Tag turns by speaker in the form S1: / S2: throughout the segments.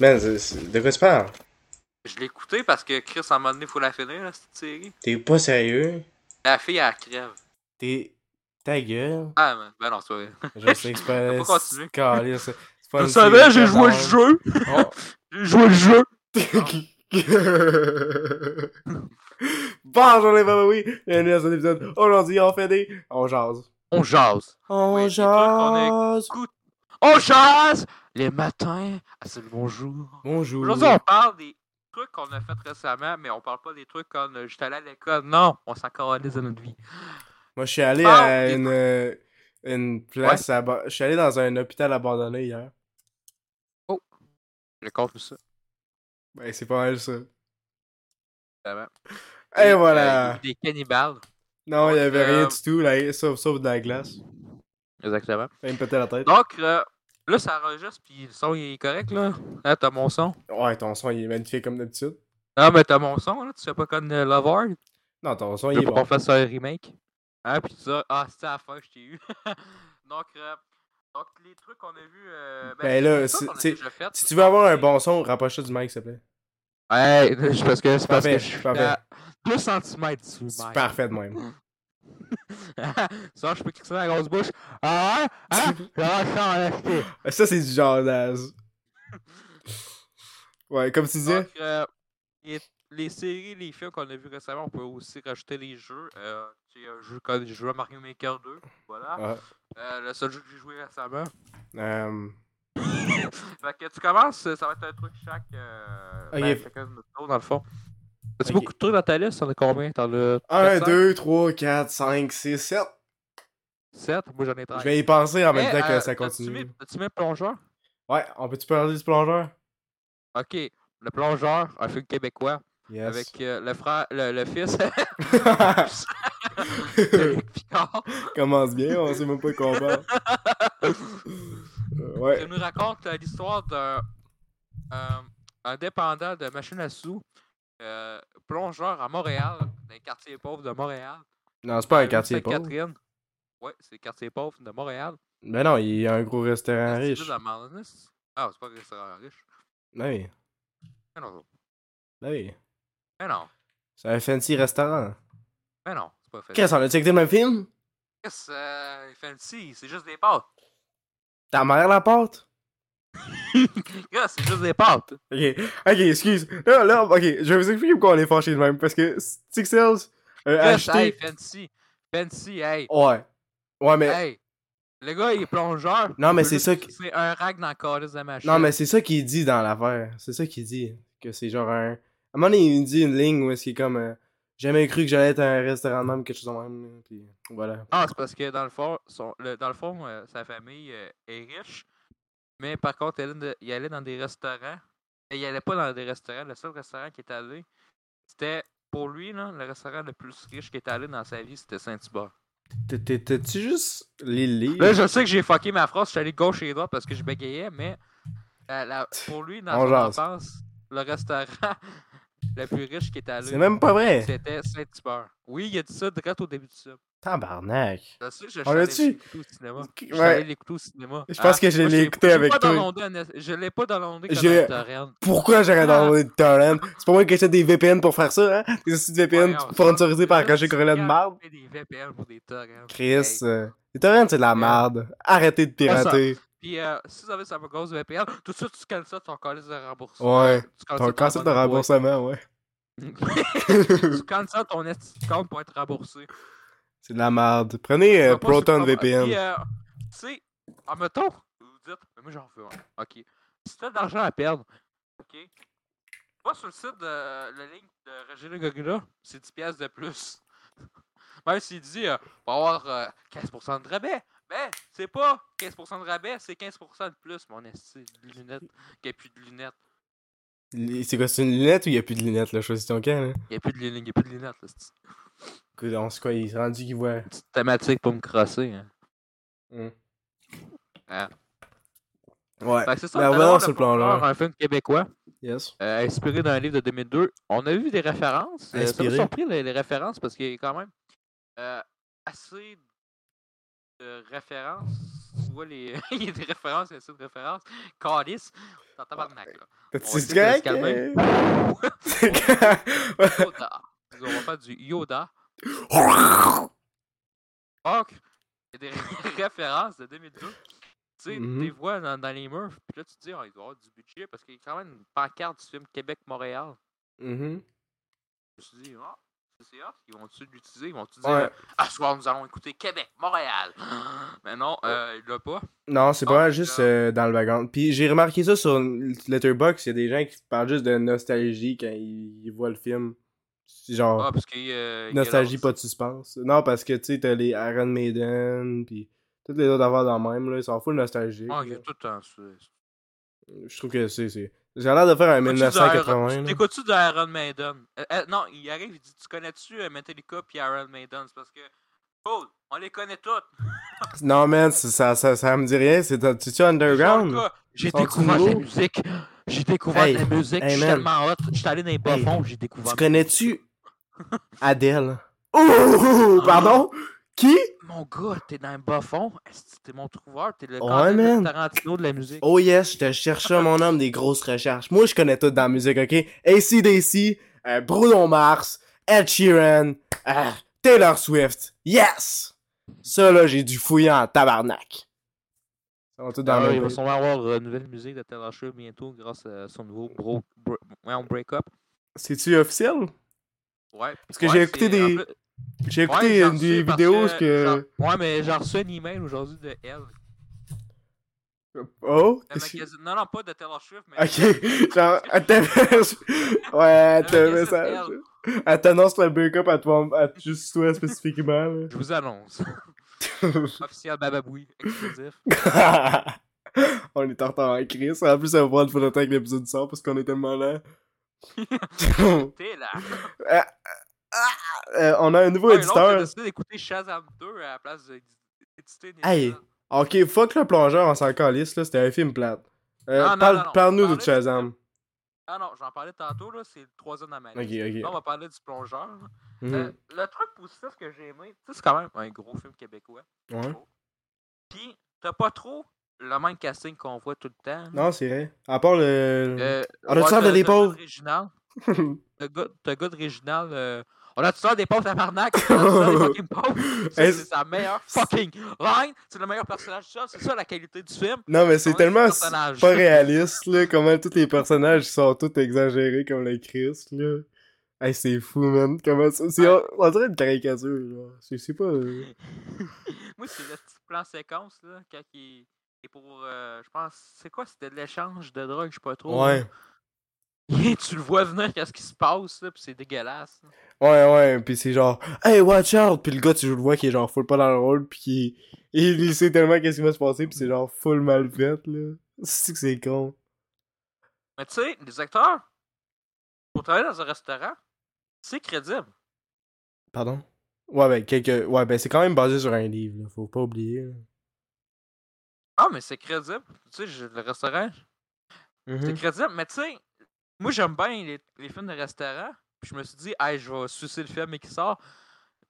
S1: Man, c'est- c'est- de quoi tu parles?
S2: Je l'ai écouté parce que Chris, à un moment donné, faut la finir, là, cette série.
S1: T'es pas sérieux?
S2: La fille, elle crève.
S3: T'es. Ta gueule.
S2: Ah, mais- ben non, c'est pas vrai.
S3: Je sais que c'est pas.
S2: On peut continuer.
S3: Calé, c'est- c'est pas une
S2: savais,
S3: série de hasard.
S2: jeu!
S3: Oh.
S2: J'ai joué le jeu!
S3: Oh. Bonjour les mamans, oui, bienvenue dans cet épisode. Aujourd'hui, on fait des. On jase.
S2: On jase.
S3: On
S2: Oui, c'est toi qu'on
S3: jase.
S2: On jase! Les matins, ah, c'est le bonjour.
S3: Bonjour.
S2: Aujourd'hui, on parle des trucs qu'on a fait récemment, mais on parle pas des trucs qu'on a juste allé à l'école. Non, on s'en calisse de notre vie.
S3: Moi, je suis allé
S2: Ah,
S3: à
S2: des-
S3: une, euh, une place. aba- Je suis allé dans un hôpital abandonné hier.
S2: Je compte tout ça.
S3: Ben, c'est pas mal ça.
S2: évidemment.
S3: Et
S2: euh,
S3: voilà.
S2: il y a eu des cannibales.
S3: Non, il y avait rien
S2: euh,
S3: du tout, là, sauf, sauf de la glace.
S2: Exactement.
S3: Il me pétait la tête.
S2: Donc, euh, là, ça enregistre, puis le son, il est correct, là. Là, t'as mon son.
S3: Ouais, ton son, il est magnifique comme d'habitude.
S2: Non, mais t'as mon son, là. Tu sais pas comme euh, Lover.
S3: Non, ton son,
S2: Je
S3: il est
S2: veux pas qu'on
S3: bon.
S2: fasse un remake. Hein, puis ça. Ah, c'était à la fin, je t'ai eu. donc, euh, donc, les trucs qu'on a vus. Euh,
S3: Ben là,
S2: les trucs
S3: c'est-
S2: qu'on a
S3: c'est-
S2: déjà fait.
S3: Si tu veux avoir un bon son, rapproche-toi du mic, s'il te plaît.
S2: Ouais, je- parce que c'est parce
S3: Parfait,
S2: que je suis
S3: parfait.
S2: à 2 cm dessous,
S3: C'est
S2: mec.
S3: parfait de
S2: Mm.
S3: même.
S2: Sinon, je peux crisser la grosse bouche. Ah ouais? Ah! Je vais en acheter.
S3: Ça, c'est du jasage. ouais, comme tu disais.
S2: Donc, euh, les, les séries, les films qu'on a vus récemment, on peut aussi rajouter les jeux. Euh, tu sais, un jeu comme j'ai joué à Mario Maker 2. Voilà.
S3: Ah,
S2: Euh, le seul jeu que j'ai joué récemment.
S3: euh,
S2: Fait que tu commences, ça va être un truc chaque. Euh,
S3: Ok.
S2: ben, chacun de notre tour, dans le fond. As-tu
S3: Ok.
S2: beaucoup de trucs dans ta liste? T'en as combien? T'en as
S3: 1,
S2: 400?
S3: 2, 3, 4, 5, 6, 7.
S2: 7? Moi, j'en ai 13.
S3: Je vais y penser en même
S2: Eh,
S3: temps que
S2: euh,
S3: ça
S2: t'as-tu
S3: continue.
S2: mis- T'as-tu mis plongeur?
S3: Ouais, on peut-tu parler du plongeur?
S2: Ok, le plongeur, un film québécois,
S3: Yes.
S2: avec euh, le frère, le, le fils de
S3: Avec...
S2: Luc Picard,
S3: Commence bien, on sait même pas de quoi on parle. Euh, ouais.
S2: qui nous raconte euh, l'histoire d'un euh, un dépendant de machine à sous, euh, plongeur à Montréal, dans les quartiers pauvres de Montréal.
S3: Non, c'est pas un
S2: Rue
S3: quartier pauvre.
S2: Sainte-Catherine. Ouais, c'est le quartier pauvre de Montréal.
S3: Ben non, il y a un gros restaurant
S2: Ah, C'est
S3: Ah, riche.
S2: juste à Manus. Ah, c'est pas un restaurant riche.
S3: Ben oui,
S2: Mais non,
S3: ben oui.
S2: mais non,
S3: C'est un fancy restaurant.
S2: mais non, c'est pas fait.
S3: Qu'est-ce qu'on a-tu écouté le même film?
S2: Qu'est-ce euh, fancy? C'est juste des pâtes.
S3: Ta mère la porte?
S2: Qu'est-ce, c'est juste des pâtes.
S3: Ok, ok, excuse. Là, là, ok, je vais vous expliquer pourquoi on est fâchés de même. Parce que Six Cells a
S2: Qu'est-ce, hey,
S3: acheté.
S2: fancy. Fancy, hey.
S3: Ouais. Ouais, mais.
S2: Hey, le gars, il est plongeur.
S3: Ben Non, mais
S2: Il
S3: c'est
S2: peut
S3: ça
S2: juste C'est un rack dans le calice de la machine.
S3: Non, mais c'est ça qu'il dit dans l'affaire. C'est ça qu'il dit. Que c'est genre un. À un moment donné, il dit une ligne où est-ce qu'il est comme. euh, jamais cru que j'allais être à un restaurant de même, quelque chose de même. là, Puis voilà.
S2: Ah, c'est parce que dans le fond, son- le- dans le fond euh, sa famille euh, est riche. Mais par contre, elle, de- il allait dans des restaurants. Et il allait pas dans des restaurants. Le seul restaurant qui est allé, c'était pour lui, là, le restaurant le plus riche qui est allé dans sa vie, c'était Saint-Hubert.
S3: T'es- t'es- T'as-tu juste les livres?
S2: Là, je sais que j'ai fucké ma phrase. Je suis allé gauche et droite parce que je bégayais, mais euh, la- pour lui, dans
S3: On
S2: son
S3: jase.
S2: enfance, le restaurant le plus riche qui est allé.
S3: C'est même pas vrai.
S2: C'était Saint-Hubert. Oui, il a dit ça direct au début du sub.
S3: Tabarnak.
S2: Je sais, je
S3: On l'a-tu?
S2: suis allé l'écouter au cinéma. Je suis
S3: Ah, Ouais.
S2: allé l'écouter au cinéma. Ah,
S3: Je pense que je
S2: moi,
S3: l'ai écouté
S2: pas-
S3: avec
S2: pas
S3: toi.
S2: downloadé en- Je l'ai pas downloadé comme
S3: Je-
S2: un torrent.
S3: Pourquoi j'aurais
S2: Ah.
S3: downloadé de torrent? C'est pas moi qui achète des VPN pour faire ça, hein? Des outils de VPN
S2: Voyons,
S3: sponsorisés par
S2: ça,
S3: Roger
S2: c'est
S3: Corella de
S2: quand
S3: marde?
S2: on fait des VPN pour des torrents.
S3: Chris,
S2: Hey.
S3: euh, les torrents, c'est de la
S2: Ouais.
S3: merde. Arrêtez de
S2: ça-
S3: pirater.
S2: Puis euh, si vous avez ça à cause de VPN, tout de suite tu cales ça ton calice de remboursement.
S3: Ouais.
S2: Tu cales ça
S3: Ton
S2: ton
S3: concept de
S2: abonnement pour
S3: remboursement, ouais.
S2: être- tu cales ça ton esti de compte pour être remboursé.
S3: C'est de la merde. Prenez euh,
S2: Non, pas sur
S3: Proton
S2: le-
S3: VPN.
S2: Puis, euh, tu sais, en mettons, vous dites, mais moi j'en veux un. Ok. Si t'as de l'argent à perdre, ok. Va sur le site de euh, la ligne de Regina Gogula, c'est 10$ piastres de plus. Même s'il dit, euh, on va avoir euh, 15% de rabais. Ben, c'est pas 15% de rabais, c'est 15% de plus, mon esti de lunettes. Qu'il n'y a plus de lunettes.
S3: Les- C'est quoi, c'est une lunette ou il y a plus de lunettes, là? Choisis ton camp, là.
S2: Il n'y a plus de lunettes, il n'y a plus de lunettes. là, c'est une
S3: Coudon, c'est quoi, il est rendu qu'il voit.
S2: petite thématique pour me crosser. Hein.
S3: Ouais.
S2: Fait que c'est ça,
S3: Ben,
S2: tout à
S3: revenons
S2: l'heure,
S3: sur le
S2: Plongeur,
S3: plongeur.
S2: Un film québécois.
S3: Yes.
S2: euh, inspiré d'un livre de 2002. On a vu des références. euh, ça m'a
S3: Inspiré.
S2: surpris les, les références parce qu'il y a quand même euh, assez de références vois les. Il y a des références, il y a de références. Calice, t'as tabarnak, là.
S3: T'as-tu
S2: essaie
S3: dit
S2: de se
S3: correct?
S2: calmer.
S3: euh? C'est correct.
S2: Yoda. On va faire du Yoda. Donc, il y a des références de 2002. Tu sais,
S3: Mhm.
S2: des voix dans, dans les murs, puis là, tu te dis, Ah, il doit y avoir du budget, parce qu'il y a quand même une pancarte du film Québec-Montréal.
S3: Mhm.
S2: Je me suis dit, ah, ça, c'est hot, ils vont-tu l'utiliser? Ils vont-tu dire,
S3: Ouais.
S2: ah, ce soir, nous allons écouter Québec-Montréal? Mais non,
S3: Oh.
S2: euh, il l'a pas.
S3: Non, c'est
S2: Ah,
S3: pas
S2: mais
S3: juste
S2: là-
S3: euh, dans le wagon. Puis j'ai remarqué ça sur Letterboxd, il y a des gens qui parlent juste de nostalgie quand ils, ils voient le film. C'est Genre,
S2: Ah, parce qu'il. euh, il a
S3: nostalgie,
S2: lancé-
S3: pas de suspense. Non, parce que tu sais, t'as les Iron Maiden, puis toutes les autres affaires dans le même, là, ils sont full nostalgiques.
S2: Ah, il y
S3: là.
S2: a tout un. c'est-
S3: Je trouve que c'est. c'est- J'ai l'air de faire un
S2: Écoutes-tu du Iron-
S3: 1980.
S2: tu-
S3: là.
S2: T'écoutes-tu de Iron Maiden? Euh, euh, non, il arrive, il dit Tu connais-tu euh, Metallica puis Iron Maiden? C'est parce que. Paul, on les connaît toutes.
S3: Non, man, c'est- ça, ça, ça me dit rien. C'est tu underground?
S2: Genre, le gars, J'ai
S3: Sont-ils
S2: découvert de la
S3: nouveaux?
S2: musique. J'ai découvert
S3: Hey,
S2: de la musique.
S3: hey,
S2: je suis
S3: man.
S2: tellement hot. Je suis allé dans les bas
S3: Hey,
S2: fonds, j'ai
S3: Tu
S2: découvert.
S3: connais-tu Adele? Ouh! Pardon?
S2: Ah.
S3: Qui?
S2: Mon gars, t'es dans les bas fonds. Est-ce que T'es mon trouveur. T'es le
S3: Ouais,
S2: Quentin
S3: man.
S2: Tarantino de la musique.
S3: Oh yes, je te cherche ça, mon homme, des grosses recherches. Moi, je connais tout dans la musique, ok? ACDC, euh, Bruno Mars, Ed Sheeran, euh, Taylor Swift. Yes! Ça, là, j'ai du fouiller en tabarnak. Ça va tout dans
S2: Ah
S3: le
S2: ouais, il
S3: même-
S2: va sûrement avoir euh, une nouvelle musique de Taylor Swift bientôt grâce à son nouveau bro- bro- ouais, break-up.
S3: C'est-tu officiel?
S2: Ouais.
S3: Parce que
S2: ouais,
S3: j'ai écouté
S2: c'est- en
S3: des-
S2: plus-
S3: J'ai
S2: Ouais,
S3: écouté
S2: j'en
S3: une des
S2: reçu parce
S3: vidéos ce que...
S2: j'en- Ouais, mais j'ai reçu un email aujourd'hui de elle.
S3: Oh?
S2: Le
S3: qu'est-ce que-
S2: magazine- Non, non, pas de Taylor Swift, mais.
S3: Ok, genre, elle t'annonce. Ouais, elle te
S2: Le
S3: met
S2: magazine
S3: ça.
S2: Elle.
S3: Elle t'annonce le break-up à toi, à juste toi spécifiquement.
S2: Je vous annonce. Officiel Bababoui, exclusif.
S3: là. On est en retard en crise. En plus, ça va prendre full de temps que l'épisode sort parce qu'on est tellement lent.
S2: T'es là.
S3: Euh, on a un nouveau
S2: Ouais, l'autre, t'as
S3: éditeur.
S2: décidé d'écouter Shazam 2 à la place de- d'éditer des
S3: Hey,
S2: épisodes.
S3: Ok, fuck le plongeur, on s'en calisse, là. C'était un film plate. Euh,
S2: Ah, Non, non,
S3: parle-
S2: non, non.
S3: Parle-nous de
S2: Parlez-
S3: Shazam.
S2: Ah non, j'en parlais tantôt, là, c'est le troisième de la
S3: Ok,
S2: manif. Là, on
S3: ok.
S2: va parler du plongeur. là.
S3: Mhm.
S2: Euh, le truc positif que j'ai aimé, tu sais, c'est quand même un gros film québécois.
S3: Ouais.
S2: Puis, t'as pas trop le même casting qu'on voit tout le temps.
S3: Non, c'est vrai. À part le.
S2: Euh,
S3: On a-tu sort de
S2: t'as-
S3: des
S2: t'as le gars
S3: pauvres?
S2: d'original. le gars, le gars d'original. euh, On a-tu sort des pauvres tabarnak? On a-tu sort des fucking pauvres? Ça,
S3: Est-ce-
S2: C'est sa meilleure fucking line. C'est le meilleur personnage du film. C'est ça la qualité du film.
S3: Non, mais c'est
S2: Comment
S3: tellement
S2: les personnages.
S3: pas réaliste, là, comment tous les personnages sont tous exagérés comme le Christ, là. Hey, c'est fou, man. Comment ça... C'est, on, on dirait une caricature, genre. C'est, c'est pas... euh,
S2: Moi, c'est le petit plan séquence, là, quand il est pour. euh, je pense. C'est quoi? C'était de l'échange de drogue, je sais pas trop.
S3: Ouais.
S2: là. tu le vois venir, qu'est-ce qui se passe, là, pis c'est dégueulasse. là.
S3: Ouais, ouais, pis c'est genre... Hey, watch out! Pis le gars, tu le vois qui est genre full pas dans le rôle, pis qui... Il, il sait tellement qu'est-ce qui va se passer, pis c'est genre full mal fait, là. C'est que c'est con.
S2: Mais tu sais, les acteurs, pour travailler dans un restaurant, c'est crédible.
S3: Pardon? Ouais, ben, quelques... Ouais, ben, c'est quand même basé sur un livre, là. Faut pas oublier, là.
S2: Ah, mais c'est crédible. Tu sais, j'ai- le restaurant, c'est
S3: Mm-hmm. Mmh.
S2: crédible. Mais tu sais, moi, j'aime bien les, les films de restaurant. Puis je me suis dit, hey, je vais sucer le film qui sort.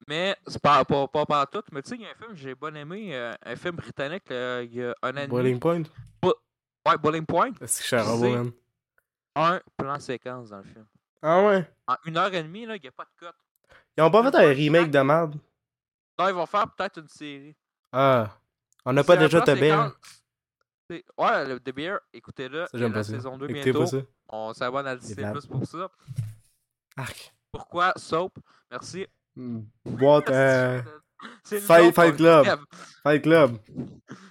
S2: Mais c'est pas, pas, pas, pas en tout. Mais tu sais, il y a un film que j'ai bien aimé, euh, un film britannique, là, il y a un an et demi.
S3: Boiling Point?
S2: Ouais, Bowling Point.
S3: C'est que je suis un
S2: Je
S3: robot,
S2: sais.
S3: man.
S2: Un plan séquence dans le film.
S3: Ah ouais?
S2: En une heure et demie, là, il n'y a pas de cote.
S3: Ils ont pas fait un remake de merde.
S2: Non, ils vont faire peut-être une série.
S3: Ah. On n'a
S2: C'est
S3: pas
S2: un
S3: déjà
S2: plan
S3: Tobé. hein.
S2: séquence. C'est- Ouais, le The Beer, écoutez-le.
S3: Ça,
S2: il y a
S3: j'aime
S2: La
S3: pas ça.
S2: saison 2
S3: Écoutez pas
S2: bientôt.
S3: ça.
S2: On s'abonne à Disney
S3: blagues.
S2: Plus pour ça.
S3: Arc.
S2: Pourquoi Soap Merci.
S3: Boîte, Hmm. euh,
S2: C'est une
S3: Fight-
S2: joke,
S3: Fight
S2: on
S3: Club.
S2: lève.
S3: Fight Club.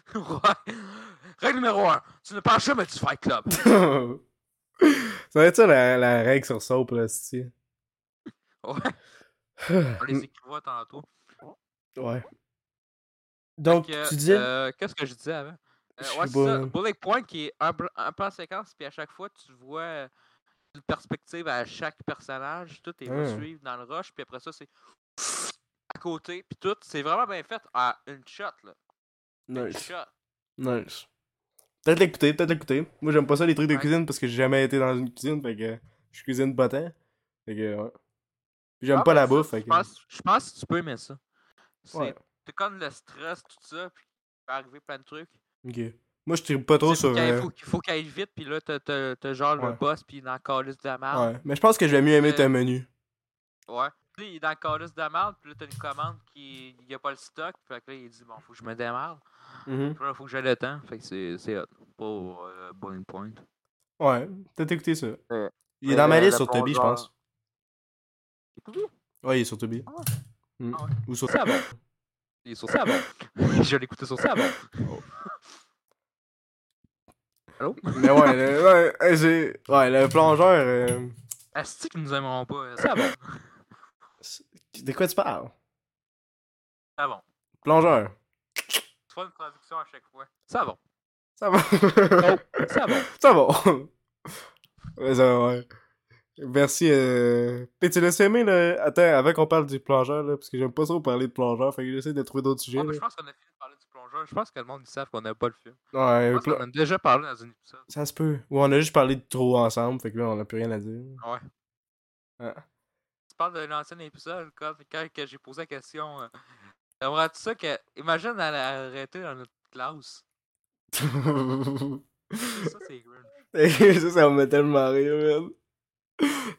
S2: Ouais. Règle numéro 1. Tu ne parles jamais du Fight Club.
S3: ça va être ça la, la règle sur Soap, là, si.
S2: Ouais, on les
S3: ouais.
S2: écrivait tantôt.
S3: Donc,
S2: Que,
S3: tu disais.
S2: euh, Qu'est-ce que je disais avant Euh,
S3: Je
S2: Ouais,
S3: sais
S2: c'est ça.
S3: pas.
S2: Bullet Point qui est un, bl- un plan séquence, puis à chaque fois, tu vois euh, une perspective à chaque personnage. Tout est va
S3: Hmm.
S2: suivre dans le rush, puis après ça, c'est à côté, puis tout. C'est vraiment bien fait à une shot, là. Une
S3: Nice.
S2: shot.
S3: Nice. Peut-être l'écouter, peut-être l'écouter. Moi, j'aime pas ça les trucs de
S2: Ouais.
S3: cuisine parce que j'ai jamais été dans une cuisine, fait que je cuisine pas tant. Fait que, ouais. Puis J'aime
S2: Ah,
S3: pas
S2: ben
S3: la
S2: ça,
S3: bouffe, fait
S2: Je
S3: que.
S2: pense, je pense que tu peux aimer ça. C'est
S3: Ouais.
S2: t'as comme le stress, tout ça, puis il peut arriver plein de trucs.
S3: Ok. Moi, je tripe pas trop
S2: Il faut
S3: sur.
S2: qu'elle
S3: euh,
S2: faut, qu'il- faut qu'elle aille vite, puis là, t'as- t'as t'as genre le
S3: Ouais.
S2: boss, puis il est dans le calice de la merde.
S3: Ouais. Mais je pense que je vais mieux aimer
S2: Euh,
S3: ton menu.
S2: Ouais. Tu sais, il est dans le calice de la merde, puis là, t'as une commande qui. Il y a pas le stock, fait que là, il dit, bon, faut que je me démarre. Puis là, faut que j'aille le temps, fait que c'est c'est hot. Pour euh, Boiling Point.
S3: Ouais. T'as écouté ça.
S2: Ouais.
S3: Il est dans ma
S2: Euh,
S3: liste
S2: le
S3: sur
S2: bon
S3: Toby, je
S2: genre.
S3: pense. Ouais, il est sur Toby.
S2: Ah.
S3: Mhm.
S2: Ah ouais.
S3: Ou sur.
S2: Ça va. Il est sur ça avant. je l'ai écouté sur ça avant. Allô?
S3: Mais ouais, le, ouais, euh, c'est- ouais, le plongeur. euh,
S2: Asti que nous aimerons pas. euh, Ça va.
S3: De quoi tu parles
S2: Ça va.
S3: Plongeur.
S2: Tu fais une traduction à chaque fois. Ça va.
S3: Ça va.
S2: Ça va.
S3: ça va. Ouais, ça va, ouais. Merci. Euh... Puis tu l'as aimé, là. Attends, avant qu'on parle du plongeur, là, parce que j'aime pas trop parler de plongeur, fait que j'essaie de trouver d'autres sujets.
S2: Ouais, Ah, mais
S3: là.
S2: je pense qu'on a fini de parler du plongeur. Je pense que le monde ils savent qu'on n'a pas le film.
S3: Ouais,
S2: Je pense
S3: pla-
S2: qu'on en a déjà parlé dans un épisode.
S3: Ça se peut. Ou on a juste parlé de trop ensemble, fait que là, on a plus rien à dire.
S2: Ouais.
S3: Ah.
S2: Tu parles de l'ancien épisode quand, quand que j'ai posé la question. Euh, Aimerais-tu ça que. Imagine elle a arrêté dans notre classe. Ça, c'est grave.
S3: ça, ça me met tellement rire, man.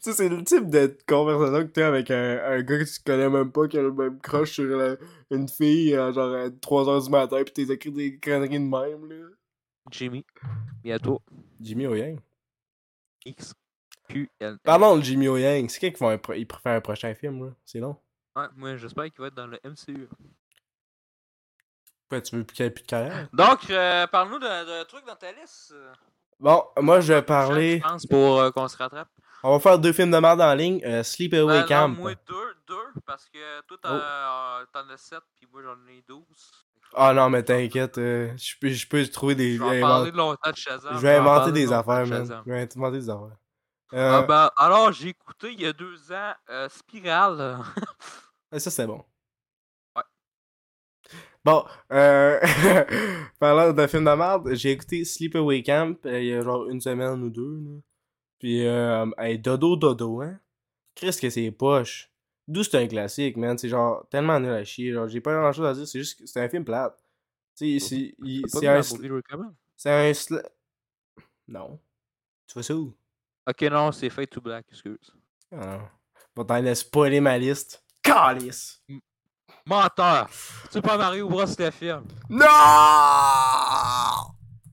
S3: Ça, c'est le type de conversation que t'as avec un, un gars que tu connais même pas, qui a le même crush sur la- une fille, euh, genre à 3h du matin, pis t'es écrit des conneries de même, là.
S2: Jimmy, bientôt.
S3: Jimmy O'Yang.
S2: X. Q. L.
S3: Pardon, le Jimmy O'Yang. C'est qui qui va un pro- il préfère un prochain film, là? C'est long.
S2: Ouais, moi, j'espère qu'il va être dans le MCU.
S3: Pourquoi tu veux plus qu'il y ait plus de carrière?
S2: Donc, euh, parle-nous d'un d'un truc dans ta liste. euh,
S3: Bon, moi, je vais
S2: Jean,
S3: parler.
S2: Je pense pour euh, qu'on se rattrape.
S3: On va faire deux films de merde en ligne, euh, Sleepaway
S2: Ben,
S3: Camp.
S2: non, moi, deux, deux, parce que toi, t'en
S3: Oh.
S2: euh, t'en as sept, puis moi, j'en ai douze.
S3: Ah non, mais t'inquiète, euh, je peux, je peux trouver des.
S2: Je vais en parler longtemps de Shazam.
S3: je vais
S2: en
S3: inventer
S2: parler
S3: des
S2: longtemps de
S3: affaires, man.
S2: Shazam.
S3: Je vais inventer des affaires.
S2: Ah
S3: Euh,
S2: ben, alors, j'ai écouté il y a deux ans euh, Spirale.
S3: Ah, Ça, c'est bon.
S2: Ouais.
S3: Bon, euh, parlant de films de merde, j'ai écouté Sleepaway Camp euh, il y a genre une semaine ou deux. Là. Puis, euh, hey, Dodo Dodo, hein? Qu'est-ce que c'est poche? D'où c'est un classique, man. C'est genre tellement nul à chier. Genre, j'ai pas grand chose à dire, c'est juste que c'est un film plate. Tu sais, c'est-
S2: T'as
S3: il-
S2: pas
S3: c'est
S2: vu la
S3: un.
S2: movie recommend?
S3: C'est un sla- Non. Tu vois ça où?
S2: Ok, non, c'est Fade to Black, excuse.
S3: Ah non. Bon, t'en laisses spoiler ma liste. Calice!
S2: Menteur! Super Mario Bros, le film.
S3: Non!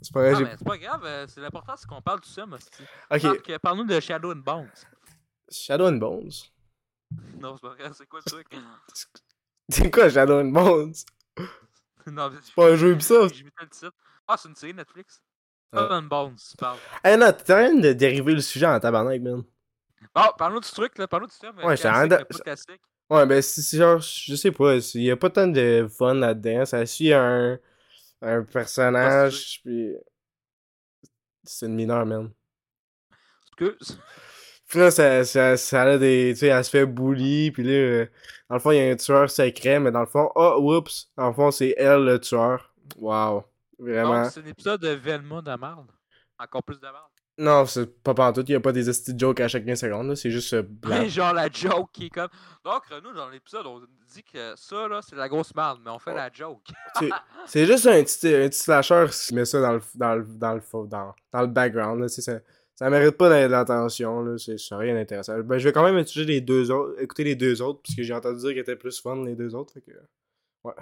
S3: C'est pas vrai,
S2: Ah,
S3: j'ai...
S2: mais c'est pas grave, euh, c'est l'important, c'est qu'on parle du film. hostie.
S3: Ok,
S2: Donc, euh, parle-nous de Shadow and Bones.
S3: Shadow and Bones.
S2: Non, c'est pas grave, c'est quoi le truc?
S3: C'est quoi Shadow and Bones?
S2: non, mais c'est
S3: pas un jeu Ubisoft.
S2: J'ai mis le titre. Ah, c'est une série Netflix.
S3: Ah.
S2: Shadow and Bones, tu parles.
S3: Eh non, t'es en train de dériver le sujet en tabarnak, man.
S2: Bon, parle-nous du truc, là. Parle-nous du film. euh,
S3: Ouais, j'étais en
S2: classique,
S3: train de-
S2: mais pas classique.
S3: Ouais, ben c'est c'est genre, je sais pas, il y a pas tant de fun là-dedans. Ça suit un, un personnage, puis c'est une mineure, man.
S2: Excuse.
S3: Puis là, ça, ça, ça a des. Tu sais, elle se fait bully. Puis là, euh, dans le fond, il y a un tueur secret. Mais dans le fond, ah, oups. Dans le fond, c'est elle le tueur. Waouh. Vraiment.
S2: Donc, c'est un épisode de Velma de merde. Encore plus de merde.
S3: Non, c'est pas pantoute. Il y a pas des esti de jokes à chaque 15 secondes. là, C'est juste. euh, blanc.
S2: Mais genre la joke qui est comme. Donc, euh, nous, dans l'épisode, on dit que ça, là, c'est de la grosse merde, mais on fait
S3: Oh.
S2: la joke.
S3: C'est- c'est juste un petit, un petit slasher qui met ça dans le, dans le, dans le, fo- dans, dans le background. Là, tu sais, ça, ça mérite pas d'être- de l'attention. là, C'est c'est rien d'intéressant. Ben, je vais quand même étudier les deux autres, écouter les deux autres. Parce que j'ai entendu dire qu'ils étaient plus fun les deux autres. Fait que. Ouais.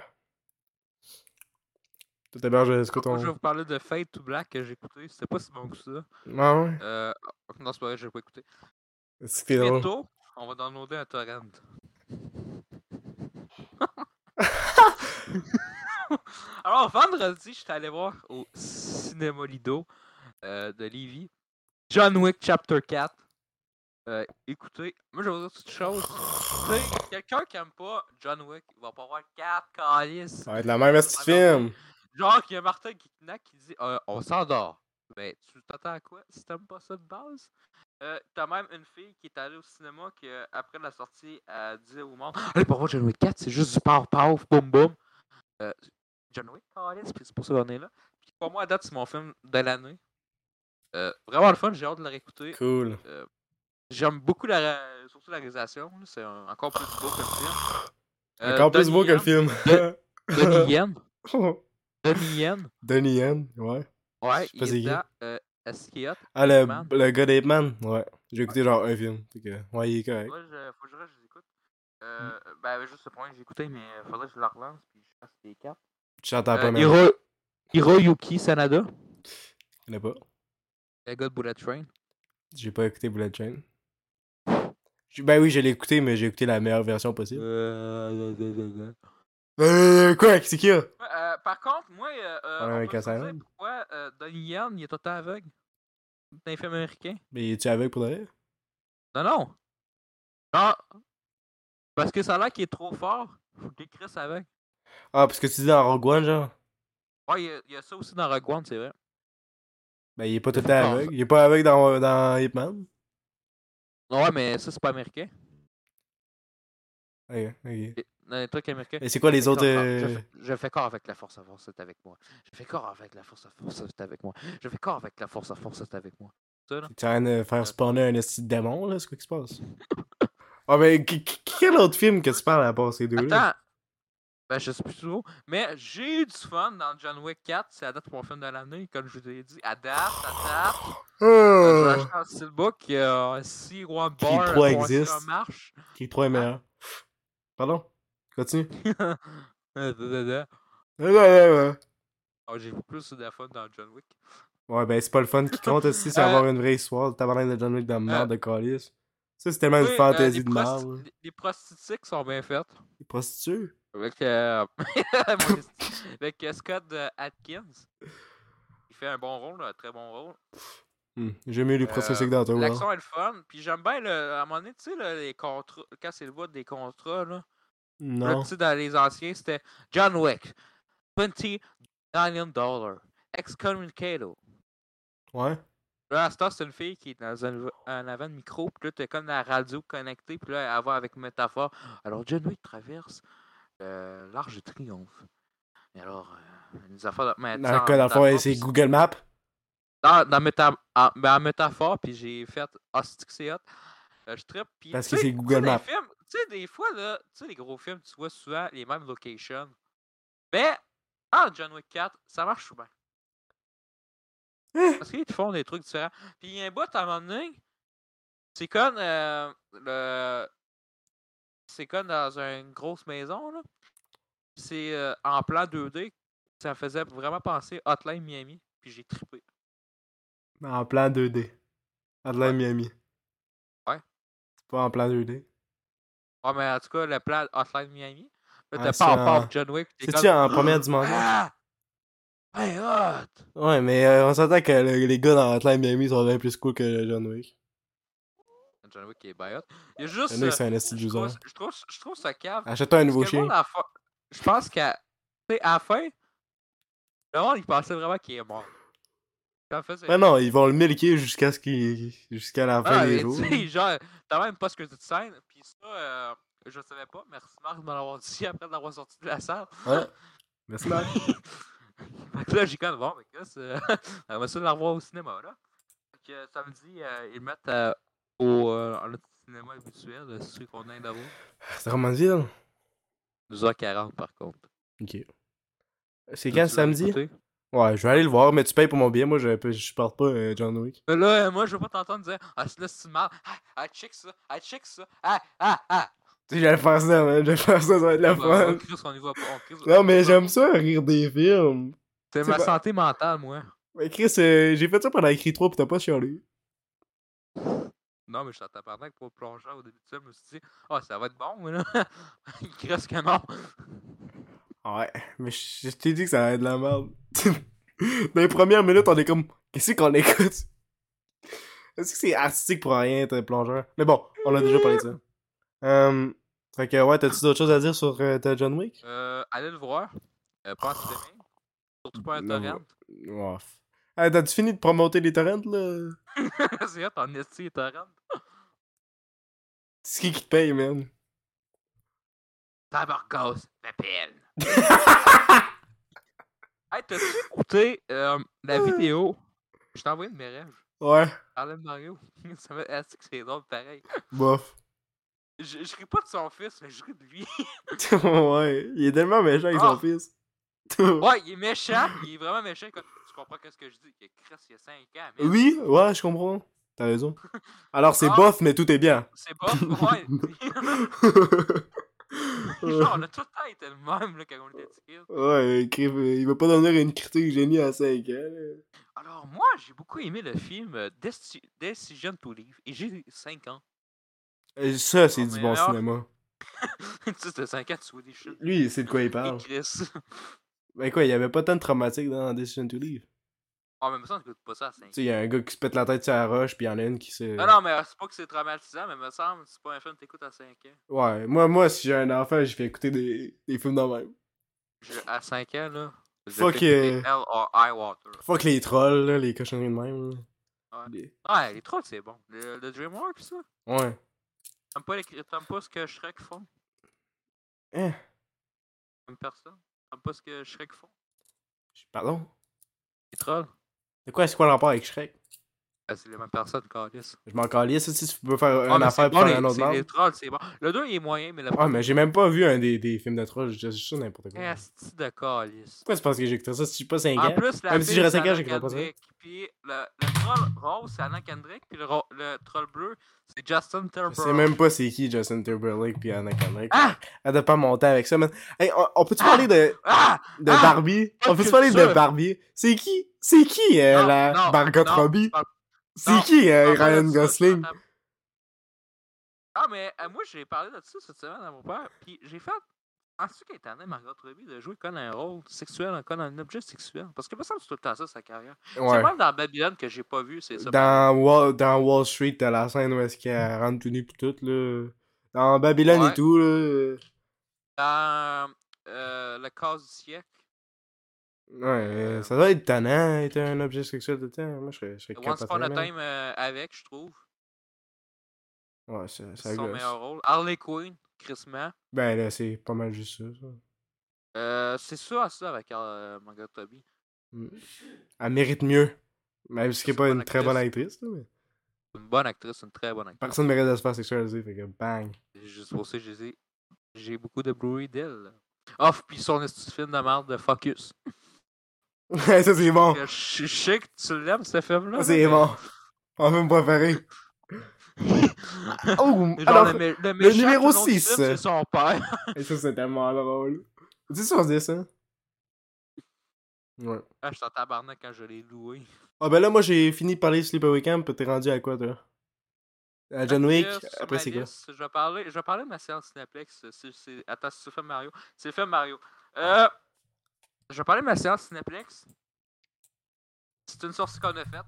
S3: Tout à l'heure, est-ce que
S2: Moi, je vais
S3: ton.
S2: vous parler de Fade to Black que j'ai écouté. C'était pas si bon que ça.
S3: Ah ouais.
S2: Euh... Non, c'est pas vrai, j'ai pas écouté.
S3: C'était drôle.
S2: Bientôt, on va downloader un torrent. Alors, vendredi, j'étais allé voir au Cinéma Lido euh, de Lévis John Wick Chapter 4. Euh, écoutez, moi je vais vous dire toute chose. Tu sais, Quelqu'un qui aime pas John Wick, il va pas voir 4 calices.
S3: Ça va être la même esti de film.
S2: Genre, il y a Martin Kiknak qui dit euh, On s'endort. Ben, tu t'attends à quoi si t'aimes pas ça de base euh, T'as même une fille qui est allée au cinéma qui, euh, après la sortie, a dit au monde Allez, pour voir John Wick 4, c'est juste du pow pow, boum boum. Euh, John Wick, câlisse, puis c'est pour ça qu'on est là. Puis pour moi, à date, c'est mon film de l'année. Euh, vraiment le fun, j'ai hâte de le réécouter.
S3: Cool.
S2: J'aime beaucoup la, ré- surtout la réalisation, là, c'est un- encore plus beau que le film. Euh,
S3: Encore plus
S2: Donnie
S3: beau que le
S2: Yen-
S3: film.
S2: Donnie Yen, Donnie Yen.
S3: Donnie Yen, ouais.
S2: Ouais,
S3: Je sais
S2: il
S3: pas c'est
S2: est
S3: qui.
S2: dedans. Euh, Esquiot.
S3: Ah, le,
S2: Man.
S3: le gars d'Ape Man, ouais. J'ai écouté genre un film. fait que, ouais, Mmh. il est correct.
S2: Moi, je, faut que je reste, je les écoute. Euh, ben, juste ce point que j'ai écouté, mais euh, faudrait que je la relance, puis je fasse des cartes.
S3: Tu l'entends Ah, pas,
S2: Euh,
S3: même.
S2: Hiro... Hiroyuki Sanada,
S3: Je l'ai pas.
S2: le gars de Bullet Train.
S3: J'ai pas écouté Bullet Train. J'ai- Ben oui, je l'ai écouté, mais j'ai écouté la meilleure version possible.
S2: Euh...
S3: Euh, quoi? C'est qui, là?
S2: Euh, par contre, moi, euh, euh,
S3: Ouais,
S2: on
S3: avec
S2: peut se
S3: Asylum.
S2: dire pourquoi euh, Donnie Yen, il est tout le temps aveugle. C'est un film américain.
S3: Mais es-tu avec pour de vrai?
S2: Non, non. Non. Parce que ça a l'air qu'il est trop fort. Faut qu'il crisse avec.
S3: Ah, parce que tu dis dans Rogue One, genre?
S2: Ouais, il y a- il y, a ça aussi dans Rogue One, c'est vrai.
S3: Ben, il est pas tout le
S2: Ah.
S3: temps avec. Il est pas avec dans, dans Ape Man.
S2: Ouais, mais ça, c'est pas américain.
S3: Ok, ok.
S2: Et- Dans les trucs américains.
S3: Mais c'est quoi les
S2: je fais
S3: autres.
S2: corps-
S3: euh,
S2: ah, je, fais, je fais corps avec la force à force, c'est avec moi. Je fais corps avec la force à force, c'est avec moi. Je fais corps avec la force à force, c'est avec moi. Ça, là.
S3: Tu es en train de faire spawner un esti de démon, là? C'est quoi qui se passe? Ah, ben, qui- qui- quel autre film que tu parles à part ces deux-là?
S2: Attends! Ben, je sais plus trop. Mais j'ai eu du fun dans John Wick 4. C'est à date mon film de l'année, comme je vous ai dit. À date, à date.
S3: Ah,
S2: Euh, J'ai acheté un steelbook. Euh, si One
S3: Qui
S2: Bar
S3: trois
S2: pour essayer
S3: existe.
S2: un marche.
S3: Qui est trop
S2: Ah.
S3: meilleur? Pardon? Continue.
S2: Euh, da, da, da.
S3: Ouais,
S2: Ah, j'ai eu plus de fun dans John Wick.
S3: ben c'est pas le fun qui compte aussi, c'est
S2: Euh,
S3: avoir une vraie histoire. T'as parlé de John Wick de merde de Callis. Ça, c'est tellement
S2: Oui,
S3: une
S2: euh,
S3: fantaisie
S2: les
S3: de
S2: prosti-
S3: merde.
S2: les- Les prostituées qui sont bien faites.
S3: Les prostituées.
S2: Avec, euh, mon esti- avec euh, Scott euh, Atkins. Il fait un bon rôle, un très bon rôle.
S3: Hmm, J'aime mieux les prostituées
S2: Euh,
S3: que dans toi. hein.
S2: L'action est le fun. Puis j'aime bien, le, à un moment donné, tu sais, là, les contrats. Quand c'est le vote des contrats, là. Là,
S3: Non.
S2: tu sais, dans les anciens, c'était John Wick, 20 million dollars, excommunicado.
S3: Ouais.
S2: Là, à ce temps, c'est une fille qui est dans un, en avant de micro, puis là, t'es comme la radio connectée, puis là, elle va avec métaphore. Alors, John Wick traverse euh, l'Arche de Triomphe. Et alors, euh, les affaires de. mais tu sais,
S3: Dans le
S2: en
S3: cas, dans le fond,
S2: métaphore,
S3: c'est
S2: puis-
S3: Google Maps.
S2: Dans, dans méta- en, ben, en métaphore, puis j'ai fait Hostie que c'est hot. Euh, je trippe, puis.
S3: Parce
S2: tu
S3: que
S2: sais-
S3: c'est Google
S2: tu sais,
S3: Maps.
S2: des films- Tu sais, des fois, là, tu sais, les gros films, tu vois souvent les mêmes locations. Mais, en John Wick 4, ça marche souvent.
S3: Hein?
S2: Parce qu'ils te font des trucs différents. Puis il y a un bout à un moment donné, c'est comme euh, le. C'est comme dans une grosse maison, là. C'est euh, en plan 2D. Ça me faisait vraiment penser Hotline Miami. Puis j'ai trippé.
S3: En plan 2D. Adelaide Miami.
S2: Ouais.
S3: C'est pas en plan 2D.
S2: Ouais, Ah, mais en tout cas, le plan Hotline Miami. Là,
S3: Ah,
S2: t'as
S3: c'est
S2: pas
S3: en-
S2: part John Wick. t'es
S3: C'est-tu
S2: comme,
S3: en première dimension?
S2: Ah! Hey, hot!
S3: Ouais, mais euh, on s'entend que le- les gars dans Adelaide Miami sont bien plus cool que John Wick.
S2: John Wick est bien hot. Il y a juste.
S3: John
S2: euh,
S3: Wick, c'est un esti de
S2: je,
S3: loser.
S2: trouve, je, trouve, je trouve ça cave.
S3: Achète-toi un nouveau
S2: Parce que le
S3: chien.
S2: monde, à la fin- Je pense qu'à tu sais, à la fin, le monde, il pensait vraiment qu'il est mort. Ça faisait-
S3: Ah non, ils vont le milquer jusqu'à ce qu'il jusqu'à la fin
S2: Ah,
S3: des
S2: mais
S3: jours.
S2: tu sais, genre, t'as même pas ce que tu te scènes. Puis ça, euh, je le savais pas. Merci Marc de m'avoir dit après de l'avoir sorti de la salle.
S3: Ouais. Merci Marc.
S2: Fait que là, j'ai quand même bon, mais qu'est-ce On va essayer de la revoir au cinéma, là. Fait que samedi, euh, ils le mettent euh, au euh, en notre cinéma habituel, euh, celui qu'on a d'abord.
S3: C'est Romanville?
S2: 12h40 par contre.
S3: Ok. C'est quand
S2: Tu l'as
S3: samedi?
S2: écouté?
S3: Ouais, je vais aller le voir, mais tu payes pour mon billet. Moi, je, peux- je supporte pas euh, John Wick.
S2: Mais là, euh, moi, je veux pas t'entendre dire Ah, c'est là, c'est mal. Ah, ah, check ça. Ah, check ça. Ah, ah, ah.
S3: Tu sais, j'allais faire ça, man. J'allais faire ça, ça va être la
S2: Bah, on
S3: fun.
S2: crie, on y va pas. on crie.
S3: Non, mais j'aime ça, rire des films.
S2: C'est
S3: c'est
S2: ma
S3: pas-
S2: santé mentale, moi.
S3: Mais Chris, euh, j'ai fait ça pendant écrit 3 pis t'as pas chialé.
S2: Non, mais je suis en tabarnak pour le plongeur au début de ça. Je me suis dit Ah, ça va être bon, moi, là. Il crie ce que non.
S3: Ouais, mais je, je t'ai dit que ça allait être de la merde. Dans les premières minutes, on est comme, qu'est-ce qu'on écoute? Est-ce que c'est artistique pour rien être plongeur? Mais bon, on a déjà parlé de ça. Euh, fait que ouais, t'as-tu d'autres choses à dire sur euh, ta John Wick?
S2: Euh, allez le voir. Euh, pas en streaming. Surtout pas un
S3: Non,
S2: torrent.
S3: Ouf. Ah, t'as-tu fini de promoter les torrents, là?
S2: C'est hot, en esti et torrent.
S3: C'est qui qui te paye, man?
S2: Tabarcos m'appelle. hey, t'as-tu écouté euh, la vidéo Je t'ai envoyé de mes rêves.
S3: Ouais,
S2: Parler de Mario. ça me est que c'est drôle pareil.
S3: bof.
S2: Je, je ris pas de son fils, mais je ris de lui.
S3: ouais, il est tellement méchant avec son
S2: Ah.
S3: fils.
S2: Ouais, il est méchant, il est vraiment méchant. Écoute, tu comprends qu'est-ce que je dis? Il Chris, il y a 5 ans, mais
S3: oui, ouais, je comprends. T'as raison. Alors c'est
S2: Ah.
S3: bof, mais tout est bien.
S2: c'est pas. Ouais. Genre, on a tout le temps été le même là, quand on était petit.
S3: ouais, écrit- il va pas devenir une critique génie à 5 ans. là.
S2: Alors, moi, j'ai beaucoup aimé le film euh, Desti- Decision to Leave et j'ai 5 ans.
S3: Euh, Ça, c'est
S2: Oh,
S3: du
S2: mais
S3: bon
S2: alors-
S3: cinéma.
S2: tu sais, t'as 5 ans, tu vois des shit.
S3: Lui, il sait de quoi il
S2: Et
S3: parle.
S2: Chris.
S3: Ben quoi, il y avait pas tant de traumatiques dans Decision to Leave.
S2: Ah, mais me semble que t'écoutes pas ça à 5
S3: Tu sais, il y a un gars qui se pète la tête sur la roche, puis il y en a une qui se.
S2: Non, non, mais euh, c'est pas que c'est traumatisant, mais me semble que c'est pas un film que t'écoutes à 5 ans.
S3: Ouais, moi, moi si j'ai un enfant, je fais écouter des, des films dans même.
S2: Je- à 5 ans, là. je
S3: Fuck euh.
S2: fais écouter
S3: yeah.
S2: Hell or High Water.
S3: Fuck les trolls, là, les cochonneries de même. là. Les-
S2: Ouais, les trolls, c'est bon. Le, le DreamWorks, ça.
S3: Ouais.
S2: T'aimes pas, les... t'aimes pas ce que Shrek font
S3: Hein?
S2: T'aimes personne T'aimes pas ce que Shrek font
S3: Pardon?
S2: Les trolls
S3: De quoi, c'est quoi le rapport avec Shrek?
S2: Ah, C'est les mêmes personnes, Carlis.
S3: Je m'en calais, ça, si tu peux faire
S2: Ah,
S3: Euh, une
S2: mais c'est
S3: affaire pour
S2: bon,
S3: faire
S2: les-
S3: un autre
S2: c'est-
S3: langue.
S2: Les trolls, c'est bon. Le 2, il est moyen, mais le
S3: Ouais, mais j'ai même pas vu un des, des films de trolls, je dis ça n'importe quoi.
S2: Asti de Carlis.
S3: Pourquoi c'est parce que j'ai écouté ça si je suis pas 5
S2: En
S3: ans?
S2: plus, la
S3: Même si
S2: fille,
S3: j'aurais
S2: c'est
S3: cinq ans,
S2: Anna
S3: j'écouterais pas ça.
S2: Kendrick, Puis le, le troll rose, c'est Anna Kendrick. Puis le, ro- le troll bleu, c'est Justin
S3: Je
S2: Turbo.
S3: sais même pas c'est qui Justin Timberlake puis Anna Kendrick.
S2: Ah!
S3: Elle doit pas monter avec ça, man. Hey, on, on peut-tu parler de,
S2: Ah!
S3: de
S2: Ah!
S3: Barbie?
S2: Pas
S3: On
S2: de
S3: peut-tu parler de
S2: culture.
S3: Barbie? C'est qui? C'est qui, euh,
S2: Non,
S3: la
S2: non,
S3: Margot
S2: non,
S3: Robbie?
S2: parle-
S3: C'est
S2: non,
S3: qui, euh,
S2: parle pas
S3: Ryan
S2: de ça, je
S3: Gosling?
S2: t'entends. Ah, mais euh, moi, j'ai parlé de ça cette semaine à mon père. Puis j'ai fait. Penses-tu qu'elle était en train, Margot Robbie, de jouer comme un rôle sexuel, comme un objet sexuel? Parce que, me semble, que c'est tout le temps ça, sa carrière. C'est
S3: Ouais.
S2: même dans Babylone que j'ai pas vu, c'est ça.
S3: Dans Wall, dans Wall Street, t'as la scène où est-ce qu'elle rentre tout nu pis tout, là. Dans Babylone
S2: Ouais.
S3: et tout, là.
S2: Dans euh, Le cas du siècle.
S3: Ouais, euh, ça doit être tannant, être un objet sexuel de temps. Moi, je serais, je serais
S2: Once Upon a
S3: capoté, man.
S2: Time euh, avec, je trouve.
S3: Ouais, ça, ça
S2: C'est son
S3: gosse.
S2: meilleur rôle. Harley Quinn, Chrisman.
S3: Ben là, c'est pas mal juste ça, ça.
S2: Euh, c'est ça, ça avec euh, Margot Robbie.
S3: Mm. Elle mérite mieux. Même si
S2: Ça,
S3: c'est
S2: c'est
S3: pas
S2: bonne
S3: une très bonne actrice, là, mais...
S2: Une bonne actrice, une très bonne actrice.
S3: Personne mérite de se faire sexualiser, fait que bang.
S2: Juste pour ça, j'ai dit- j'ai beaucoup de bruit d'elle. Oh, puis son esti de film de merde de Focus.
S3: ça, c'est bon.
S2: Je je sais que tu l'aimes, ce film-là.
S3: Ça, Oh. c'est bon. On va me préférer. oh,
S2: Alors,
S3: alors...
S2: le, mé- le méchant
S3: numéro
S2: tout long du film,
S3: six.
S2: C'est son père.
S3: Et ça, c'est tellement drôle. Tu sais si on se dit ça? hein? Ouais.
S2: Ah, je suis en tabarnak quand je l'ai loué.
S3: Ah ben là, moi, j'ai fini de parler de Sleepaway Camp. T'es rendu à quoi, toi? À John Wick?
S2: Yes, sur
S3: Après,
S2: ma
S3: c'est quoi?
S2: liste, Je vais parler, je vais parler de ma séance Cineplex. euh, c'est- c'est- Attends, c'est le film Mario. C'est le film Mario. Euh, je vais parler de ma séance Cineplex. C'est une sortie qu'on a faite.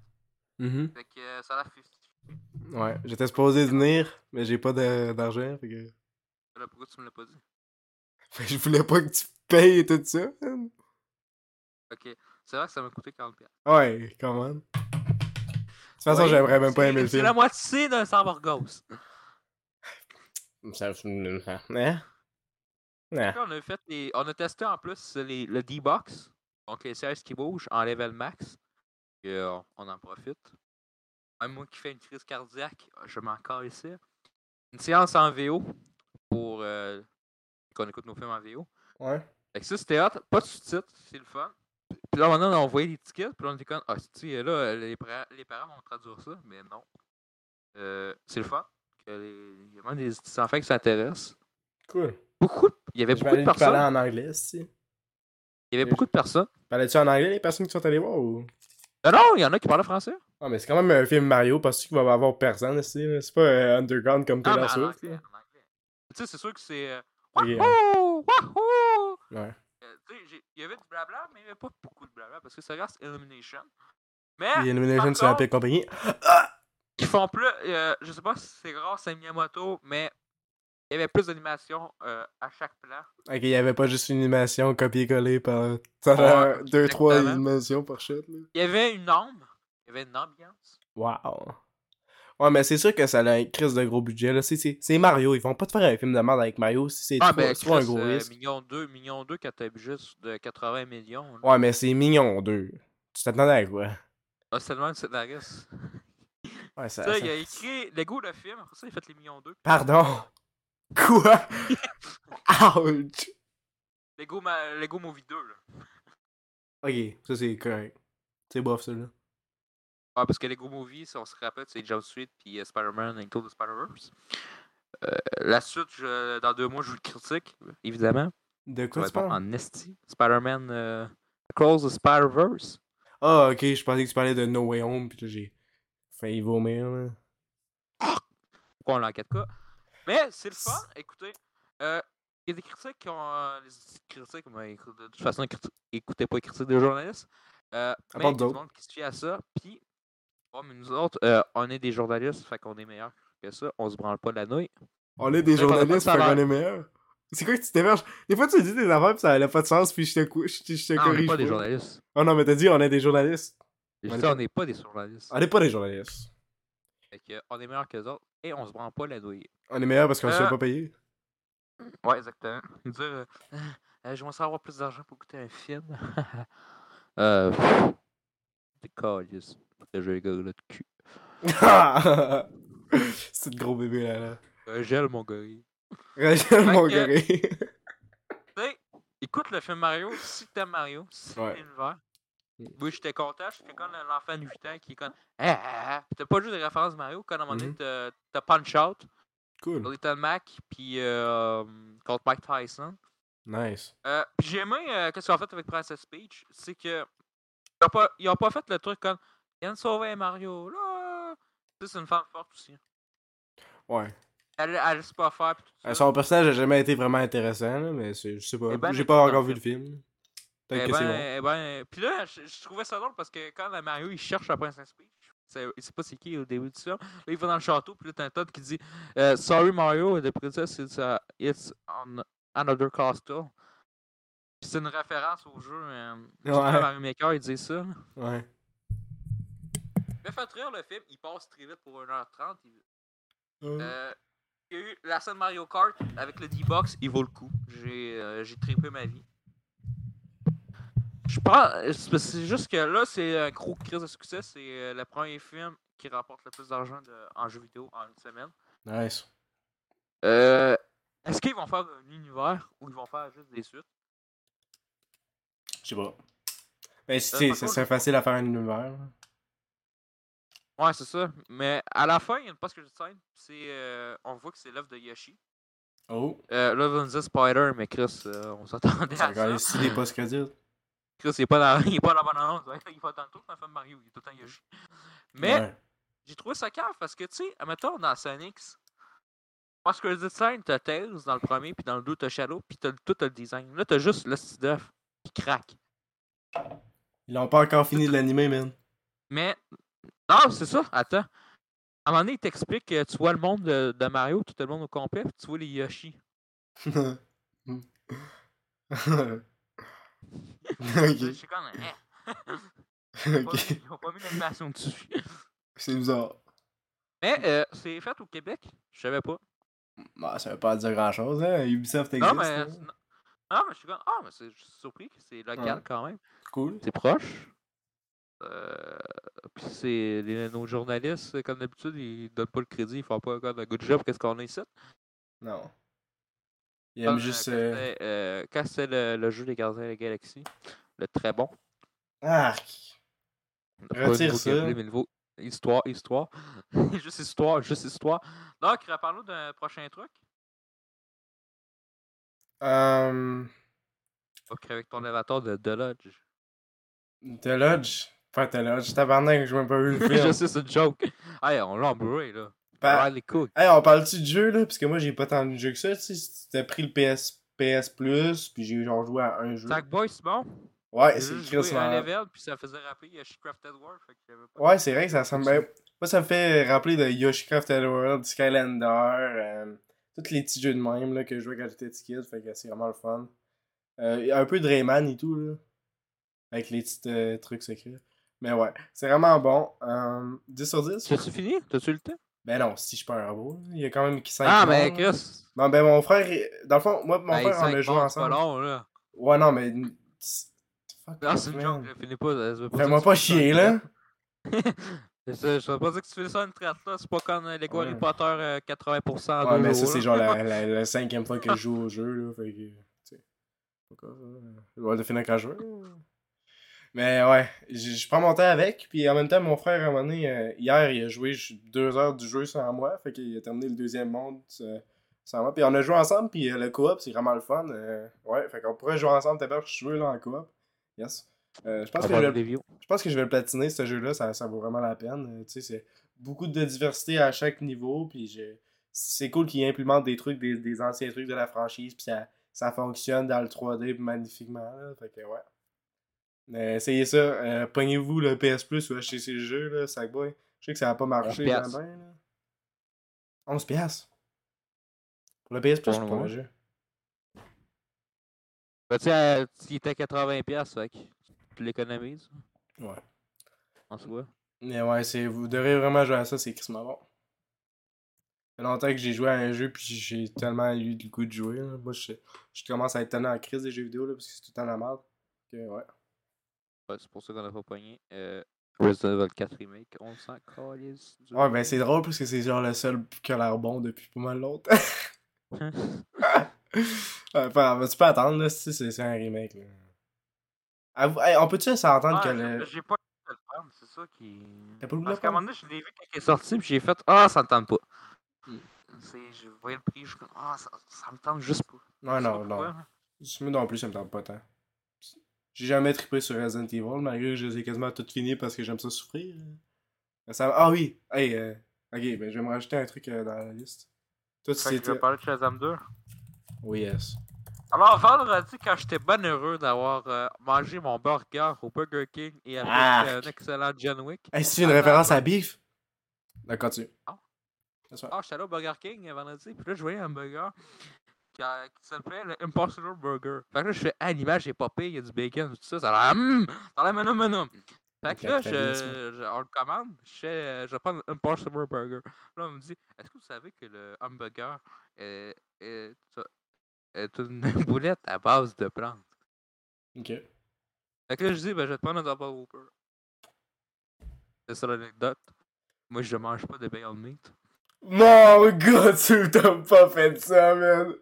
S3: Mhm.
S2: Fait que euh, ça a l'air 50.
S3: Ouais, j'étais supposé venir, mais j'ai pas de- d'argent, fait que...
S2: Là, pourquoi tu me l'as pas dit?
S3: fait que je voulais pas que tu payes et tout ça. hein, man.
S2: Ok. C'est vrai que ça m'a coûté 40$. De toute
S3: Ouais, comment? De toute façon, j'aimerais même pas aimer le
S2: C'est
S3: film.
S2: la moitié d'un Cyber Ghost.
S3: Ça- Hein? Hein?
S2: On a, fait les... on a testé en plus les... le D-Box. Donc les sièges qui bougent en level max. Et euh, on en profite. Même moi qui fais une crise cardiaque, je m'en ici. Une séance en VO pour euh, qu'on écoute nos films en VO.
S3: Ouais.
S2: Fait que ça, c'était hot. Pas de sous-titres, c'est le fun. Puis là, maintenant, on voyait les tickets, puis là, on était comme, ah, si, là, les, pra- les parents vont traduire ça, mais non. Euh, c'est le fun. que les- Il y a même des petits enfants qui s'intéressent.
S3: Cool.
S2: Beaucoup, de- il y avait
S3: Je vais
S2: beaucoup de
S3: aller te parler
S2: personnes.
S3: en anglais, si.
S2: Il y avait beaucoup de personnes.
S3: Parlais-tu en anglais les personnes qui sont allées voir ou...
S2: Non, non, il y en a qui parlent français.
S3: Ah, mais c'est quand même un film Mario, parce qu'il va y avoir personne, si. là. C'est pas euh, underground comme
S2: Non, Ah, mais
S3: Taylor
S2: en
S3: Swift.
S2: anglais.
S3: là.
S2: en anglais. Tu sais, c'est sûr que c'est. euh,
S3: Ok, ouais.
S2: Wahoo! Wahoo!
S3: hein. Ouais.
S2: Euh, tu sais, j'ai- il y avait du blabla, mais il n'y avait pas beaucoup de blabla parce que ça reste Illumination. Mais.
S3: The Illumination,
S2: par
S3: c'est la
S2: contre-
S3: pire compagnie.
S2: Ils font plus. euh, je sais pas si c'est grâce à Miyamoto, mais il y avait plus d'animation euh, à chaque plan.
S3: Ok, il y avait pas juste une animation copier-coller par. T'en
S2: Ouais,
S3: as deux, trois
S2: exactement.
S3: animations par shot, là.
S2: Il y avait une ombre, il y avait une ambiance.
S3: Wow. Ouais, mais c'est sûr que ça a une crise de gros budget, là. C'est- C'est c'est Mario, ils vont pas te faire un film de merde avec Mario si
S2: Ah,
S3: c'est trop, trop un gros risque.
S2: ben, euh, million 2, million 2 quand t'as juste de 80 millions. là.
S3: Ouais, mais c'est mignon, deux. Tu t'attendais à quoi?
S2: Ah, c'est le même scénariste.
S3: Ouais, ça.
S2: Ça,
S3: ça-
S2: il a écrit Lego le film, après ça, il a fait les millions 2.
S3: Pardon! Quoi? Ouch!
S2: Lego, Ma- Lego Movie 2, là.
S3: Ok, ça c'est correct. C'est bof, celui-là.
S2: Ah, parce que Lego Movie, si on se rappelle, c'est Jump Street puis euh, Spider-Man Into the Spider-Verse. Euh, la suite, je- dans deux mois, je vous le critique, évidemment.
S3: De
S2: Ça
S3: quoi
S2: va
S3: tu
S2: être bon
S3: parles?
S2: en esti. Spider-Man euh, Across the Spider-Verse.
S3: Ah, ok, je pensais que tu parlais de No Way Home, pis là j'ai failli vomir, là.
S2: Pourquoi on l'a en 4K? Mais c'est le fun, écoutez. euh, Il y a des critiques qui ont. euh, les critiques, mais écoute, de toute façon, criti- écoutez pas les critiques des journalistes. Euh,
S3: À
S2: mais il y a
S3: part
S2: du
S3: d'autres.
S2: monde qui se fie à ça. Puis, oh, mais nous autres, euh, on est des journalistes, fait qu'on est meilleurs que ça. On se branle pas de la nouille.
S3: On est des
S2: N'importe quoi,
S3: journalistes,
S2: ça
S3: fait
S2: va.
S3: qu'on est meilleurs. C'est quoi que tu t'héberges? Des fois, tu dis des affaires pis ça n'a pas de sens pis je te, cou- je te, je te
S2: Non, on
S3: corrige.
S2: n'est pas des
S3: pas.
S2: journalistes.
S3: Oh non, mais t'as dit on est des journalistes.
S2: Je
S3: On
S2: dis,
S3: est pas-
S2: on n'est pas des journalistes.
S3: On est pas des journalistes.
S2: Fait que, on est meilleurs que les autres et on se branle pas la nouille.
S3: On est meilleurs parce qu'on se fait
S2: Euh.
S3: pas payer.
S2: Ouais, exactement. Dire, euh, Euh, je vais savoir plus d'argent pour écouter un film. euh. pff, Des calices. J'ai les gars là de cul.
S3: c'est de gros bébé là là.
S2: Un gel, mon gars.
S3: Rachel
S2: Ok.
S3: mon gorille.
S2: sais, Ben, écoute le film Mario si t'aimes Mario, si
S3: Ouais.
S2: t'aimes l'univers. Oui, j'étais content, j'étais comme l'enfant de 8 ans qui est comme. Ah, ah, ah. Puis T'as pas juste des références Mario, quand à un moment donné,
S3: Mhm.
S2: t'as t'as Punch Out,
S3: Cool.
S2: Little Mac, puis euh, contre Mike Tyson.
S3: Nice.
S2: Euh, puis j'ai aimé euh, qu'est-ce qu'ils ont fait avec Princess Peach, c'est que. Ils ont, pas, ils ont pas fait le truc comme. Ils viennent sauver Mario, là. Tu sais, c'est une femme forte aussi. hein.
S3: Ouais.
S2: Elle, elle laisse pas faire, puis tout ça.
S3: Euh, Son personnage a jamais été vraiment intéressant, là, mais c'est- je sais pas.
S2: Eh ben,
S3: J'ai pas
S2: écoute,
S3: encore
S2: en fait.
S3: vu le film.
S2: Eh
S3: Peut-être que
S2: ben,
S3: c'est bon.
S2: eh ben, puis là, je, je trouvais ça drôle parce que quand la Mario il cherche la princesse Peach, c'est- il sait pas c'est qui au début du film. Là, il va dans le château, puis là, t'as un Todd qui dit euh, Sorry Mario, the princess is uh, it's on another castle. Puis c'est une référence au jeu. Euh,
S3: Ouais.
S2: surtout à Mario Maker, il dit ça.
S3: Ouais.
S2: Mais fait rire le film, il passe très vite pour 1h30. Il, euh, il y a eu la scène Mario Kart avec le D-Box, il vaut le coup. J'ai euh, j'ai trippé ma vie. Je pense. c'est parce- C'est juste que là, c'est un gros crise de succès. C'est euh, le premier film qui rapporte le plus d'argent de- en jeu vidéo en une semaine.
S3: Nice.
S2: Euh, Est-ce qu'ils vont faire un univers ou ils vont faire juste des suites
S3: Je sais pas. Ben, si,
S2: Euh,
S3: tu sais,
S2: par
S3: ça
S2: contre,
S3: serait facile à faire un univers. là.
S2: Ouais, c'est ça. Mais à la fin, il y a une post scène. C'est. euh, on voit que c'est l'œuvre de Yoshi.
S3: Oh.
S2: Euh, là, on disait Spider, mais Chris, euh, on s'attendait
S3: C'est
S2: à
S3: encore
S2: ça.
S3: ici des post-crédits.
S2: Chris, il est pas dans, il est pas dans la bonne annonce. Ouais, Il va tantôt dans le film Mario. Il est tout le temps Yoshi. Mais
S3: Ouais.
S2: j'ai trouvé ça cave parce que, tu sais, admettons, dans Sonic, parce que le design, t'as Tails dans le premier, puis dans le deux, t'as Shadow, puis t'as le- tout t'as le design. Là, t'as juste le style d'œuf qui craque.
S3: Ils l'ont pas encore fini de l'animer, man.
S2: Mais, non, c'est ça, attends. À un moment donné, il t'explique que tu vois le monde de, de Mario, tout le monde au complet, puis tu vois les Yoshi. Je
S3: ok.
S2: suis comme, eh,
S3: Ok.
S2: ils ont pas mis l'animation dessus.
S3: C'est bizarre.
S2: Mais, euh, c'est fait au Québec, je savais pas.
S3: Bah, ça veut pas dire grand chose, hein. Ubisoft existe.
S2: Non, mais,
S3: là.
S2: c'est- non, non, mais je suis comme, ah, mais c'est je suis surpris que c'est local
S3: Ouais.
S2: quand même.
S3: Cool.
S2: C'est proche. Euh, puis c'est les- nos journalistes, comme d'habitude, ils donnent pas le crédit, ils font pas encore un good job, qu'est-ce qu'on a ici.
S3: Non. Il
S2: Comme,
S3: aime
S2: euh,
S3: juste.
S2: quand
S3: euh,
S2: c'était, euh, quand c'était le, le jeu des gardiens de la galaxie, le très bon.
S3: Arc.
S2: Pas
S3: Retire
S2: niveau
S3: ça.
S2: gameplay, mais niveau histoire, histoire. juste histoire, juste histoire. Donc, reparlons d'un prochain truc.
S3: Euh,
S2: Ok, avec
S3: Mm.
S2: ton avatar de, de Lodge.
S3: The Lodge. Pas The Lodge. Tabarnak, j'ai même pas vu le film. Ben,
S2: Je sais, c'est une joke. Hey, on l'a embrayé, là.
S3: Pa-
S2: Riley Cook.
S3: Hey, on parle-tu de jeu, là? Parce que moi, j'ai pas tant de jeux que ça. Tu sais, si t'as pris le PS, PS Plus, puis j'ai genre joué à un jeu.
S2: Sackboy, c'est bon.
S3: Mm. Ouais,
S2: J'ai
S3: c'est
S2: juste joué un
S3: Chris
S2: level, puis ça faisait rappeler Yoshi Crafted World. Fait que j'avais pas
S3: Ouais, c'est vrai que ça ressemble bien. Moi, ça me fait rappeler de Yoshi Crafted World, Skylander, euh, tous les petits jeux de même là, que je jouais quand j'étais petit kid. Fait que c'est vraiment le fun. Euh, un peu de Rayman et tout, là. Avec les petits euh, trucs secrets. Mais ouais, c'est vraiment bon. Euh, 10 sur 10?
S2: T'as-tu fini? T'as-tu le temps?
S3: Ben non, si je suis pas un robot. là. Il y a quand même 5
S2: Ah, mais Chris!
S3: Non, ben mon frère, il- dans le fond, moi et mon
S2: ben,
S3: frère, on
S2: cinq
S3: a joué
S2: mondes, c'est
S3: ensemble.
S2: pas long, là.
S3: Ouais, non, mais. Fuck,
S2: Non, c'est une
S3: man.
S2: joke, là. Finis pas. ça veut dire
S3: Fais-moi
S2: que
S3: pas
S2: tu finis ça
S3: chier,
S2: une
S3: là.
S2: traite. C'est ça, Je veux pas dire que tu fais ça à une traite, là. C'est pas comme euh, Lego
S3: Ouais.
S2: Harry Potter euh, 80% en
S3: Ouais,
S2: deux
S3: mais ça,
S2: jours,
S3: c'est
S2: là.
S3: genre la, la, la cinquième fois que je hein. joue au jeu, là. Fait que. Tu sais. Pourquoi ça? Je vais le finir quand je veux. Mais ouais, j- je prends mon temps avec. Puis en même temps, mon frère, à un moment donné, euh, hier, il a joué j- deux heures du jeu sans moi. Fait qu'il a terminé le deuxième monde euh, sans moi. Puis on a joué ensemble. Puis euh, le coop, c'est vraiment le fun. euh, ouais, fait qu'on pourrait jouer ensemble. T'as peur que je joue là en coop. Yes. Euh, je pense que je vais- je pense que je vais le platiner ce jeu-là, ça, ça vaut vraiment la peine. Euh, tu sais, c'est beaucoup de diversité à chaque niveau, puis je- c'est cool qu'ils implémentent des trucs, des, des anciens trucs de la franchise, puis ça, ça fonctionne dans le 3D magnifiquement. là. Fait que ouais. Mais essayez ça, euh, pognez-vous le PS Plus ou achetez ces jeux là, Sackboy. Je sais que ça n'a pas marché
S2: 11 piastres.
S3: jamais, là. 11 piastres. Pour le PS Plus,
S2: Pour le
S3: pour le
S2: moment.
S3: jeu.
S2: Ben, tu sais, euh, il était à 80$, piastres, fait que tu l'économises.
S3: Ouais.
S2: En soi.
S3: Mais ouais, c'est, vous devrez vraiment jouer à ça, c'est crissement bon. Ça fait longtemps que j'ai joué à un jeu, puis j'ai tellement eu le goût de jouer. là. Moi, je, je commence à être tellement en crise des jeux vidéo, là, parce que c'est tout le temps la merde. Que, ouais.
S2: Ouais, c'est pour ça qu'on a pas pogné. Euh, Resident Evil 4 Remake, on s'en calisse. du-
S3: ouais, ben c'est drôle, parce que c'est genre le seul qui a l'air bon depuis pas mal longtemps. enfin, vas-tu pas attendre, là, si c'est, c'est un remake, là. Avoue- hey, on peut-tu s'entendre
S2: Ouais,
S3: que
S2: Ah, j'ai-
S3: le...
S2: J'ai pas eu le prendre, c'est ça qui.
S3: T'as pas voulu
S2: Parce
S3: le
S2: qu'à un
S3: prendre?
S2: moment donné, je l'ai vu quand il est sorti, puis j'ai fait Ah, ça me tente pas. C'est- Je voyais le prix, je suis comme Ah, ça, ça me tente juste pas.
S3: Ah, Non,
S2: Je sais
S3: non,
S2: pas
S3: non.
S2: pourquoi, hein. mais-
S3: Moi non plus, ça me tente pas tant. J'ai jamais trippé sur Resident Evil, malgré que je les ai quasiment toutes finies parce que j'aime ça souffrir. Mais ça- Ah oui! Hey, euh, ok, ben je vais me rajouter un truc euh, dans la liste. Toi, tu
S2: Fait que je
S3: c'était.
S2: vais parler de Shazam 2.
S3: Oui, yes.
S2: Alors, vendredi, quand j'étais bon heureux d'avoir euh, mangé mon burger au Burger King et avec
S3: Arc.
S2: euh, un excellent John Wick.
S3: Hey, c'est une référence à Beef? D'accord, tu.
S2: Ah.
S3: That's right.
S2: Ah, j'étais allé au Burger King euh, vendredi, puis là, je voyais un burger qui, euh, qui s'appelait le Impossible Burger. Fait que là, je fais, ah, l'image est popée, il y a du bacon, tout ça, ça a l'air, hum, ça a l'air menum menum. Fait que
S3: Le
S2: là, je,
S3: capitalisme.
S2: je- on le commande, je fais, euh, je vais prendre un Impossible Burger. Là, on me dit, est-ce que vous savez que le hamburger est, est, est une boulette à base de plantes?
S3: Ok.
S2: Fait que là, je dis, ben, je vais te prendre un Double Whopper. C'est ça l'anecdote. Moi, je mange pas de Beyond Meat.
S3: Mon gars, tu t'as pas fait ça, man!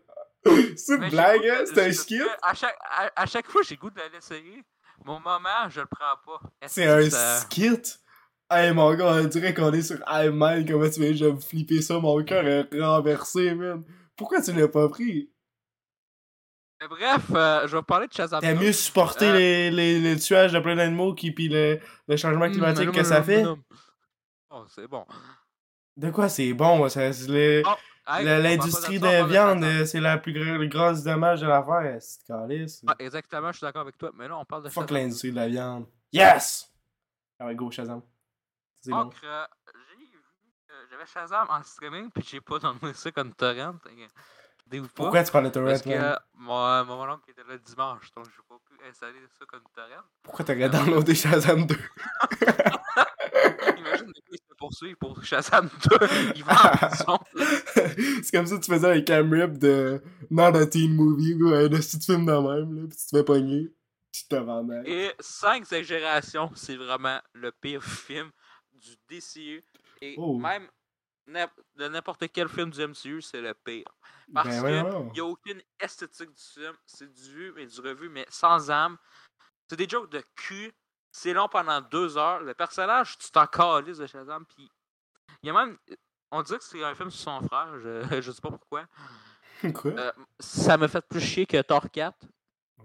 S3: C'est
S2: Mais
S3: une
S2: j'ai
S3: blague,
S2: goût de-
S3: hein? C'est un
S2: je-
S3: skit?
S2: je- À chaque, à, à chaque fois, j'ai goût de l'essayer. Mon moment, je le prends pas. Est-ce
S3: C'est
S2: que
S3: un
S2: ça-
S3: skit? Hey mon gars, on dirait qu'on est sur Iron Man, comment tu viens de me flipper ça, mon cœur est renversé, man. Pourquoi tu l'as pas pris?
S2: Mais bref, euh, je vais parler de Shazam.
S3: T'as
S2: 2.
S3: mieux supporté
S2: Euh.
S3: les, les, les tuages de plein d'animaux qui pis le, le changement
S2: Hum,
S3: climatique
S2: hum,
S3: que ça
S2: hum,
S3: fait?
S2: hum. Bon, c'est bon.
S3: De quoi c'est bon, ça, c'est le-
S2: Ah, Hey,
S3: le-
S2: on parle
S3: l'industrie
S2: pas ça, on
S3: de
S2: parle
S3: viande,
S2: Shazam.
S3: euh, c'est la plus gr- le gros dommage de l'affaire, c'est calice.
S2: Ah, exactement, je suis d'accord avec toi. Mais là, on parle de
S3: Fuck
S2: Shazam.
S3: l'industrie de la viande. Yes! Ah ouais, go Shazam. C'est bon.
S2: Donc, euh, j'ai vu que j'avais Shazam en streaming, puis j'ai pas donné ça comme torrent. hein. Des ou pas.
S3: Pourquoi tu parles de Torrent,
S2: Parce
S3: man?
S2: que mon, mon oncle était là dimanche, donc j'ai pas pu installer ça comme torrent.
S3: Pourquoi
S2: Ah.
S3: t'aurais downloadé Shazam 2?
S2: Imagine le gars, il se fait poursuivre pour Shazam 2. Il va en prison.
S3: c'est comme ça que tu faisais un cam rip de Not a Teen Movie ou un petit film de même, là, pis tu te fais pogner. Tu te vendais.
S2: Et sans exagération, c'est vraiment le pire film du DCU. Et
S3: Oh.
S2: même n'im- de n'importe quel film du MCU, c'est le pire. Parce
S3: Ben
S2: que
S3: ouais,
S2: il n'y a aucune esthétique du film. C'est du vu, mais du revu, mais sans âme. C'est des jokes de cul. C'est long pendant deux heures. Le personnage, tu t'en calisses de Shazam. Puis il y a même. On dirait que c'est un film sur son frère. Je, je sais pas pourquoi.
S3: Quoi?
S2: Euh, ça me fait plus chier que Thor 4.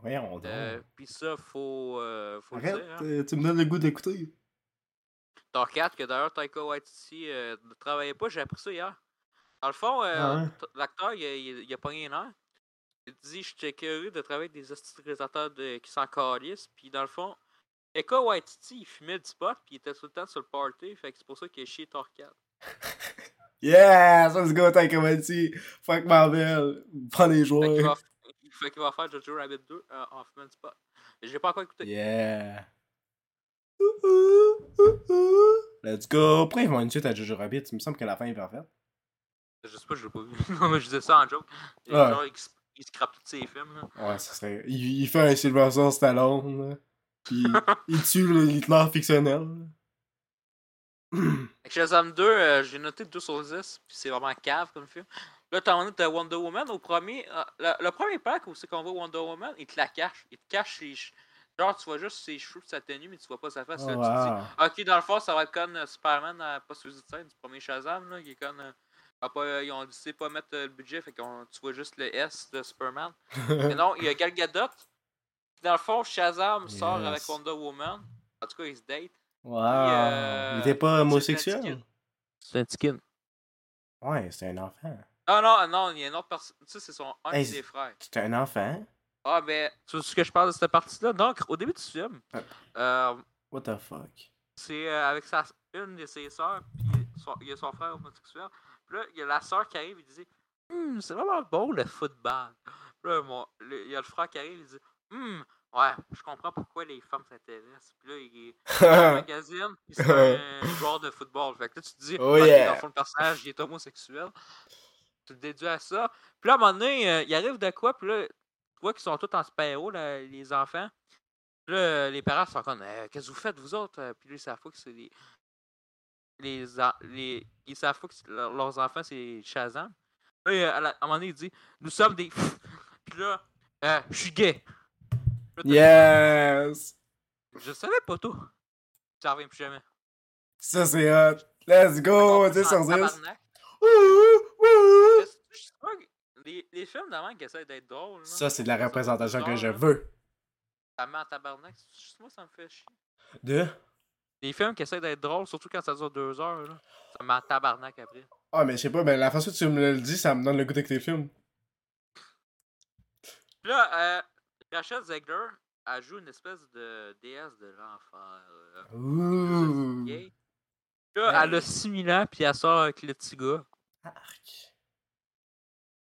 S3: Voyons donc.
S2: Euh, Puis ça, faut, euh, faut le
S3: Oh. Arrête,
S2: dire. hein.
S3: euh, tu me donnes le goût d'écouter.
S2: Thor 4, que d'ailleurs Taika Waititi euh, ne travaillait pas, j'ai appris ça hier. Dans le fond, euh,
S3: Ah ouais?
S2: t- l'acteur, il, a- il a- il a pogné une heure. Il dit J'étais curieux de travailler avec des hosties de réalisateurs de- qui s'en calissent. Puis dans le fond, Taika Waititi, il fumait du pot, puis il était tout le temps sur le party. Fait que c'est pour ça qu'il a chié Thor 4.
S3: Yes! Let's go, Taika Waititi. Fuck Marvel! Prends les
S2: Fait qu'il va,
S3: joueurs!
S2: fait qu'il va faire Jojo Rabbit 2 euh, en fumant du pot. J'ai pas encore écouté.
S3: Yeah! Ouh, ouh, ouh, ouh. Let's go! Pourquoi ils vont une suite à Jojo Rabbit? Il me semble que la fin est parfaite.
S2: Je sais pas, je l'ai pas vu. non, mais je disais ça en joke. Et
S3: Ouais.
S2: Genre, il, s- il scrape tous ses films. là.
S3: Ouais, ça serait. Il, il fait un Sylvester Stallone, là. Puis il tue le Hitler fictionnel. là.
S2: Fait que Shazam 2, euh, j'ai noté 2 sur 10, puis c'est vraiment cave comme film. Là, t'en as de Wonder Woman au premier. euh, le, le premier pack où c'est qu'on voit Wonder Woman, il te la cache. Il te cache ses, ch- Genre, tu vois juste ses cheveux pis sa tenue, mais tu vois pas sa face.
S3: Oh,
S2: là, tu te dis,
S3: wow.
S2: Ok, dans le fond, ça va être comme euh, Superman dans pas suicide du premier Shazam, là, qui est comme. euh, a pas, euh, ils ont décidé de pas mettre euh, le budget, fait qu'on tu vois juste le S de Superman. Mais non, il y a Gal Gadot. Dans le fond, Shazam sort
S3: Yes.
S2: avec Wonder Woman. En tout cas, ils se datent.
S3: Wow.
S2: euh,
S3: Il était pas
S2: c'est un
S3: homosexuel?
S2: petit C'est un skin.
S3: Ouais, c'est un enfant.
S2: Ah non, ah non, il y a une autre personne. Ça, c'est son un
S3: Hey,
S2: des frères.
S3: C'est un enfant?
S2: Ah, ben, tu vois ce que je parle de cette partie-là? Donc, au début du film,
S3: Ah.
S2: euh,
S3: What the fuck?
S2: c'est euh, avec sa, une de ses sœurs, puis son- il y a son frère homosexuel. Puis là, il y a la sœur qui arrive et dit Hum, c'est vraiment beau le football. Puis là, mon- le- il y a le frère qui arrive et dit Hum, ouais, je comprends pourquoi les femmes s'intéressent. Puis là, il,
S3: Ah.
S2: le magazine, il c'est un joueur de football. Fait que là, tu te dis
S3: Oh
S2: Ok,
S3: yeah.
S2: dans le fond, le personnage, il est homosexuel. Tu le déduis à ça. Puis là, à un moment donné, euh, il arrive de quoi, puis là, tu vois qu'ils sont tous en spéro, là, les enfants. Puis là, euh, les parents sont comme, Euh, qu'est-ce que vous faites, vous autres? Euh, Puis là, ils savent pas que c'est les. les, en- les- Ils savent pas que c'est- leur- leurs enfants, c'est Shazam. Là, il, à, la- à un moment donné, il dit, nous sommes des. puis là, Euh, je suis gay. Puis là, t'as-
S3: Yes!
S2: Je savais pas tout. Ça revient plus jamais.
S3: Ça, c'est hot. Let's go!
S2: On
S3: 10
S2: s'en
S3: sur 10.
S2: tabarnak.
S3: Ouh, ouh, ouh.
S2: Je- je sais pas, Les, les films d'avant qui essaient d'être drôles. là,
S3: Ça, c'est de la
S2: ils sont
S3: représentation que
S2: bizarres,
S3: je
S2: là.
S3: veux.
S2: Ça met en tabarnak. C'est Juste moi, ça me fait chier.
S3: De?
S2: Les films qui essaient d'être drôles, surtout quand ça dure deux heures, là, ça me met en tabarnak après.
S3: Ah, mais je sais pas, mais la façon que tu me le dis, ça me donne le goût d'écouter tes films.
S2: Puis là, euh, Rachel Zegler, elle joue une espèce de déesse de l'enfer. là.
S3: Ouh! Ben.
S2: Gay. Puis Là, elle a 6000 ans, puis elle sort avec le petit gars.
S3: Arc.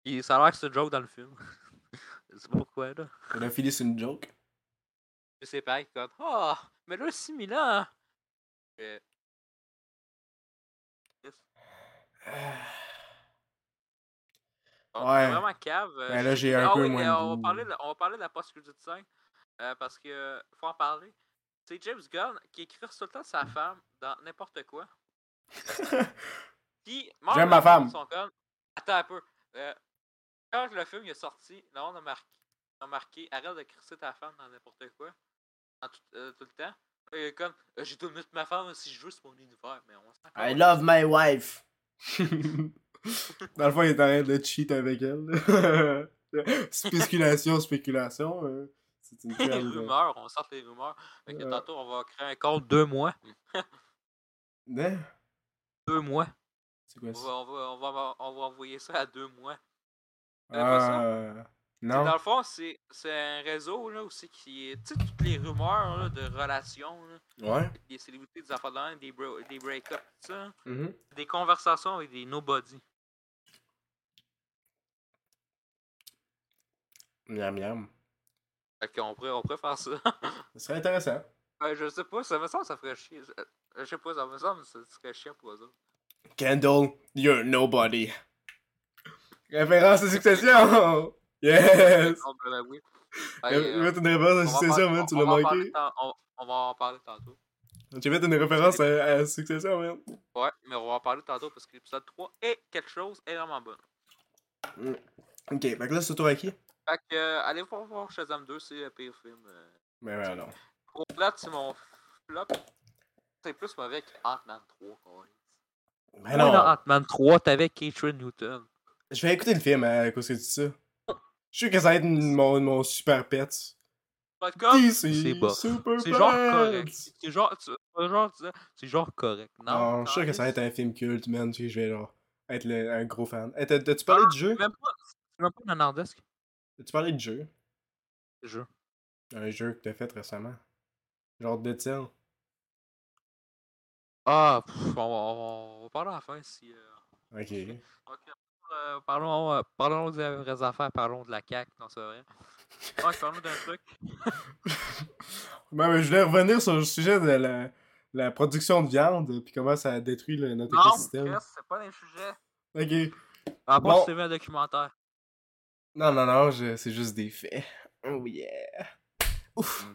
S2: Et ça a l'air que c'est une joke dans le film. Je sais pas pourquoi, là.
S3: On a fini sur une joke.
S2: Puis c'est pareil, comme, oh, mais là, 6000 ans! hein. Euh, Euh, on
S3: Ouais.
S2: est vraiment cave. euh,
S3: Ben là, j'ai un
S2: Ah
S3: peu
S2: oui,
S3: moins
S2: euh,
S3: de
S2: on, va
S3: goût.
S2: parler de, on va parler de la post-credit 5 euh, parce que euh, faut en parler. C'est James Gunn qui écrit tout le temps sa femme dans n'importe quoi. Puis, même
S3: J'aime ma
S2: le monde
S3: femme.
S2: sont comme- Attends un peu. Euh, quand le film est sorti, là, on a marqué, on a marqué arrête de crisser ta femme dans n'importe quoi. Dans tout, euh, tout le temps. Là, il est comme Euh, j'ai tout mis ma femme si je veux, c'est mon univers. Mais on s'en
S3: I
S2: calisse.
S3: love my wife. Dans le fond, il est en train de cheat avec elle. spéculation, spéculation. euh, C'est une
S2: les
S3: perle.
S2: rumeurs, on sort les rumeurs. Fait que
S3: Ouais.
S2: tantôt, on va créer un compte deux mois.
S3: Hein?
S2: Deux mois.
S3: C'est quoi
S2: On
S3: ça?
S2: va, on, va, on, va, on va envoyer ça à deux mois. C'est pas ça.
S3: Ah,
S2: Dans
S3: non.
S2: le fond, c'est c'est un réseau là, aussi qui est. Tu sais, toutes les rumeurs là, de relations, là,
S3: Ouais.
S2: des célébrités, des affaires de même, des, bro- des break-ups, tout ça.
S3: Mhm.
S2: Des conversations avec des nobody.
S3: Miam miam.
S2: Fait qu'on pourrait, on pourrait faire ça.
S3: Ce serait intéressant.
S2: Ouais, Ben, je sais pas, ça me semble que ça ferait chier. Je- Je sais pas, ça me semble que ça serait chiant pour eux autres.
S3: Kendall, you're nobody. Référence à Succession! Yes!
S2: On peut
S3: Euh,
S2: l'avouer. Fait que, euh,
S3: J'ai fait une
S2: on va en
S3: référence à
S2: parler-
S3: Succession, man, tu
S2: on- on
S3: l'as
S2: va en parler
S3: manqué.
S2: tant- On on va en parler tantôt.
S3: J'ai fait une référence à, à Succession, man.
S2: Ouais, mais on va en parler tantôt parce que l'épisode 3 est quelque chose vraiment bon.
S3: Ok, fait que là, c'est toi à qui?
S2: Fait que, euh, allez voir, voir Shazam 2, c'est le pire film. euh,
S3: Mais ben non.
S2: Au plat, c'est mon flop. C'est plus mauvais que Ant-Man 3. quoi.
S3: Mais Ben non!
S2: Ant-Man 3, t'avais Catherine Newton.
S3: Je vais écouter le film euh, à cause que tu dis ça. Je suis sûr que ça va être mon, mon super pet.
S2: Ah, Pas de com,
S3: c'est
S2: bas.
S3: super
S2: C'est genre
S3: pets.
S2: correct. C'est genre, tu- c'est genre, tu- c'est genre correct. Non,
S3: Non, je suis sûr que ça va être un film culte, man. Puis je vais genre être le- un gros fan. Hey, t'as- T'as-tu parlé du jeu?
S2: Ah, Même pas, c'est même pas nanardesque.
S3: T'as-tu parlé du jeu?
S2: le jeu.
S3: Un jeu que t'as fait récemment. Genre de Tell.
S2: Ah, pff, on, va, on va- on va parler à la fin si. euh,
S3: Ok.
S2: Ok, euh, parlons, euh, parlons des vraies affaires, parlons de la CAQ, non, c'est vrai. Ouais, parlons d'un truc.
S3: Ben, ben, je voulais revenir sur le sujet de la, la production de viande, puis comment ça détruit le- notre
S2: Non,
S3: écosystème.
S2: Chris, c'est pas un sujet.
S3: Ok.
S2: À part
S3: Bon.
S2: si c'est un documentaire.
S3: Non, non, non, je- c'est juste des faits. Oh yeah.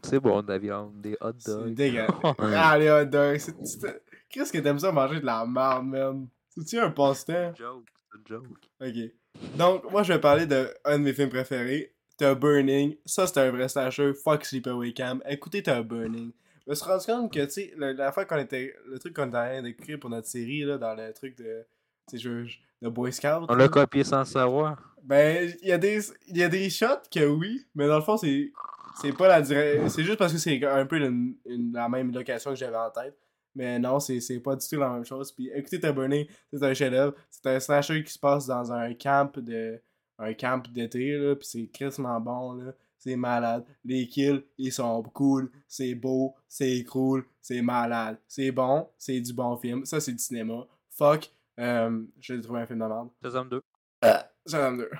S2: C'est bon, de la viande, des hot euh,
S3: C'est dégueulasse. ah, les hot dogs. c'est- c'est- Qu'est-ce que t'aimes ça manger de la merde, man? C'est-tu un passe-temps?
S2: joke, c'est une joke.
S3: Ok. Donc, moi, je vais parler de un de mes films préférés, t'as Burning. Ça, c'est un vrai slasher. Fuck Sleepaway Camp. Écoutez, t'as Burning. Je me suis rendu compte que, tu sais, le- la fois qu'on était. Le truc qu'on était en train d'écrire pour notre série, là, dans le truc de. Tu sais, je- je- de Boy Scout.
S2: On
S3: là.
S2: l'a copié sans le savoir.
S3: Ben, il y, a des- il y a des shots que oui, mais dans le fond, c'est. C'est pas la dire- C'est juste parce que c'est un peu une- une- la même location que j'avais en tête. Mais non, c'est c'est pas du tout la même chose. Puis écoutez, t'as Burning, c'est un chef-d'œuvre. C'est un slasher qui se passe dans un camp de. Un camp d'été, là. Puis c'est crissement bon, là. C'est malade. Les kills, ils sont cool. C'est beau. C'est cool. C'est malade. C'est bon. C'est du bon film. Ça, c'est du cinéma. Fuck. Euh, J'ai trouvé un film de merde.
S2: Shazam 2.
S3: Euh, Shazam 2.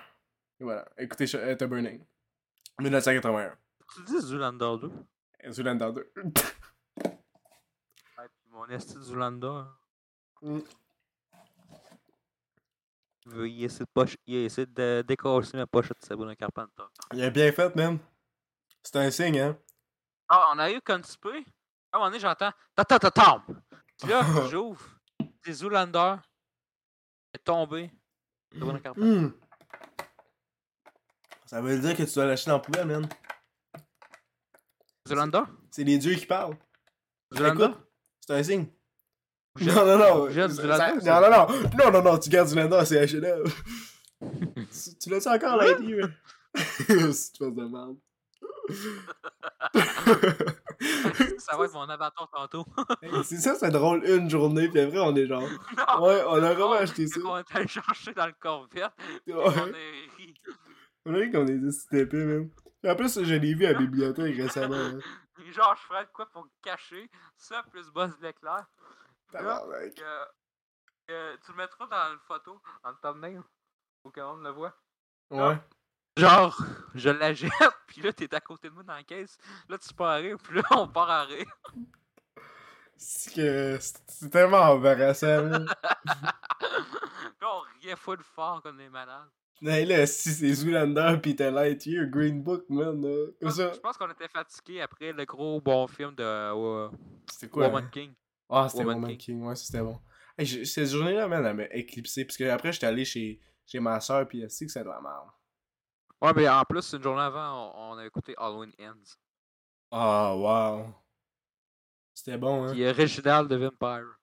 S3: Et voilà. Écoutez, Sh- euh, The Burning. 1981.
S2: Tu dis Zoolander 2?
S3: Et Zoolander 2.
S2: Ouais, puis mon esti de Zoolander. hein.
S3: Mm.
S2: Il il essaie de, poche... il essaie de décasser ma pochette de Sabrina Carpenter.
S3: Il a bien fait, man. C'est un signe, hein.
S2: Ah, on a eu Conspé. À un moment donné, j'entends ta ta ta tam. Puis là, j'ouvre. C'est Zoolander. Il est tombé. Sabrina Carpenter.
S3: Hmm. Ça veut dire que tu dois lâcher dans la poubelle, man.
S2: Zoolander?
S3: C'est les dieux qui parlent.
S2: Zoolander?
S3: Écoute, C'est un signe.
S2: Jette-
S3: non, non, non.
S2: jette
S3: Ça-
S2: Zoolander,
S3: ça- non, non, non. Non, non, non. Tu gardes Zoolander, c'est un chef tu tu l'as-tu encore, là, Eddie, man? Si tu penses de merde.
S2: Ça va être mon avatar tantôt.
S3: Hey, c'est ça, c'est drôle une journée, puis après, on est genre. Ouais, on a vraiment acheté ça.
S2: On est allé chercher dans le Corvette. puis
S3: Ouais.
S2: On est ri.
S3: On dirait qu'on est des épais, même. En plus, je l'ai vu à la bibliothèque récemment. hein.
S2: Genre, je ferais de quoi pour me cacher. Ça, plus boss de l'éclair.
S3: Tabarnak.
S2: Euh, euh, tu le mettras dans la photo, dans le thumbnail, pour que monde le voit.
S3: Ouais.
S2: Genre, je la jette, puis là, t'es à côté de moi dans la caisse. Là, tu pars à rire, puis là, on part à rire.
S3: C'est que c'est- c'est tellement embarrassant, man.
S2: là, on riait full fort comme des malades.
S3: Hey, là, si c'est Zoolander pis t'as Lightyear, Green Book, man. là.
S2: Je
S3: Comme
S2: pense-
S3: ça.
S2: je pense qu'on était fatigués après le gros bon film de euh,
S3: C'était quoi?
S2: Woman
S3: hein?
S2: King.
S3: Ah, c'était
S2: Woman
S3: Woman King.
S2: King.
S3: Ouais, ça, c'était bon. Hey, je- cette journée-là, man, elle m'a éclipsé. Parce que après, j'étais allé chez, chez ma soeur pis elle sait que c'est de la merde.
S2: Ouais, mais en plus, une journée avant, on, on a écouté Halloween Ends.
S3: Ah, wow. C'était bon, hein.
S2: Qui est original de Vampire.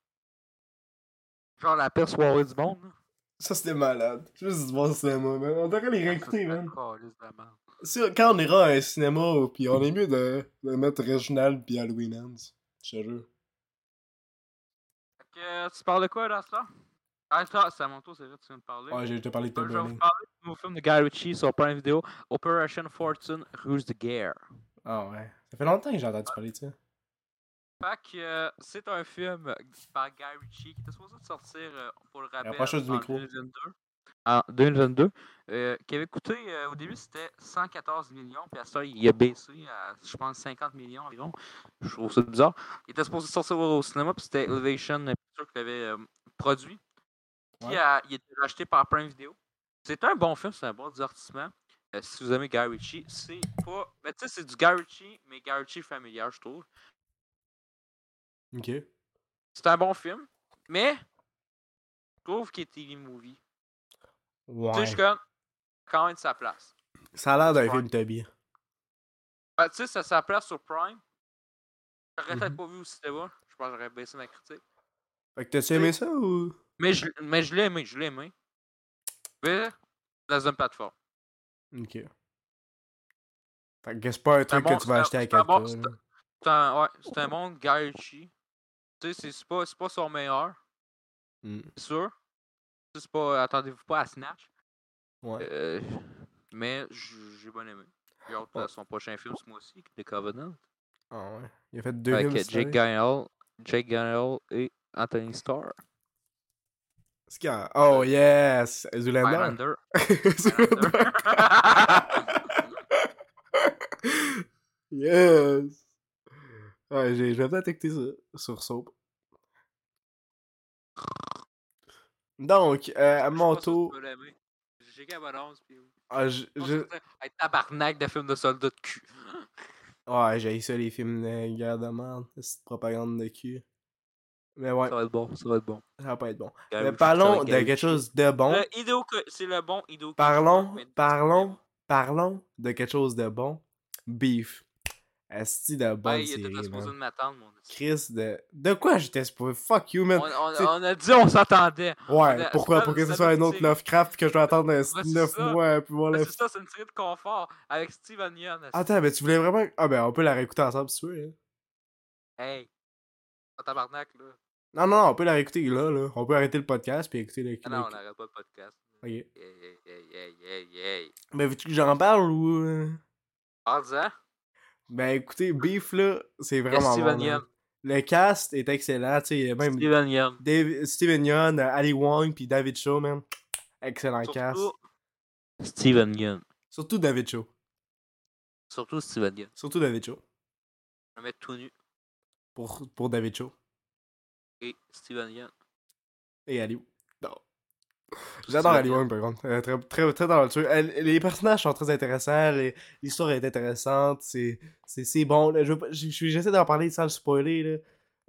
S2: Genre la pire soirée du monde. là.
S3: Ça, c'était malade. Juste voir ça, moi, man. On devrait les réécouter,
S2: Ça, c'est
S3: man.
S2: une calisse de merde.
S3: Si- quand on ira à un cinéma, puis on est mieux de, de mettre Reginald puis Halloween Ends. Je te jure.
S2: Fait que, euh, tu parles de quoi dans ce temps? Ah, attends, c'est à mon tour, c'est vrai, tu viens de parler.
S3: Ouais, Ah, j'ai déjà parlé de
S2: Euh,
S3: Tom
S2: je vais vous
S3: Burning.
S2: parler du nouveau film de Guy Ritchie sur Prime Video, Operation Fortune, Ruse de guerre.
S3: Ah ouais. Ça fait longtemps que j'ai entendu parler de ça.
S2: Fait que euh, c'est un film par Guy Ritchie qui était supposé de sortir, euh, pour le rappel,
S3: rapproche-toi du
S2: en
S3: micro.
S2: 2022. En 2022, euh, qui avait coûté, euh, au début c'était 114 millions, puis à ça il a baissé à, je pense, 50 millions environ. Je trouve ça bizarre. Il était supposé de sortir au cinéma, puis c'était Elevation Pictures qui l'avait euh, produit. Puis
S3: Ouais.
S2: euh, il était racheté par Prime Video. C'est un bon film, c'est un bon divertissement. Euh, si vous aimez Guy Ritchie, c'est pas. Ben, tu sais, c'est du Guy Ritchie, mais Guy Ritchie familial, je trouve.
S3: Ok.
S2: C'est un bon film, mais je trouve qu'il est TV movie. Tu sais, je suis comme quand même sa place.
S3: Ça a l'air d'un
S2: Ouais.
S3: film Toby.
S2: Ben, tu sais, ça sa place sur Prime. J'aurais peut-être pas vu au cinéma. Je pense que j'aurais baissé ma critique.
S3: Fait que t'as-tu aimé ça ou.
S2: Mais je, mais je l'ai aimé, je l'ai aimé. Mais dans une plateforme.
S3: Ok. Fait que c'est pas un truc
S2: bon-
S3: que tu vas
S2: c'est
S3: acheter
S2: un-
S3: à
S2: c'est un bon-
S3: quelqu'un. là.
S2: C'est un, ouais, c'est un monde Guy Ritchie. Tu sais, c'est- c'est pas, c'est pas son meilleur,
S3: Mm.
S2: c'est sûr. Tu sais, C'est pas, attendez-vous pas à Snatch.
S3: Ouais.
S2: Euh, mais j- j'ai bien aimé. J'ai hâte à son prochain film ce mois-ci, The Covenant.
S3: Ah ouais. Il a fait deux films.
S2: Avec euh,
S3: cette
S2: Jake
S3: année.
S2: Gyllenhaal, Jake Gyllenhaal et Anthony Starr.
S3: C'est quand- Oh yes! Zoolander.
S2: Highlander.
S3: Zoolander. yes! Ouais, j'ai- je vais peut-être écouter ça sur Soap. Donc, euh, à mon tour,
S2: J'ai Gabalance, puis.
S3: ah, je- je-
S2: Hey, tabarnak de film de soldat de cul.
S3: ouais, j'ai ça les films de guerre de merde, cette propagande de cul. Mais ouais,
S2: Ça va être bon, ça va être bon.
S3: ça va pas être bon.
S2: Gary
S3: Mais
S2: Ritchie, ça va
S3: parlons
S2: être Euh,
S3: de
S2: Gary
S3: quelque chose de bon.
S2: Le Hideo Ko- c'est le bon Hideo Kojima,
S3: Parlons,
S2: mais-
S3: parlons Parlons de quelque chose de bon. Beef. Asti de bonne
S2: Ouais, il était
S3: série,
S2: supposé de
S3: man.
S2: m'attendre, mon petit.
S3: Chris de... De quoi j'étais supposé... Fuck you,
S2: on,
S3: man.
S2: on-
S3: c'est-
S2: on a dit on s'attendait.
S3: Ouais,
S2: on a-
S3: pourquoi?
S2: ça-
S3: Pour que ce
S2: ça
S3: soit
S2: veut
S3: un autre
S2: dire-
S3: Lovecraft puis que je dois attendre
S2: c'est
S3: 9
S2: ça.
S3: mois pour voir
S2: Mais
S3: le...
S2: C'est ça, c'est une série de confort avec Steve Onion. est-ce-
S3: Attends, mais tu voulais vraiment... Ah ben, on peut la réécouter ensemble si tu veux. hein.
S2: Hey, en tabarnak, là.
S3: Non, non, non, on peut la réécouter là, là. On peut arrêter le podcast puis écouter le...
S2: Ah non, on
S3: le-
S2: n'arrête pas le podcast.
S3: Ok.
S2: Hey, hey, hey, hey, hey, hey.
S3: Ben, veux-tu que j'en parle ou... euh?
S2: En disant,
S3: Ben, écoutez, Beef, là, c'est vraiment
S2: Steve
S3: bon,
S2: Onion.
S3: man. Le cast est excellent, tu sais, il y a même...
S2: Steve Onion.
S3: Dave- Steven Yeun, euh, Ali Wong, puis David Cho, man. Excellent cast.
S2: Surtout Steve Onion.
S3: Surtout David Cho.
S2: Surtout Steve Onion.
S3: Surtout David Cho.
S2: Je vais mettre tout nu.
S3: Pour, pour David Cho.
S2: Et Steve Onion.
S3: Et Ali Non. J'adore Ali Wong, par contre. Euh, très, très, très dans le truc. Les personnages sont très intéressants. les- L'histoire est intéressante. C'est c'est- c'est bon. là. Je veux pas- je- je- J'essaie d'en parler sans le spoiler. Là.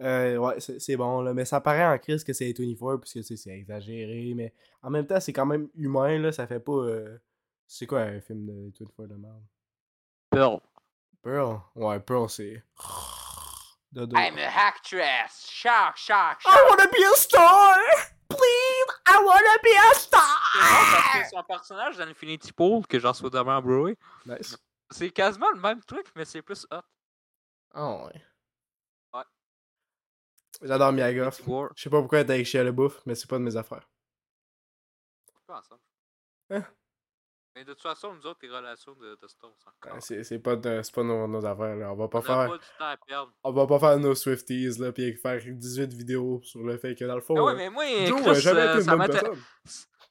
S3: Euh, ouais, c'est c'est bon. Là. Mais ça paraît en crise que c'est 24 puisque c'est c'est exagéré. Mais en même temps, c'est quand même humain. Là. Ça fait pas. euh, C'est quoi un film de 24 de merde?
S2: Pearl.
S3: Pearl? Ouais, Pearl, c'est. Dodo.
S2: a actress. Shark, shark,
S3: I wanna be a star! Please, I wanna be a
S2: C'est drôle Ah! parce
S3: star!
S2: que son personnage dans Infinity Pool, que j'en reçois demain à Broadway,
S3: Nice.
S2: c'est quasiment le même truc, mais c'est plus hot.
S3: Ah ouais.
S2: Ouais.
S3: J'adore Mia
S2: Infinity War.
S3: Je sais pas pourquoi elle est avec Shia LaBeouf, mais c'est pas de mes affaires.
S2: Pas ensemble.
S3: Hein?
S2: Mais de toute façon, nous autres, les relations de, de Stones encore.
S3: Ouais, Ben, C'est c'est pas, de- c'est pas nos, nos affaires, là. On va pas
S2: On n'a
S3: faire...
S2: pas du temps à perdre.
S3: On va pas faire nos Swifties, là, pis faire 18 vidéos sur le fait que, dans le fond...
S2: Ah ouais,
S3: euh,
S2: mais moi,
S3: Joe
S2: Chris,
S3: a jamais
S2: euh,
S3: été une
S2: ça
S3: bonne
S2: m'inté-
S3: personne.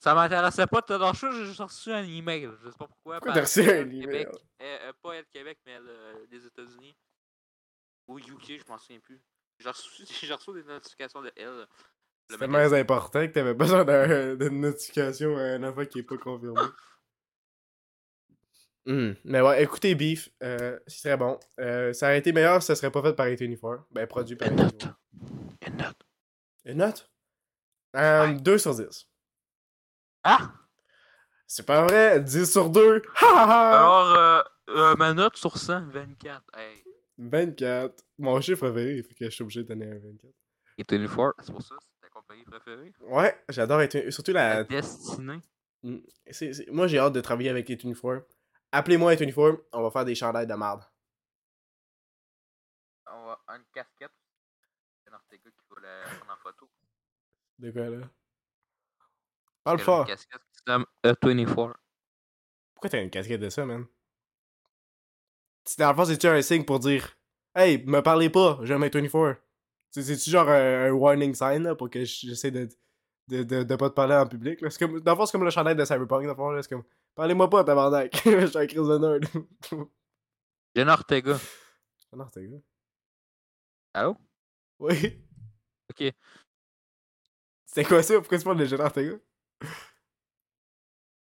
S2: ça m'intéressait pas de te lâcher, j'ai juste reçu un email. Je sais pas pourquoi.
S3: Pourquoi
S2: par-
S3: t'as reçu un
S2: Québec,
S3: email?
S2: euh, euh, pas elle Québec, mais elle, euh, des États-Unis. Ou UK, je m'en souviens plus. J'ai reçu, j'ai reçu des notifications de elle.
S3: C'est
S2: Le
S3: tellement
S2: magasin.
S3: important que t'avais besoin d'un- d'une notification à une affaire qui est pas confirmée. Hmm. Mais ouais, écoutez Beef, euh, c'est très bon. Euh, ça aurait été meilleur si ça serait pas fait par A24. Ben, produit par
S2: Une note.
S3: A24.
S2: Une note.
S3: Une note? Euh,
S2: Ouais.
S3: 2 sur 10.
S2: Ah!
S3: C'est pas vrai, 10 sur 2. Ha ha ha!
S2: Alors, euh, euh, ma note sur 100, 24. Hey.
S3: 24. Mon chiffre préféré, fait que je suis obligé de donner un 24.
S2: Et Tony Ford, c'est pour ça, c'est ta compagnie préférée.
S3: Ouais, j'adore être... Surtout
S2: La
S3: la...
S2: destinée.
S3: c'est- c'est- Moi, j'ai hâte de travailler avec A24. Appelez-moi A24, on va faire des chandails de marde.
S2: On va une casquette. C'est Ortega qui va la prendre en photo.
S3: De quoi, là? Parle
S2: Elle a Une
S3: fort.
S2: casquette E qui se nomme E24.
S3: Pourquoi t'as une casquette de ça, man? Si dans le fond, c'est-tu un signe pour dire Hey, me parlez pas, j'aime un 24? C'est- C'est-tu genre un, un warning sign là, pour que j- j'essaie de, de, de, de pas te parler en public? Là? C'est Comme, dans le fond, c'est comme le chandail de Cyberpunk, dans le fond, là, c'est comme Parlez-moi pas, tabarnak, je suis un crise de nerd.
S2: Jenna Ortega.
S3: Ah non, t'es gars.
S2: Allô?
S3: Oui.
S2: Ok.
S3: C'est quoi ça? Pourquoi tu parles de Jenna Ortega?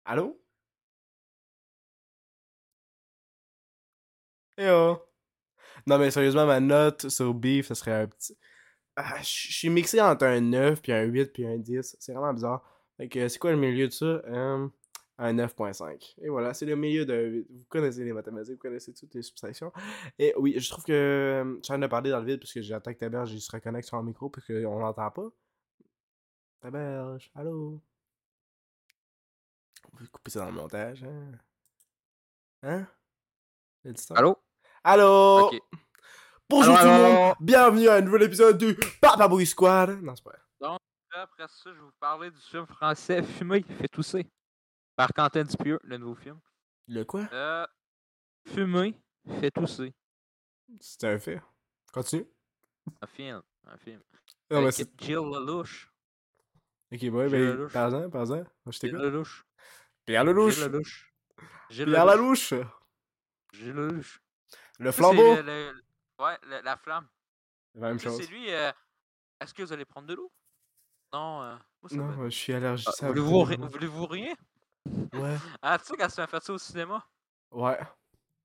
S3: Allô? Eh oh! Non, mais sérieusement, ma note sur Beef, ça serait un petit. Ah, je je suis mixé entre un 9, puis un 8, puis un 10. C'est vraiment bizarre. Fait que c'est quoi le milieu de ça? Euh, un 9.5. Et voilà, c'est le milieu de. Vous connaissez les mathématiques, vous connaissez toutes les subtractions. Et oui, je trouve que. euh, Je suis en train de parler dans le vide, puisque j'attaque ta berge, il se reconnecte sur un micro, parce qu'on l'entend pas. Ta berge, allô? On peut couper ça dans le montage, hein? Hein? J'ai dit ça?
S2: Allô?
S3: Allô?
S2: Ok.
S3: Bonjour
S2: Allô,
S3: tout le
S2: allô,
S3: monde!
S2: allô.
S3: Bienvenue à un nouvel épisode du Papa Boy Squad! Non, c'est pas vrai.
S2: Après ça, je vais vous parler du film français Fumé, fait tousser. Par Quentin Dupieux, le nouveau film.
S3: Le quoi?
S2: Euh, Fumé, fait tousser.
S3: C'est un fait. Continue.
S2: Un film. Un film.
S3: Non, mais
S2: Avec
S3: Ah, ben, c'est...
S2: Jill Lelouch.
S3: Ok, ouais,
S2: Euh, J'ai la
S3: ben,
S2: louche.
S3: parle-en, parle-en. Moi, je
S2: Jill
S3: t'écoute.
S2: Lelouch.
S3: Pierre
S2: Jill
S3: Lelouch!
S2: Lelouch. Jill
S3: Pierre
S2: Lelouch.
S3: Lelouch!
S2: Jill Lelouch.
S3: Le
S2: Ça, c'est
S3: flambeau!
S2: le- le- Ouais, le- la flamme.
S3: La même
S2: Ça,
S3: chose.
S2: c'est lui. euh, Est-ce que vous allez prendre de l'eau? Non. euh, moi, ça me-
S3: Non, je suis allergique
S2: Ah,
S3: à ça.
S2: Voulez-vous ri- voulez-vous rien?
S3: Ouais.
S2: Ah, tu sais, quand tu fais faire ça au cinéma,
S3: Ouais.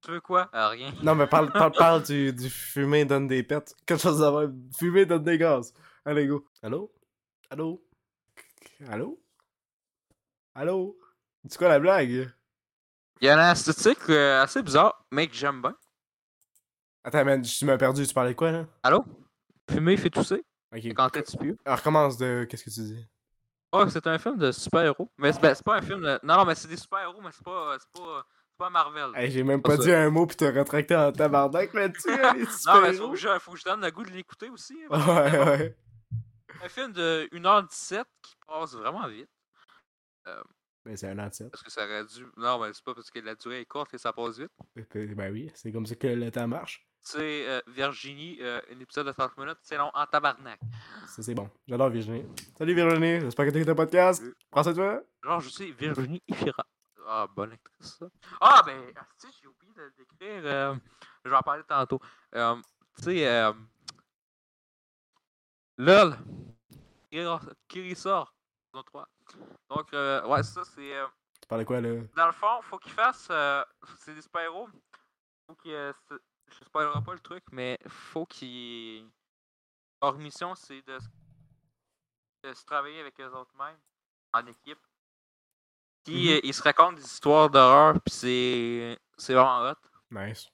S2: tu veux quoi? Ah, rien.
S3: Non, mais parle, parle, parle du, du fumer donne des pets. Quelque chose à voir. Fumer donne des gaz. Allez, go. Allô? Allô? Allô? Allô? C'est quoi la blague?
S2: Il y a une esthétique euh, assez bizarre, mais que j'aime bien.
S3: Attends, man, tu m'as perdu, tu parlais de quoi, là?
S2: Allô? Fumer fait tousser.
S3: Ok.
S2: Quand t'es plus.
S3: Alors, recommence de... Qu'est-ce que tu dis?
S2: Oh, c'est un film de super-héros. Mais c'est ben, c'est pas un film de... Non, non, mais c'est des super-héros, mais c'est pas, c'est pas, c'est pas Marvel.
S3: Hey, j'ai même
S2: Pas
S3: pas
S2: ça.
S3: dit un mot pis t'as retracté en tabarnak là-dessus, hein,
S2: non,
S3: les
S2: mais faut
S3: super-héros.
S2: que, je, faut que je donne le goût de l'écouter aussi. hein.
S3: Ouais, ouais.
S2: un film de 1h17 qui passe vraiment vite.
S3: Mais Ben, c'est un anti
S2: Parce que ça aurait dû... Non, mais c'est pas parce que la durée est courte que ça passe vite.
S3: Ben oui, c'est comme ça que le temps marche.
S2: C'est euh, Virginie, euh, un épisode de 30 minutes, c'est long en tabarnak.
S3: Ça, c'est bon. J'adore Virginie. Salut Virginie, j'espère que t'écoutes le podcast. Prends ça, toi.
S2: Genre, je sais, Virginie Ifira. Ah, bonne actrice, ça. Ah, ben, tu j'ai oublié de le décrire. euh, je vais en parler tantôt. Euh, tu sais, euh, LOL. Kira- Kirisor, saison 3. Donc, euh, ouais, ça, c'est. euh,
S3: Tu parles de quoi, là?
S2: dans le fond, faut qu'il fasse. euh, c'est des super-héros. Faut qu'il. euh, se- je spoilerai pas le truc, mais faut qu'il. Leur mission, c'est de, se- de se travailler avec eux autres mêmes, en équipe. Puis euh, ils se racontent des histoires d'horreur, puis c'est. C'est vraiment hot.
S3: Nice.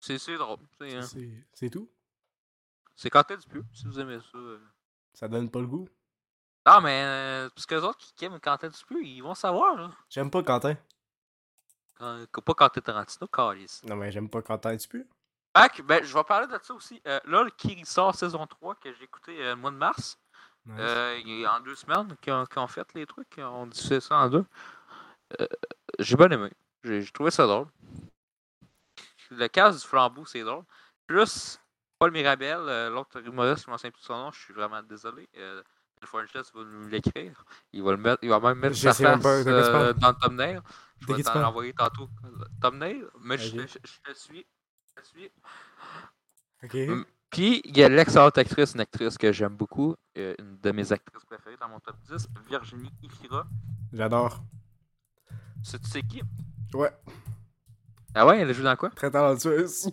S2: C'est c'est drôle. C'est euh,
S3: C'est- C'est tout?
S2: c'est quand t'es du pub, si vous aimez ça. euh.
S3: Ça donne pas le goût?
S2: Non, mais. euh, parce que les autres qui aiment quand t'es du pub, ils vont savoir, là.
S3: J'aime pas Quentin.
S2: Quand- pas quand t'es Tarantino, calice.
S3: Non, mais j'aime pas Quentin, tu peux?
S2: Fait que, ben, je vais parler de ça aussi. Euh, là, le Kiri sort saison 3 que j'ai écouté euh, le mois de mars.
S3: Nice.
S2: Euh, il y a- en deux semaines, qu'on qu'on fait les trucs, on diffusait ça en deux. Euh, j'ai bien aimé. J'ai j'ai trouvé ça drôle. Le cas du flambeau, c'est drôle. Plus Paul Mirabel, euh, l'autre humoriste, je m'en souviens plus de son nom, je suis vraiment désolé. Euh, le Forgest va nous l'écrire. Il va le mettre, il va même mettre
S3: Je
S2: sa
S3: sais même
S2: face
S3: pas de quoi tu
S2: euh,
S3: parles.
S2: dans le thumbnail. Je
S3: De
S2: vais
S3: qui tu
S2: t'en
S3: parles?
S2: envoyer tantôt. Thumbnail, mais je,
S3: Ok.
S2: te- je- je te suis. Je te suis.
S3: Ok.
S2: hum. Puis, il y a l'excellente actrice, une actrice que j'aime beaucoup, euh, une de mes actrices préférées dans mon top 10, Virginie Ifira.
S3: J'adore.
S2: C'est tu sais qui?
S3: Ouais,
S2: Ah ouais, elle joue dans quoi?
S3: très talentueuse.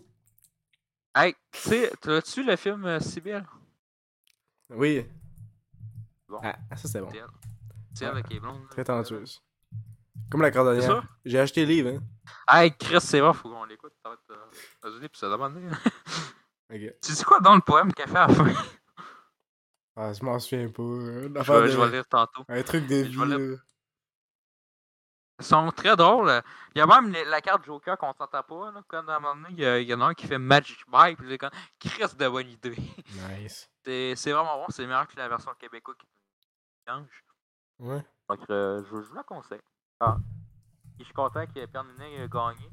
S2: Hey, tu sais, tu l'as-tu le film euh, Sibyl?
S3: Oui.
S2: Bon.
S3: Ah, ça, c'est bon.
S2: C'est elle. C'est elle
S3: Ouais.
S2: qui est blonde.
S3: Très talentueuse. Comme la
S2: C'est
S3: cordonnière.
S2: ça?
S3: J'ai acheté le livre, hein.
S2: Hey, Chris, c'est bon, faut qu'on l'écoute. Ça va être. Euh, vas-y, puis ça hein. demande.
S3: Ok.
S2: Tu sais quoi dans le poème qu'elle fait à la fin?
S3: Ah, je m'en souviens pas. euh,
S2: Je
S3: l'affaire
S2: vais- je
S3: de-
S2: vais le lire tantôt.
S3: Un truc de
S2: Je
S3: vie,
S2: vais le-
S3: là.
S2: Ils sont très drôles. euh. Il y a même les- la carte Joker qu'on s'entend pas. Là, quand à un moment donné, il y, a- il y en a un qui fait Magic Mike, puis il est comme Chris de bonne idée.
S3: Nice.
S2: C'est c'est vraiment bon, c'est meilleur que la version québécoise qui change.
S3: Ouais.
S2: Donc, euh, je, je vous la conseille. Ah. Puis Je suis content que Pierre Ninet ait gagné.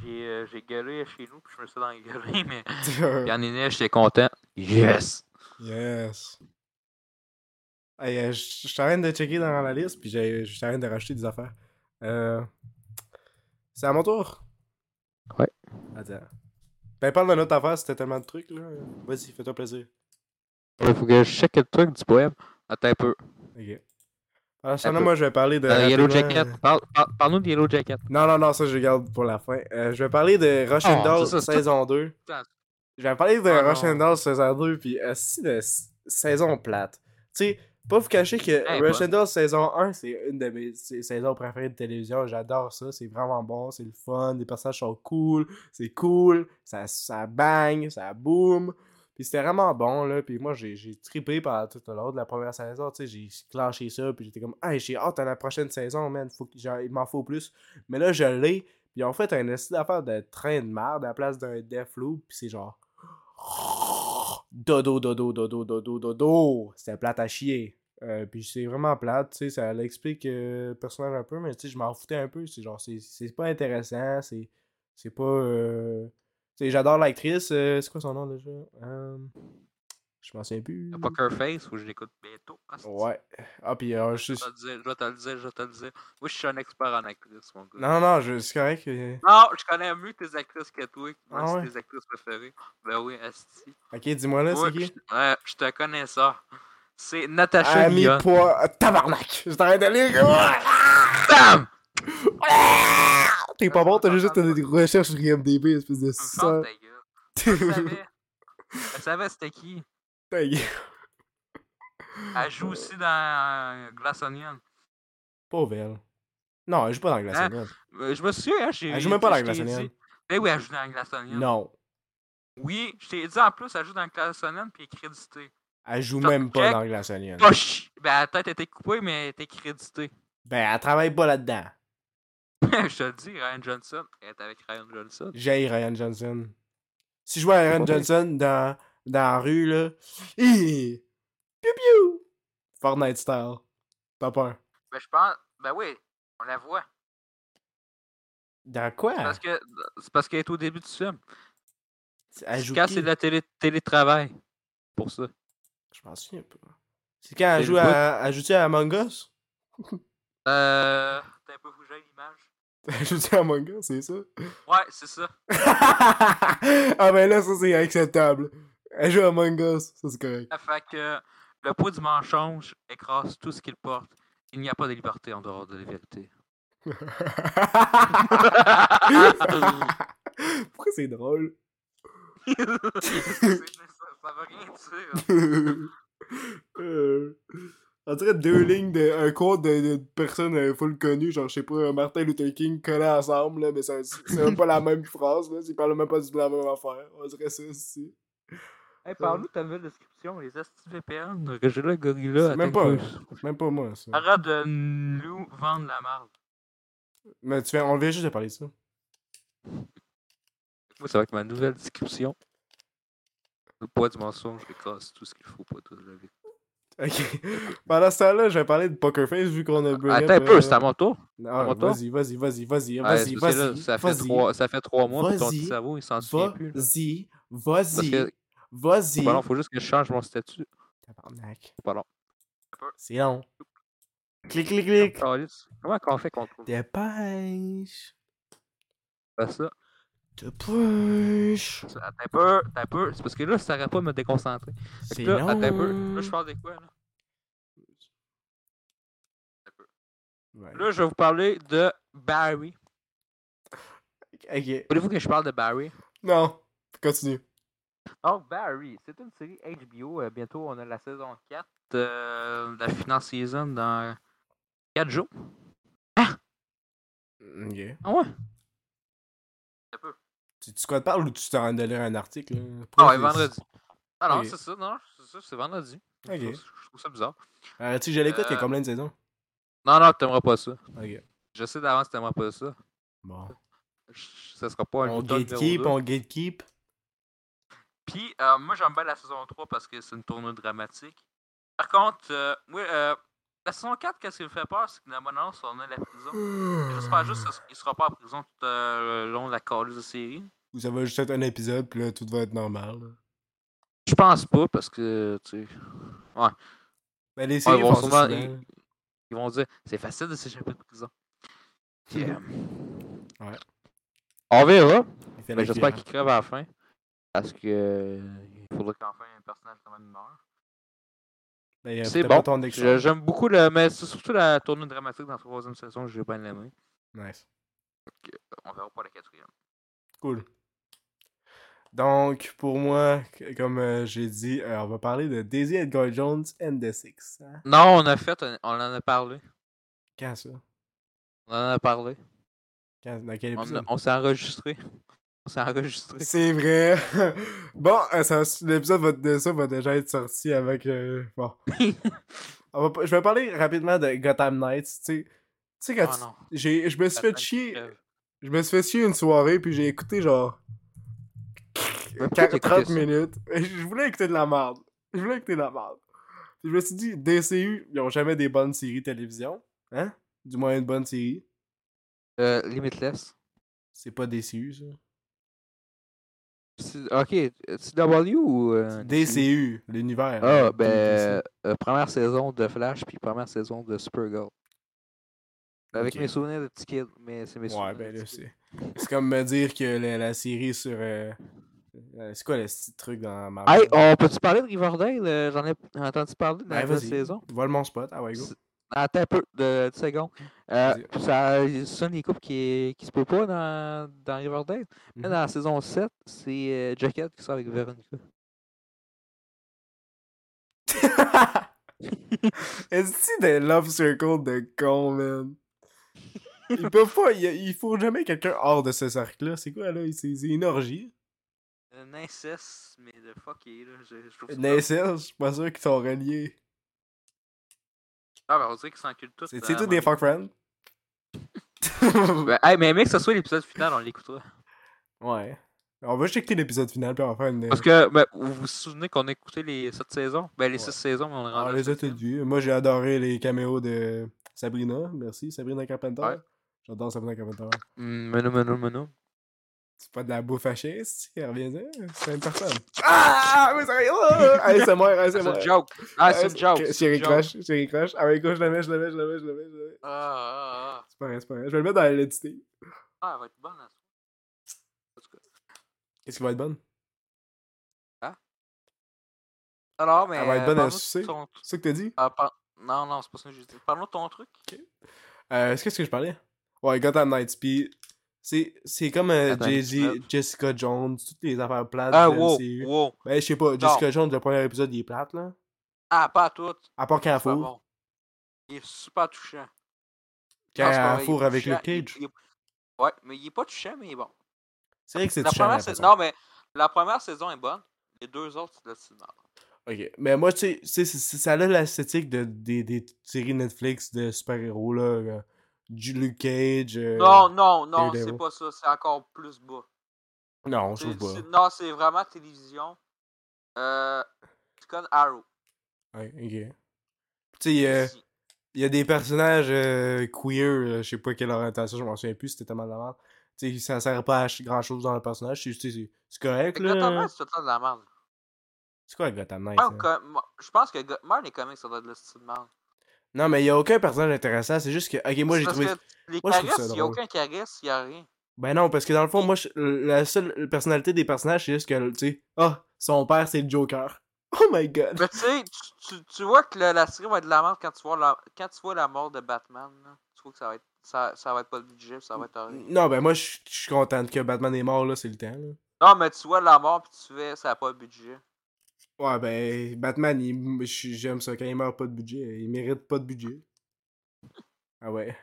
S2: J'ai euh, j'ai gueulé chez nous, puis je me suis dans gueuler, mais Pierre Ninet, j'étais content. Yes!
S3: yes. Hey, euh, je je suis en train de checker dans la liste, puis j'ai- je suis en train de racheter des affaires. Euh, C'est à mon tour?
S2: Ouais.
S3: Attends. Ben, parle de notre affaire, c'était tellement de trucs, là. Vas-y, fais-toi plaisir.
S2: Il faut que je check le truc du poème. Attends un peu.
S3: Ok. Alors, sinon,
S2: Attends.
S3: moi, je vais parler de.
S2: Euh, Yellow
S3: rapidement,
S2: Jacket.
S3: euh,
S2: Parle- parle- Parle-nous de Yellow Jacket.
S3: Non, non, non, ça, je le garde pour la fin. Euh, je vais parler de Rush and
S2: Oh,
S3: Doll
S2: c'est ça, c'est
S3: saison 2.
S2: Putain.
S3: Je vais parler de
S2: Ah,
S3: Rush
S2: non.
S3: and Doll saison 2, puis euh, si de s- saison plate. Tu sais, pas vous cacher que
S2: Eh,
S3: Rush
S2: pas.
S3: and Doll saison 1, c'est une de mes sa- saisons préférées de télévision. J'adore ça, c'est vraiment bon, c'est le fun, les personnages sont cool, c'est cool, ça, ça bang, ça boom. Puis c'était vraiment bon, là. Puis moi, j'ai, j'ai trippé pendant tout le long de la première saison. Tu sais, j'ai clenché ça. Puis j'étais comme, ah, j'ai hâte à la prochaine saison, man. Faut que j'en- il m'en faut plus. Mais là, je l'ai. Puis en fait un essai d'affaires de train de merde à la place d'un Deathloop. Puis c'est genre. Dodo, dodo, dodo, dodo, dodo. C'était plate à chier. Euh, puis c'est vraiment plate, tu sais, ça l'explique euh, le personnage un peu, mais tu sais, je m'en foutais un peu. C'est genre, c'est, c'est pas intéressant, c'est, c'est pas. euh, Tu sais, j'adore l'actrice, euh, c'est quoi son nom déjà Euh, Je m'en souviens plus.
S2: Le Poker Face, où je l'écoute bientôt. Ah, c'est-
S3: Ouais. Ah, puis euh, je
S2: Je
S3: suis.
S2: vais te le dire, je vais te le dire, je vais te le dire. Moi, je suis un expert en actrice, mon gars.
S3: Non, non, je, c'est correct. euh,
S2: Non, je connais mieux tes actrices que toi. Moi,
S3: Ah
S2: c'est
S3: ouais?
S2: tes actrices préférées. Ben oui, Asti.
S3: Ok, dis-moi là,
S2: Ouais,
S3: c'est qui
S2: je- ouais, je te connais ça. C'est Natacha
S3: Ami
S2: Lyon.
S3: poids. euh, Tabarnak Je t'arrête de lire Ah!
S2: Bam!
S3: Ah! T'es pas bon, t'as juste des recherches sur IMDB, espèce de
S2: Tu me
S3: ça.
S2: fermes ta gueule. Je savais. Je savais c'était qui.
S3: Ta gueule.
S2: Elle joue aussi dans euh, Glass Onion.
S3: Pauvre elle. Non, elle joue pas dans la glaçonienne.
S2: Euh, Je me souviens, hein, j'ai.
S3: Elle joue même pas dans la
S2: je t'ai
S3: glaçonienne.
S2: dit- Ben oui, elle joue dans la glaçonienne.
S3: Non.
S2: Oui, je t'ai dit en plus, elle joue dans la glaçonienne puis elle est créditée.
S3: Elle joue
S2: Jack-
S3: même pas dans la glaçonienne.
S2: Oh, chi- Ben, la tête était coupée, mais elle était créditée.
S3: Ben, elle travaille pas là-dedans.
S2: je te le dis, Ryan Johnson, elle est avec Ryan Johnson.
S3: J'ai Ryan Johnson. Si je vois Ryan
S2: Ouais.
S3: Johnson dans, dans la rue, là. Hi! Piu piu! Fortnite style. Pas peur.
S2: Ben, je pense. Ben oui, on la voit.
S3: Dans quoi?
S2: C'est parce que- C'est parce qu'elle est au début du film.
S3: Elle joue
S2: Quand
S3: qui?
S2: c'est de la télé... télétravail. Pour ça.
S3: Je m'en souviens pas. C'est quand elle
S2: C'est
S3: joue
S2: le
S3: à, elle joue à Among Us?
S2: Euh. T'as un peu bougé l'image.
S3: Elle joue à Among Us, c'est ça?
S2: Ouais, c'est ça.
S3: ah ben là, ça c'est acceptable. Elle joue à Among Us, ça c'est correct.
S2: Fait que le poids du mensonge écrase tout ce qu'il porte. Il n'y a pas de liberté en dehors de la vérité.
S3: Pourquoi c'est drôle?
S2: C'est- ça veut rien dire.
S3: Euh, on dirait deux lignes de un quote de, de personnes euh, full connues, genre je sais pas, Martin Luther King collés ensemble, là, mais ça- c'est même pas la même phrase, là, ils parlent même pas du la même affaire. On dirait ça aussi.
S2: Hey, parle-nous de ta nouvelle description, les astuces VPN, Regina Gorilla.
S3: C'est même pas- Même pas moi, ça.
S2: Arrête de nous vendre la marde.
S3: Mais tu viens, on vient juste de parler de ça.
S2: Moi, ça va être ma nouvelle description. Le poids du mensonge écrase tout ce qu'il faut pas tout de la vérité.
S3: Ok. Pendant ce temps-là, je vais parler de Poker Face vu qu'on a euh,
S2: Attends un peu, c'est à mon tour.
S3: Ah,
S2: mon tour.
S3: Vas-y, vas-y, vas-y, vas-y,
S2: Ouais,
S3: vas-y,
S2: c'est parce que là,
S3: vas-y.
S2: ça, fait
S3: vas-y,
S2: trois, ça fait trois mois que ton
S3: Vas-y.
S2: petit cerveau il s'en souvient plus. là.
S3: Vas-y,
S2: Parce
S3: vas-y,
S2: que,
S3: vas-y.
S2: voilà, faut juste que je change mon statut.
S3: Tabarnak.
S2: Pas long.
S3: C'est long. Clic, clic, clic.
S2: Calisse. Comment qu'on fait qu'on trouve
S3: Dépêche.
S2: pas ça?
S3: Dépêche.
S2: Attends un peu, attends un peu. C'est parce que là, ça n'arrête pas de me déconcentrer. Fait que
S3: C'est
S2: là,
S3: long.
S2: attends un peu. Là, je parle de quoi, là?
S3: Ouais.
S2: Là, je vais vous parler de Barry.
S3: Ok.
S2: Voulez-vous que je parle de Barry?
S3: Non. Continue.
S2: Oh, Barry, c'est une série HBO. euh, bientôt, on a la saison 4 euh, de la finale season dans 4 jours.
S3: Ok.
S2: Ah ouais?
S3: Tu, tu quoi te parles ou tu t'es en train de lire un article? là?
S2: Ah ouais,
S3: Pourquoi c'est-
S2: vendredi. Ah non,
S3: Ok.
S2: c'est ça, non, c'est ça, c'est vendredi. Je
S3: Ok.
S2: trouve- Je trouve ça bizarre.
S3: Euh, tu sais, je l'écoute, il y a
S2: Euh,
S3: combien de saisons?
S2: Non, non, t'aimeras pas ça.
S3: Ok.
S2: Je sais d'avance que t'aimeras pas ça.
S3: Bon.
S2: Ch- Ça sera pas un
S3: On
S2: bouton numéro
S3: gatekeep,
S2: deux.
S3: on gatekeep.
S2: Puis, euh, moi, j'aime bien la saison 3 parce que c'est une tournure dramatique. Par contre, euh, moi, euh, la saison 4, qu'est-ce qui me fait peur, c'est que dans mon annonce, on a la prison. J'espère juste qu'il sera pas en prison tout euh, le long de la cause de série.
S3: Ou ça va juste être un épisode, puis là, tout va être normal. là.
S2: Je pense pas parce que, tu sais,
S3: Ben, les séries
S2: ils vont
S3: font ça
S2: souvent-
S3: souvent.
S2: ils vont dire c'est facile de s'échapper de prison. Puis, euh,
S3: Ouais.
S2: On verra.
S3: Il
S2: Mais
S3: fait la
S2: ben, j'espère
S3: cuillère.
S2: qu'il crève à la fin. Parce que. euh, Il faudrait qu'enfin un personnage quand même meure.
S3: Ben, il y a
S2: C'est
S3: peut-être
S2: bon.
S3: pas ton
S2: Je-
S3: Dexter.
S2: J'aime beaucoup le. Mais c'est surtout la tournée dramatique dans la troisième saison que j'ai bien aimé.
S3: Nice.
S2: On verra pas la quatrième.
S3: Cool. Donc, pour moi, c- comme euh, j'ai dit, euh, on va parler de Daisy Edgar Jones and the Six. hein?
S2: Non, on a fait. un- On en a parlé.
S3: Quand ça
S2: On en a parlé.
S3: Quand- Dans quel
S2: On,
S3: épisode
S2: a- on s'est enregistré. On s'est enregistré.
S3: C'est vrai. bon, euh, ça- l'épisode va- de ça va déjà être sorti avec. euh, bon. On va pas- je vais parler rapidement de Gotham Knights. Tu sais, tu sais quand
S2: Oh
S3: tu-
S2: non. euh,
S3: j'ai- je me suis
S2: Batman
S3: fait
S2: qui
S3: chier.
S2: crève.
S3: Je me suis fait chier une soirée, puis j'ai écouté genre.
S2: Mais pourquoi
S3: 40
S2: t'écoutais
S3: 30
S2: ça?
S3: minutes. Je voulais écouter de la merde. Je voulais écouter de la merde. Puis je me suis dit, DCU, ils ont jamais des bonnes séries télévision. Hein? Du moins une bonne série.
S2: Euh, Limitless.
S3: C'est pas DCU, ça.
S2: C'est- Ok, CW ou. euh,
S3: DCU, l'univers.
S2: Ah,
S3: hein,
S2: ben,
S3: DCU.
S2: euh, première saison de Flash, puis première saison de Supergirl. Avec
S3: Ok.
S2: mes souvenirs de petit kid, euh, mais c'est mes
S3: Ouais,
S2: souvenirs.
S3: ben
S2: de
S3: là,
S2: petit kid.
S3: c'est. C'est comme me dire que la, la série sur. euh, euh, c'est quoi le petit truc dans Marvel?
S2: Hey, on peut-tu parler de Riverdale? Euh, J'en ai entendu parler dans
S3: Ben,
S2: la nouvelle
S3: vas-y.
S2: saison.
S3: Vole mon spot, ah ouais, go.
S2: C'est- Attends un peu, de, de secondes. Euh, ça sonne les couples qui, qui se peut pas dans, dans Riverdale. Mais
S3: Mhm.
S2: dans la saison 7, c'est euh, Jacket qui sort avec Veronica.
S3: Est-ce que des Love Circle de con, man? Ils peuvent pas, il, il faut jamais quelqu'un hors de ce cercle-là. C'est quoi, là? C'est c'est une orgie?
S2: Un inceste, Euh, mais de fucké, là. Je, je trouve ça
S3: Une
S2: drôle.
S3: inceste, je suis pas sûr qu'ils sont reliés.
S2: Ah, ben, on dirait qu'ils s'enculent tous.
S3: C'est
S2: euh,
S3: c'est
S2: à
S3: tous
S2: mon
S3: des
S2: avis.
S3: fuck friends?
S2: Ben, hey, mais mec, que ce soit l'épisode final, on l'écoutera.
S3: ouais. On va checker l'épisode final, puis on va faire une...
S2: Parce que, ben, vous vous souvenez qu'on a écouté les 7 saisons Ben, les 6
S3: Ouais.
S2: saisons, mais on est
S3: On
S2: rendu. à
S3: les
S2: la
S3: a tous
S2: septième.
S3: vus. Moi, j'ai adoré les caméos de Sabrina. Merci, Sabrina Carpenter.
S2: Ouais.
S3: J'adore Sabrina Carpenter.
S2: Hmm, Mano, mano, mano.
S3: C'est pas de la bouffe à chier, si, reviens-en. C'est une personne. Ah! Oui, ça ah! Allez, c'est moi, allez,
S2: C'est
S3: c'est moi.
S2: une joke. Ah, c'est une joke. c'est une
S3: Chérie
S2: joke.
S3: Euh, Crush, Chérie Crush. Ah ouais, écoute, je la mets, je la mets, je la mets, je la mets. je la mets.
S2: Ah, ah,
S3: C'est pas vrai, c'est pas vrai. Je vais le mettre dans l'édité.
S2: ah. Ah, elle va être bonne, là. En tout cas.
S3: Qu'est-ce qui va être bonne?
S2: Alors, mais.
S3: Elle va être bonne à
S2: parle-nous de
S3: sucer.
S2: ton-
S3: C'est ça que t'as dit?
S2: Ah, par- Non, non, c'est pas ça que j'ai dit. Parle-nous de ton truc.
S3: Euh, est-ce que c'est ce que je parlais? Ouais, Gotham Knights, pis c'est, c'est comme euh,
S2: Attends,
S3: JJ,
S2: hop.
S3: Jessica Jones, toutes les affaires plates
S2: Ah,
S3: de
S2: wow,
S3: MCU.
S2: wow.
S3: Ben, je sais pas, Jessica Jones, le premier épisode, il est plate, là.
S2: Ah, pas à tout.
S3: À part quand elle
S2: Pas
S3: fourre.
S2: bon. Il est super touchant.
S3: Quand
S2: Non, c'est pas
S3: elle
S2: vrai,
S3: fourre
S2: il est
S3: avec le
S2: touchant, il-
S3: cage.
S2: il est- Ouais, mais il est pas touchant, mais il est bon.
S3: C'est vrai que c'est
S2: La
S3: touchant,
S2: première
S3: la
S2: saison...
S3: façon.
S2: Non, mais la première saison est bonne. Les deux autres, c'est de la cinéma.
S3: Ok, mais moi, tu sais, c'est- c'est- ça a l'esthétique de, des, des séries Netflix de super-héros, là. euh, du Luke Cage. euh,
S2: Non, non, non,
S3: Daredevil.
S2: c'est pas ça. C'est encore plus bas.
S3: Non, je
S2: C'est-
S3: trouve
S2: c'est-
S3: pas.
S2: Non, c'est vraiment télévision. Euh... Tu connais Arrow.
S3: Ouais, ok. Tu sais, il y a-
S2: ici.
S3: il y a des personnages euh, queer, euh, je sais pas quelle orientation, je m'en souviens plus, c'était tellement de la merde. Tu sais, ça sert pas à ch- grand-chose dans le personnage, c'est- c'est c'est- c'est correct,
S2: Exactement,
S3: là.
S2: c'est tout le temps de la merde.
S3: C'est quoi Gotham Knights?
S2: Même
S3: hein?
S2: comme- moi, Je pense que Go- même les comics, ça doit être de la style de merde.
S3: Non, mais il y a aucun personnage intéressant, c'est juste que... Ok, moi,
S2: C'est
S3: j'ai
S2: parce
S3: trouvé...
S2: que Les
S3: moi, je trouve ça
S2: charismes, il n'y a
S3: drôle.
S2: aucun charisme, il n'y a rien.
S3: Ben non, parce que dans le fond, moi, je- la seule personnalité des personnages, c'est juste que, tu sais, ah, son père, c'est le Joker. Oh my god.
S2: Mais tu sais, tu, tu- tu vois que le- la série va être de la merde quand tu vois la, quand tu vois la mort de Batman. là. Tu vois que ça va être, ça, ça va être pas de budget, ça va être horrible.
S3: Non, ben moi, je je suis contente que Batman est mort, là, c'est le temps, là.
S2: Non, mais tu vois la mort puis tu fais, ça a pas de budget.
S3: Ouais, ben, Batman, il- je- j'aime ça. Quand il meurt pas de budget, il mérite pas de budget. Ah ouais.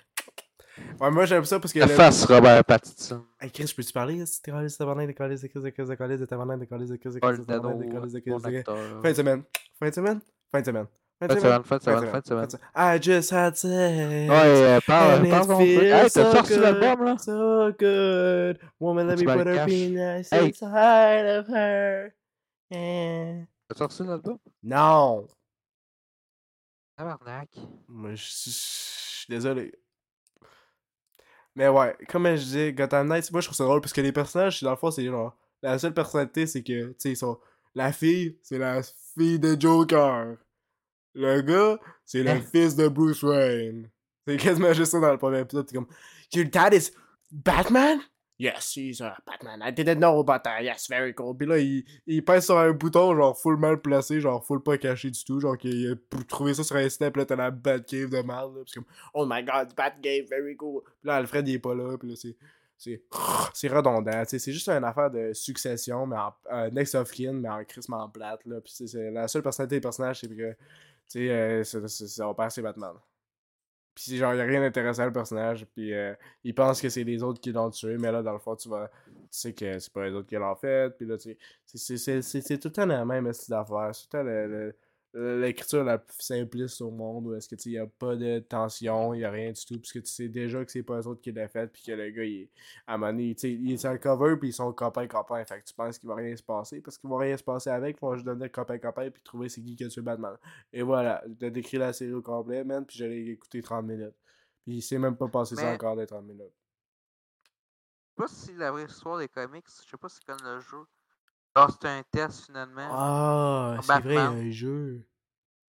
S3: Ouais, moi, j'aime ça parce que. le-
S2: Robert Pattinson.
S3: Hey, Chris, peux-tu parler? Si t'es collé, de collé, de collé, de collé, de collé, de collé, de collé, de collé, de collé, de collé, de collé, de collé. Fin de semaine. Fin de semaine. Fin de semaine. Fin de semaine.
S2: fin de
S3: semaine, ah, fin de I just had sex.
S2: euh, parle,
S3: And it feels so good.
S2: là?
S3: So good. Woman, let
S2: Tu
S3: me
S2: vas le
S3: put her
S2: cash.
S3: penis
S2: Hey.
S3: inside of her. Eh. Yeah.
S2: T'as sorti l'album?
S3: Non!
S2: Tabarnak.
S3: Moi, je suis- je suis désolé. Mais ouais, comme je disais, Gotham Knights, moi je trouve ça drôle parce que les personnages, dans le fond, c'est genre. La seule personnalité, c'est que, tu sais, ils sont. La fille, c'est la fille de Joker. Le gars, c'est le
S2: Hein?
S3: fils de Bruce Wayne. C'est quasiment juste ça dans le premier épisode. T'es comme. Your dad is Batman? Yes, he's a Batman. I didn't know about that. Yes, very cool. Puis là, il, il pèse sur un bouton, genre full mal placé, genre full pas caché du tout. Genre qu'il a p- trouvé ça sur Internet, puis là, t'as la Batcave de mal. Là, puis c'est comme, oh my god, Batcave, very cool. Puis là, Alfred, il est pas là. Puis là, c'est. C'est c'est redondant, tu sais, c'est juste une affaire de succession, mais en euh, next of kin, mais en crissement plate, là. Puis c'est- c'est la seule personnalité des personnages, c'est que, tu sais, euh, c'est- c'est- son père, c'est Batman. Puis c'est genre, y a rien d'intéressant le personnage, puis euh, il pense que c'est les autres qui l'ont tué, mais là, dans le fond, tu vas. Tu sais que c'est pas les autres qui l'ont fait, puis là, tu sais. c'est- c'est- C'est c'est- c'est tout le temps la même style d'affaires. C'est tout le temps le- le- le- l'écriture la plus simpliste au monde, où est-ce que, tu sais, y a pas de tension, y a rien du tout, puisque tu sais déjà que c'est pas les autres qui l'ont fait, puis que le gars, il est. À un moment donné, tu sais, il est sur le cover, puis ils sont copains-copains. Fait que tu penses qu'il va rien se passer, parce qu'il va rien se passer avec, ils vont juste devenir copains-copains, puis trouver c'est qui qui a tué Batman. Et voilà, t'as décrit la série au complet, man, puis j'allais écouter 30 minutes. Puis il s'est même pas passé ça
S2: Mais-
S3: encore des 30 minutes.
S2: Je sais pas si la vraie histoire des comics, je sais pas si c'est comme le jeu. Genre, c'était un test finalement.
S3: Ah,
S2: c'est vrai, il y a Batman.
S3: un jeu.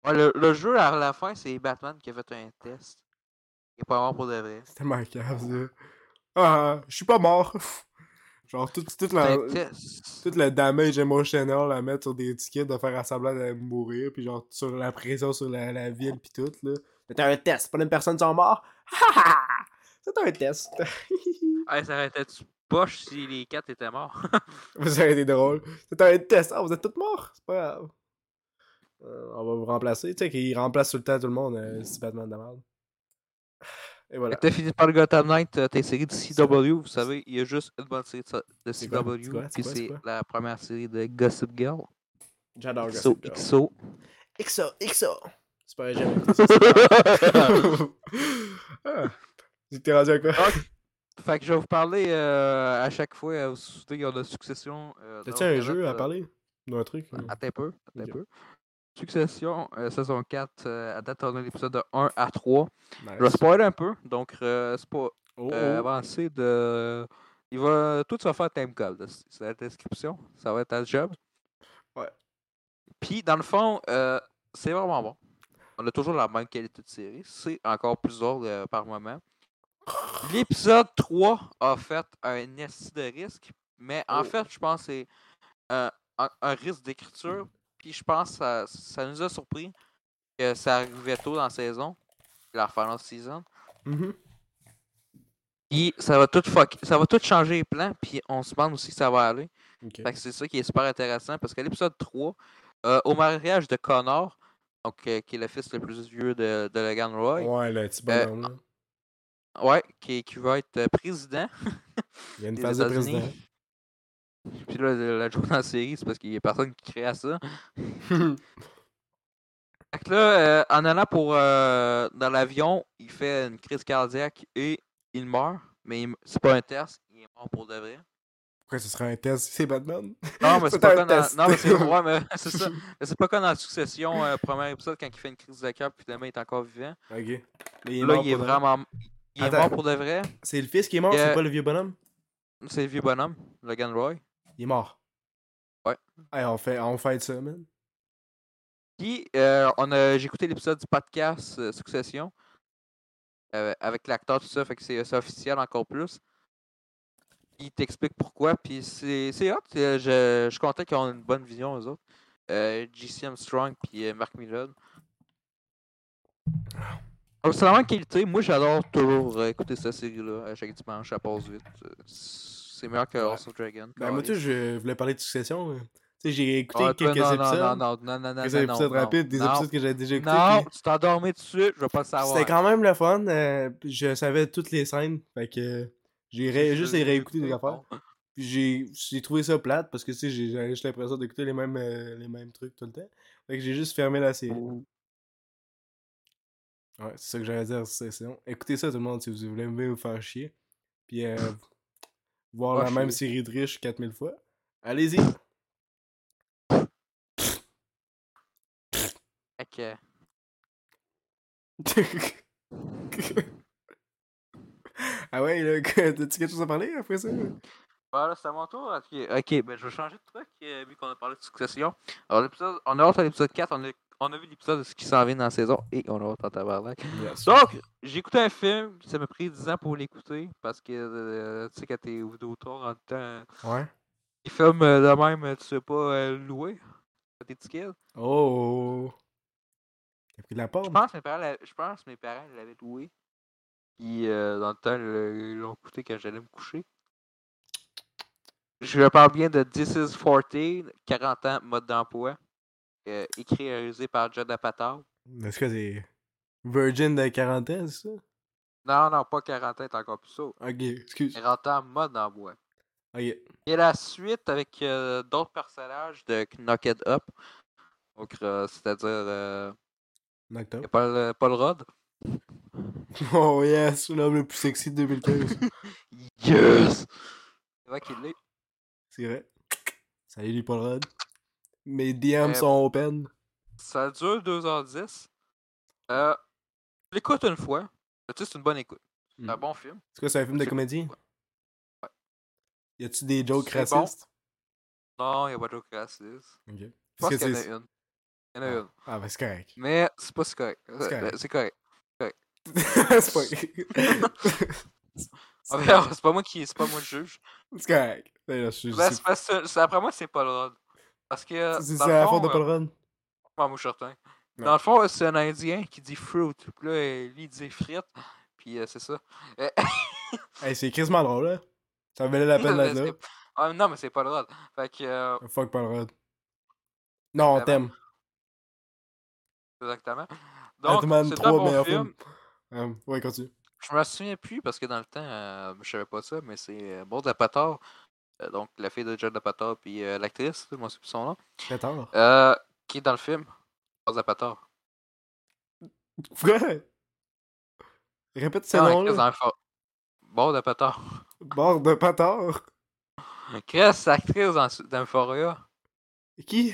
S2: Ouais, le, le jeu à la fin, c'est Batman qui a fait un test. Il est pas mort pour de vrai.
S3: C'était ma cave, ça. Ah, je suis pas mort. Genre, tout, tout,
S2: C'est
S3: la-
S2: un test.
S3: tout le damage émotionnel à mettre sur des tickets, de faire à semblant de mourir, puis genre, sur la pression sur la, la ville, puis tout, là. C'était un test, pas une personne qui sont morts. C'était un test.
S2: Hey, ça aurait été poche si les quatre étaient morts.
S3: Vous avez été drôle. C'était un test. Ah, vous êtes tous morts. C'est pas grave. Euh, on va vous remplacer. Tu sais qu'il remplace tout le temps tout le monde, euh, c'est Batman de merde. Et voilà.
S2: T'as fini par le Gotham Knight, euh, tes séries de CW, vous savez, il y a juste une bonne série de ça- de
S3: C'est quoi? C'est quoi?
S2: CW, puis
S3: C'est quoi? C'est
S2: c'est
S3: quoi?
S2: la première série de Gossip Girl.
S3: J'adore
S2: XO,
S3: Gossip Girl.
S2: XO.
S3: XO, XO. C'est pas jamais. ah. T'es rendu à quoi?
S2: Fait que je vais vous parler euh, à chaque fois, euh, vous vous souvenez, il y en a Succession. euh,
S3: T'as-tu
S2: dans
S3: un
S2: le
S3: jeu
S2: canot,
S3: à
S2: euh,
S3: parler? Ou un truc?
S2: Attends un peu, attends
S3: Ok.
S2: un peu. Succession, euh, saison 4, euh, à date, on a l'épisode de 1 à 3.
S3: Nice.
S2: Je vais spoiler un peu, donc euh, c'est pas
S3: Oh, oh.
S2: euh, avancé de. Il va. Tout se va faire time code. C'est la description. Ça va être un job.
S3: Ouais.
S2: Puis, dans le fond, euh, c'est vraiment bon. On a toujours la même qualité de série. C'est encore plus drôle euh, par moment. L'épisode 3 a fait un esti de risque. Mais en
S3: Oh.
S2: fait, je pense que c'est euh, un, un risque d'écriture. Puis je pense que ça, ça nous a surpris que ça arrivait tôt dans la saison. La fin de saison.
S3: Mhm.
S2: Puis ça va tout fuck, ça va tout changer les plans, puis on se demande aussi que ça va aller.
S3: Ok.
S2: Fait que c'est ça qui est super intéressant parce qu'à l'épisode 3, euh, au mariage de Connor, donc euh, qui est le fils le plus vieux de, de Logan Roy, ouais, Euh,
S3: Ouais, le petit bonhomme. là.
S2: qui, qui va être euh, président
S3: Il y a une
S2: des
S3: phase de président.
S2: États-Unis. Puis là, le- la journée en série, c'est parce qu'il y a personne qui crée à ça. Fait que là, euh, en allant pour euh, dans l'avion, il fait une crise cardiaque et il meurt, mais il m- c'est pas un test, il est mort pour de vrai.
S3: Pourquoi ce serait un test? C'est Batman?
S2: Non, mais c'est
S3: C'est
S2: pas
S3: un
S2: comme dans...
S3: test.
S2: Non, mais c'est ouais, mais c'est ça. Mais c'est pas comme dans la succession, euh, premier épisode, quand il fait une crise de cœur, puis demain il est encore vivant.
S3: Ok. Là, il
S2: là,
S3: mort
S2: il est
S3: pour de-
S2: vraiment. Il
S3: Attends.
S2: est mort pour de vrai.
S3: C'est le fils qui est mort,
S2: Euh,
S3: c'est pas le vieux bonhomme?
S2: C'est le vieux bonhomme, Logan Roy.
S3: Il est mort.
S2: Ouais.
S3: Hey, on fait, on fait ça, man.
S2: Puis, euh, on a... j'ai écouté l'épisode du podcast euh, Succession euh, avec l'acteur, tout ça, fait que c'est c'est officiel encore plus. Il t'explique pourquoi, puis c'est c'est hot. euh, Je, je suis content qu'ils ont une bonne vision, eux autres. Euh, J.C. Armstrong, puis euh, Mark Millard. Alors, Ah, c'est vraiment qualité. Moi, j'adore toujours euh, écouter cette série-là. à Chaque dimanche, à pause vite. euh, C'est meilleur que House of Dragon.
S3: Ben, moi, tu sais, je voulais parler de succession. là. Tu sais, j'ai écouté
S2: Ah, toi,
S3: quelques
S2: non,
S3: épisodes.
S2: Non, non, non, non, non, non,
S3: Quelques
S2: non,
S3: épisodes
S2: non,
S3: rapides, des
S2: non.
S3: épisodes que j'avais déjà écoutés.
S2: Non,
S3: puis
S2: tu t'endormais dessus, je veux pas le savoir.
S3: C'était quand même le fun. euh, puis je savais toutes les scènes. Fait que j'ai ré- juste les réécouter des affaires. Puis j'ai j'ai trouvé ça plate parce que, tu sais, j'ai- j'avais juste l'impression d'écouter les mêmes, euh, les mêmes trucs tout le temps. Fait que j'ai juste fermé la série. Ouais, c'est ça que j'avais à dire succession. Écoutez ça, tout le monde, si vous voulez me vous faire chier. Puis euh, voir
S2: Pas
S3: la même série de riches 4000 fois. Allez-y!
S2: Fait que,
S3: ah ouais, là, que- t'as-tu quelque chose à parler après ça?
S2: Bah là, c'est à mon tour. Ok, ok, ben je vais changer de truc euh, vu qu'on a parlé de succession. Alors, l'épisode, on a hâte à l'épisode 4, on a, on a vu l'épisode de ce qui s'en vient dans la saison et on a hâte à tabarnak. Donc, j'ai écouté un film, ça m'a pris 10 ans pour l'écouter parce que euh, tu sais, quand t'es autour en temps,
S3: Ouais.
S2: les films euh, de même, euh, tu sais pas euh, louer. Quand t'es petit kid.
S3: Oh! T'as pris de la
S2: Je
S3: pomme?
S2: pense que mes parents, l'a- je pense que mes parents l'avaient loué. Puis euh, dans le temps, le- ils l'ont coûté quand j'allais me coucher. Je parle bien de This is 14, 40 ans, mode d'emploi. euh, écrit et réalisé par Judd Apatow.
S3: Est-ce que c'est Virgin de quarantaine, c'est ça?
S2: Non, non, pas 40 ans, c'est encore plus ça.
S3: Ok, excuse.
S2: 40 ans, mode d'emploi.
S3: Ok.
S2: Et la suite avec euh, d'autres personnages de Knocked Up. Donc, euh, c'est-à-dire euh,
S3: En octobre.
S2: Paul, euh, Paul Rudd.
S3: Oh yes, l'homme le plus sexy de 2015.
S2: Yes! C'est vrai qu'il l'est.
S3: c'est vrai. Salut, les Paul Rudd. Mes DM
S2: Euh,
S3: sont open.
S2: Ça dure 2h10. Euh, je l'écoute une fois. Tu sais, c'est une bonne écoute. C'est un
S3: Mm.
S2: bon film.
S3: C'est quoi, c'est un film de
S2: c'est-
S3: comédie?
S2: Ouais.
S3: Y a-tu des jokes
S2: C'est bon.
S3: racistes?
S2: Non, il n'y a pas de joke raciste.
S3: Ok.
S2: Je pense
S3: Est-ce que
S2: qu'il y en a
S3: c'est-
S2: une. Il y en a une.
S3: Ah, ben c'est correct.
S2: Mais c'est pas si correct. Euh,
S3: correct.
S2: C'est correct.
S3: c'est pas...
S2: Ah, mais
S3: ben,
S2: alors, C'est pas moi qui. C'est pas moi le juge.
S3: c'est correct. Ben, là, je suis-
S2: Ben,
S3: c'est
S2: c'est parce que- c'est- Après moi, c'est Paul Rudd. Parce que. euh,
S3: c'est-
S2: dans
S3: c'est
S2: le
S3: la
S2: fond,
S3: faute de Paul
S2: euh,
S3: Rudd.
S2: ouais, moi, je suis certain.
S3: Ouais.
S2: Dans le fond, euh, c'est un Indien qui dit fruit. Puis là, euh, lui, il dit frites. Puis euh, c'est ça.
S3: Hey, c'est quasiment drôle, là. Ça valait la peine d'être là.
S2: C'est- Ah, non, mais c'est Paul Rudd. Fait que. euh,
S3: Fuck Paul Rudd. Non, on
S2: Batman.
S3: t'aime.
S2: Exactement. Donc,
S3: Batman
S2: c'est
S3: 3,
S2: un bon
S3: meilleur
S2: film.
S3: film. Euh, ouais, continue.
S2: Je me souviens plus parce que dans le temps, euh, je savais pas ça, mais c'est euh, Maud Apatow, euh, donc la fille de John Apatow, puis euh, l'actrice, moi c'est plus son nom,
S3: Très tard.
S2: euh, qui est dans le film. Maud Apatow.
S3: Pourquoi? Répète ce
S2: Ah,
S3: nom-là.
S2: Maud Apatow.
S3: Bord de patard.
S2: Chris, c'est actrice dans, dans Euphoria.
S3: Qui?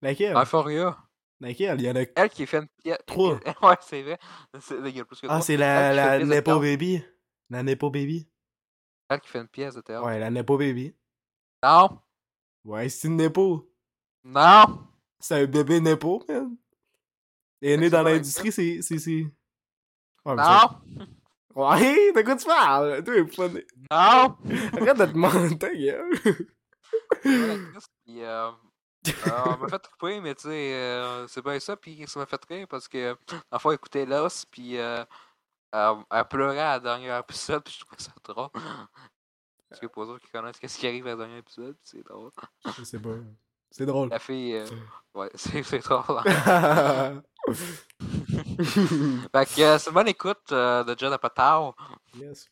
S3: Laquelle?
S2: Dans Euphoria.
S3: Laquelle? Il y en a
S2: Elle qui fait une pièce.
S3: Eh trois.
S2: ouais, c'est vrai. C'est- Il y a plus que
S3: Ah,
S2: trois.
S3: c'est la,
S2: Elle qui fait
S3: la
S2: une pièce de
S3: Nepo
S2: théâtre.
S3: Baby. La Nepo Baby.
S2: Elle qui fait une pièce de théâtre.
S3: Ouais, la Nepo Baby.
S2: Non!
S3: Ouais, c'est une Nepo.
S2: Non!
S3: C'est un bébé Nepo, man. Elle est
S2: Fait
S3: née
S2: que
S3: dans
S2: c'est pas Ah!
S3: l'industrie, c'est. c'est- c'est- Ouais, mais ça-
S2: Non!
S3: Ouais, de quoi tu parles? Toi, il est pas né.
S2: Non!
S3: Arrête de te mentir, gars.
S2: L'actrice, puis, euh, euh, on m'a fait couper, mais tu sais, euh, c'est bien ça, puis ça m'a fait rire parce que la fois, elle écoutait l'os, puis euh, elle, elle pleurait à la dernière épisode, puis je trouvais ça drôle. Parce que pour ceux qui connaissent, qu'est-ce qui arrive à la dernière épisode, puis c'est drôle.
S3: Je sais pas. C'est drôle.
S2: La fille, euh, ouais, c'est c'est drôle. hein. fait que euh, c'est une bonne écoute euh, de John Apatow,
S3: yes.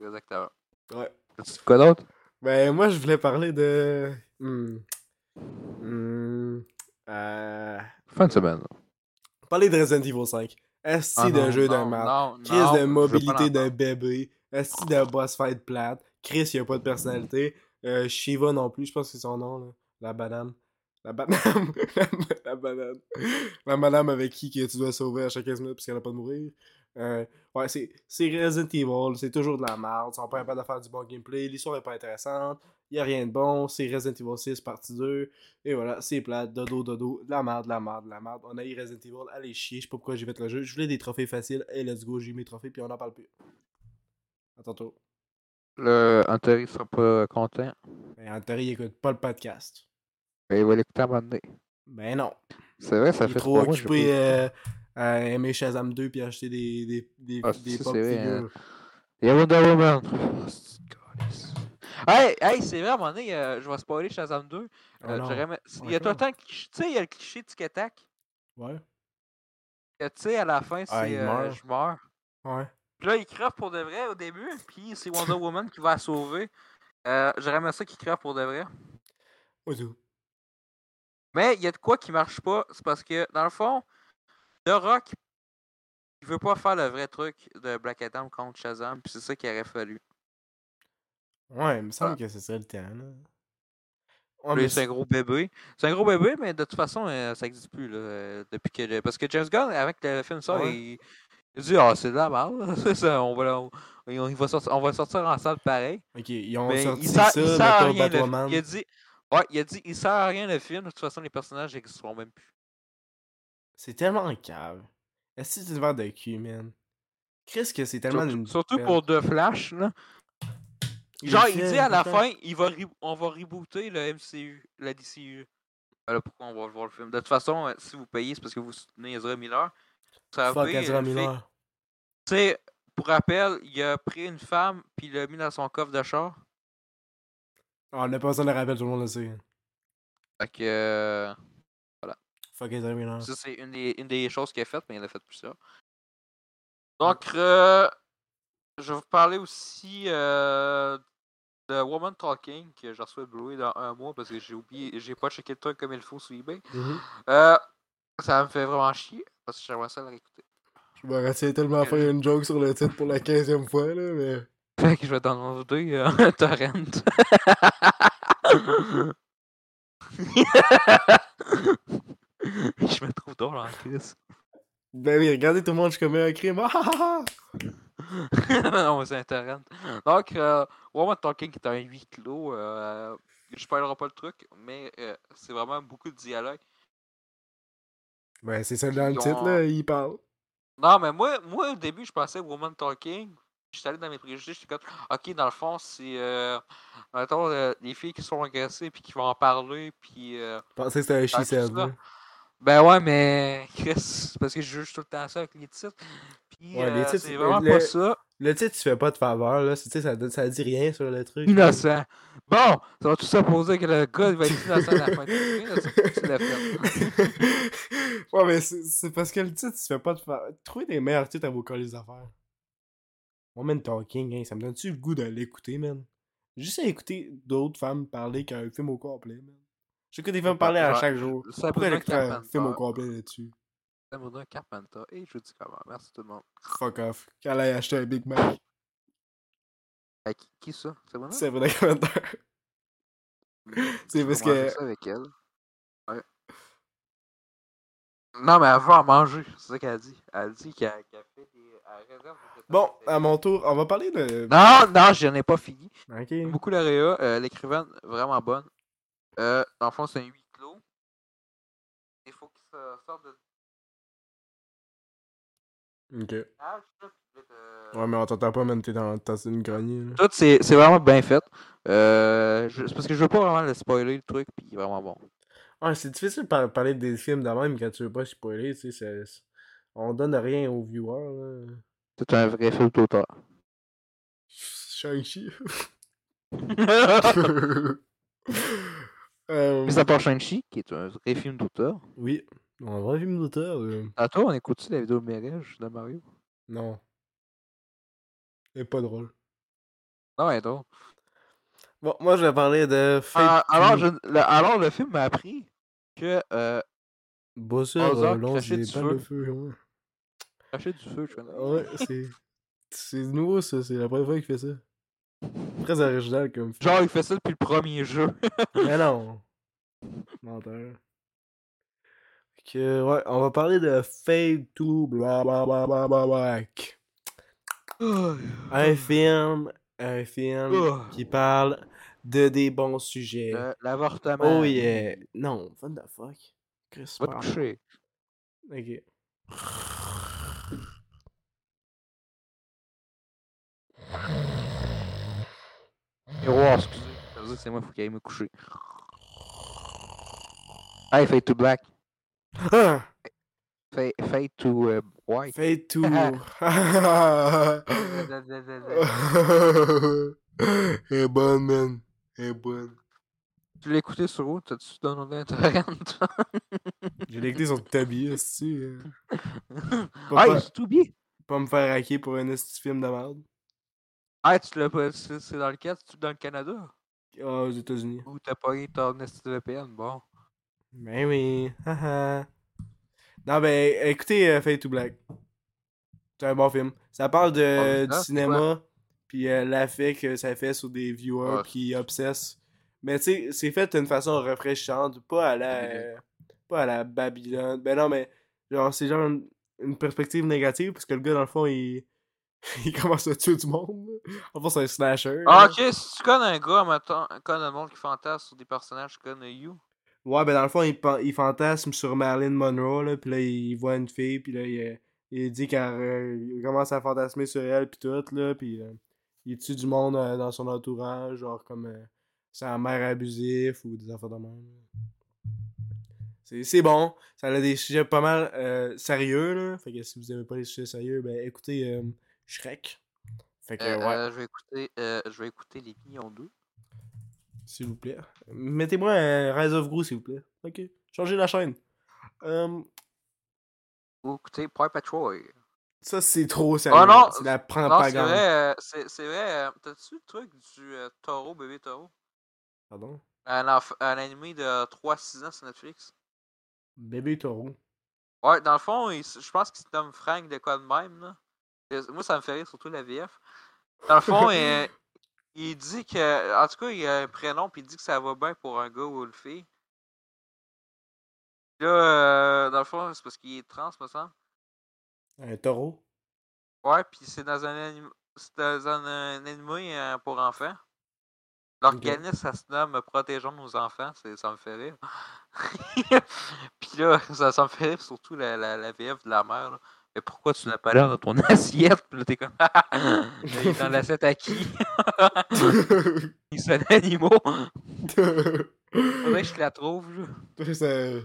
S2: exactement.
S3: Ouais.
S2: Quoi d'autre?
S3: Ben, moi, je voulais parler de. Hmm. Hmm. Euh...
S2: Fin de semaine.
S3: Parler de Resident Evil 5. Esti
S2: Ah
S3: d'un
S2: non,
S3: jeu de
S2: non,
S3: merde.
S2: non,
S3: Chris
S2: non, je
S3: de
S2: veux pas
S3: mobilité d'un
S2: l'entendre.
S3: bébé. Esti de boss fight plate. Chris, il a pas de personnalité. Euh, Shiva non plus, je pense que c'est son nom. Là. La banane. La banane. la banane. La madame avec qui que tu dois sauver à chaque 15 minutes parce qu'elle a pas de mourir. Euh, ouais, c'est c'est Resident Evil. C'est toujours de la merde. Ils sont pas capables de faire du bon gameplay. L'histoire est pas intéressante. Y a rien de bon. C'est Resident Evil 6 partie 2. Et voilà, c'est plate. Dodo, dodo. De la merde, de la merde, de la merde. On a eu Resident Evil. Allez chier. Je sais pas pourquoi j'ai fait le jeu. Je voulais des trophées faciles. Et let's go. J'ai eu mes trophées. Puis on en parle plus. À tantôt.
S2: Le Anthony sera pas content.
S3: Mais en théorie, il écoute pas le podcast.
S2: Il va l'écouter à un moment donné.
S3: Ben non.
S2: C'est vrai, ça
S3: il
S2: fait
S3: est trop
S2: trois mois que j'ai pas
S3: occupé
S2: eu-
S3: euh, à aimer Shazam 2 puis acheter des, des, des,
S2: Ah,
S3: des
S2: ça,
S3: pop
S2: c'est vrai,
S3: figures.
S2: Il y a Wonder Woman. Oh, c'est calice. Hey, hey, c'est vrai, à un moment donné, euh, je vais spoiler Shazam 2. Euh,
S3: Oh non.
S2: j'aurais aimé- Il y a tout le temps, le cliché- tu sais, il y a le cliché Tic et Tac.
S3: Ouais.
S2: que Tu sais, à la fin, c'est
S3: Ah, il
S2: euh,
S3: meurt.
S2: je meurs.
S3: Ouais.
S2: Puis là, il crève pour de vrai au début, puis c'est Wonder Woman qui va la sauver. Euh, j'aurais aimé ça qu'il crève pour de vrai.
S3: Ouais, tout.
S2: Mais il y a de quoi qui marche pas, c'est parce que, dans le fond, The Rock, il veut pas faire le vrai truc de Black Adam contre Shazam, puis c'est ça qu'il aurait fallu.
S3: Ouais, il me
S2: Ah.
S3: semble que ce serait le temps. Là. Ouais,
S2: Là,
S3: Ah, mais
S2: c'est un
S3: c'est-
S2: gros bébé. C'est un gros bébé, mais de toute façon, euh, ça n'existe plus. Là, euh, depuis que le- Parce que James Gunn, avec le film sort,
S3: Ah Ouais.
S2: il... il dit Ah, c'est de la merde. C'est ça, on, va, le- on, on- il va sortir, on va le sortir en salle pareil.
S3: Ok, ils ont
S2: mais
S3: sorti
S2: il sert,
S3: ça,
S2: il sert à
S3: mettons,
S2: rien. Le...
S3: Batwoman.
S2: Il, a dit... ouais, il a dit Il sert à rien le film. De toute façon, les personnages n'existeront même plus.
S3: C'est tellement en cave. Est-ce que c'est une verre de cul, man? Chris, que c'est tellement
S2: Surtout,
S3: une
S2: surtout
S3: perte.
S2: pour The Flash. là.
S3: le
S2: Genre, il
S3: fait,
S2: dit à la
S3: putain.
S2: fin il va re- On va rebooter le MCU, la DCU. Alors Ben pourquoi on va voir le film De toute façon, euh, si vous payez, c'est parce que vous soutenez Ezra Miller. euh, Ça va
S3: Fuck Ezra Miller.
S2: Tu sais, pour rappel, il a pris une femme puis il l'a mis dans son coffre de char.
S3: Ah, on n'a pas besoin de le rappeler, tout le monde le sait.
S2: Fait que. euh,
S3: Fuck Ezra Miller.
S2: Ça, c'est une des, une des choses qu'il a faites, mais il a fait plus ça. Donc, euh, je vais vous parler aussi euh, de Woman Talking, que je reçois bloué dans un mois parce que j'ai oublié, j'ai pas checké le truc comme il faut sur eBay.
S3: Mhm.
S2: Euh, ça me fait vraiment chier parce que j'aimerais ça le réécouter.
S3: Je me retiens tellement à faire une joke sur le titre pour la 15e fois, là, mais.
S2: Fait que je vais downloader euh, un torrent. je me trouve drôle en crise.
S3: Ben oui, regardez tout le monde, je commets un crime. Ah, ah, ah.
S2: non, mais c'est un torrent. Donc, euh, Woman Talking est un huis clos. euh, je parlerai pas le truc, mais euh, c'est vraiment beaucoup de dialogue.
S3: Ben, c'est ça dans le
S2: Ils
S3: titre,
S2: ont-
S3: là, il parle.
S2: Non, mais moi, moi au début, je pensais Woman Talking. J'étais allé dans mes préjugés, j'étais comme, ok, dans le fond, c'est, euh, mettons, euh, les filles qui sont agressées, puis qui vont en parler, puis euh,
S3: Je pensais que c'était un
S2: Ah,
S3: she-said,
S2: tout ça.
S3: là.
S2: Ben ouais, mais Chris, c'est parce que je juge tout le temps ça avec les titres. Puis
S3: Ouais, les
S2: euh,
S3: titres,
S2: c'est vraiment
S3: le-
S2: pas ça.
S3: Là, tu sais, tu fais pas de faveur, là. Tu sais, ça, donne- ça dit rien sur le truc.
S2: Innocent. Bon, ça va tout supposer que le gars il va être innocent à la fin de la journée, là, c'est pour ça que tu l'as fait.
S3: ouais, mais c'est c'est parce que le titre, tu fais pas de faveur. Trouvez des meilleurs titres à vos colis d'affaires. Woman Talking, hein, ça me donne-tu le goût de l'écouter, man? Juste à écouter d'autres femmes parler qu'un film au complet, man. J'écoute des femmes parler à
S2: Ouais.
S3: chaque jour.
S2: Ça
S3: Pourquoi
S2: voudrait
S3: j'écoute un
S2: Carpenter.
S3: film au complet là-dessus?
S2: Ça voudrait Carpenter et je vous dis comment. Merci tout le monde.
S3: Fuck off. Qu'elle aille acheter un Big Mac.
S2: Euh, qui, qui ça? C'est bon?
S3: C'est vrai, commentaire. c'est parce que-
S2: ça avec elle. Ouais. Non, mais elle veut en manger. C'est ça qu'elle a dit. Elle a dit qu'elle qu'elle fait des. Elle réserve des
S3: Bon, à mon tour, on va parler de.
S2: Non, non, je n'en ai pas fini.
S3: Ok.
S2: J'aime Beaucoup l'AREA, euh, l'écrivaine vraiment bonne. Euh, dans le fond, c'est un huis clos. Il faut qu'il se sorte de
S3: Ok.
S2: l'âge, là, puis de-
S3: Ouais, mais on t'entend pas, man. T'es dans, t'as une grenier, là.
S2: Tout, c'est c'est vraiment bien fait. Euh, je- c'est parce que je veux pas vraiment le spoiler, le truc, puis il est vraiment bon.
S3: Ouais, c'est difficile de par- parler des films de même quand tu veux pas spoiler, tu sais. c'est- c'est- On donne rien aux viewers, là.
S2: C'est un vrai film d'auteur.
S3: Shang-Chi.
S2: Mis
S3: Euh,
S2: à part Shang-Chi, qui est un vrai film d'auteur.
S3: Oui. On va un film d'auteur, euh. là.
S2: À toi, on écoute-tu la vidéo de mariage de Mario?
S3: Non. C'est pas drôle.
S2: Non, elle est drôle.
S3: Bon, moi, je vais parler de
S2: Ah,
S3: Fate
S2: alors, je- le, alors, le film m'a appris que euh,
S3: Bosseur,
S2: Ozark,
S3: lance
S2: cracher
S3: des
S2: du
S3: balles de
S2: feu.
S3: feu, ouais. Ah
S2: cracher du feu, je connais.
S3: Ouais, c'est. C'est nouveau ça, c'est la première fois qu'il fait ça. Très original comme film.
S2: Genre, il fait ça depuis le premier jeu.
S3: Mais non! Menteur. Fait Que, ouais, on va parler de Fade to Black. Un film, un film
S2: Oh.
S3: Ah qui parle de des bons sujets.
S2: Le- L'avortement.
S3: Oh yeah! Non, what the fuck? Chris,
S2: Va te
S3: parle.
S2: coucher.
S3: Ok.
S2: Miroir, excusez. Ça veut dire que c'est moi, faut qu'il aille me coucher. Hey, Fade to Black.
S3: Ah!
S2: Fade, fade to euh, White.
S3: Fade to. Elle est bonne, Eh ben, man. Eh ben. Elle est bonne.
S2: Tu l'as écouté sur où? T'as-tu downloadé Internet? toi?
S3: J'ai l'écouté sur Tabi, aussi. euh. Pas,
S2: Hey,
S3: pas,
S2: Ah, c'est tout bien!
S3: pas me faire hacker pour un esti de film de merde.
S2: Hey, Ah, tu l'as pas. C'est c'est dans le cadre, c'est dans le Canada?
S3: Ah, aux États-Unis.
S2: Ou t'as pas eu ton esti de VPN? Bon.
S3: Ben oui. haha. non, ben écoutez euh, Fade to Black. C'est un bon film. Ça parle de,
S2: Oh,
S3: du
S2: c'est
S3: cinéma, puis euh, l'affect que ça fait sur des viewers
S2: Ouais.
S3: qui obsessent. Mais tu sais, c'est fait d'une façon rafraîchissante, pas à la.
S2: Babylone.
S3: euh, pas à la Babylone. Ben non, mais genre, c'est genre une, une perspective négative, parce que le gars, dans le fond, il. il commence à tuer du monde. là. En fait, c'est un slasher.
S2: Ah,
S3: là.
S2: ok, si tu connais un gars, mettons, connais un monde qui fantasme sur des personnages comme You.
S3: Ouais, ben dans le fond, il, pen- il fantasme sur Marilyn Monroe, là, puis là, il voit une fille, puis là, il, euh, il dit qu'il commence à fantasmer sur elle, puis tout, là, puis euh, il tue du monde euh, dans son entourage, genre comme euh, sa mère abusif ou des affaires de même. C'est c'est bon, ça a des sujets pas mal euh, sérieux, là, fait que si vous aimez pas les sujets sérieux, ben écoutez euh, Shrek. Fait que,
S2: Euh,
S3: ouais,
S2: euh, je vais écouter, euh, je vais écouter Les Millions 2.
S3: s'il vous plaît. Mettez-moi un Rise of Gru, s'il vous plaît. Ok, changez la chaîne. Euh,
S2: Ou écouter Paw Patrol.
S3: Ça, c'est trop sérieux.
S2: Oh non,
S3: c'est
S2: Non,
S3: la
S2: c'est
S3: propagande.
S2: vrai, euh, c'est c'est vrai. euh, T'as-tu le truc du euh, taureau, bébé taureau?
S3: Pardon.
S2: Un, enf- un animé de 3-6 ans sur Netflix.
S3: Bébé taureau.
S2: Ouais, dans le fond, il s- je pense qu'il se nomme Frank de quoi de même, là. Euh, Moi, ça me fait rire, surtout la VF. Dans le fond, euh, il dit que. En tout cas, il a un prénom, puis il dit que ça va bien pour un gars ou une fille. Là, euh, dans le fond, c'est parce qu'il est trans, me semble.
S3: Un taureau.
S2: Ouais, puis c'est dans un anim- c'est dans un, un animé euh, pour enfants. L'organisme, ça se nomme Protégeons nos enfants, c'est- ça me fait rire. puis là, ça, ça me fait rire surtout la, la, la VF de la mère. là. Mais pourquoi tu l'as pas l'air dans ton assiette? Puis là, t'es comme. Il est dans l'assiette à qui? Ils sont animaux. Faudrait que je la trouve, là.
S3: ça,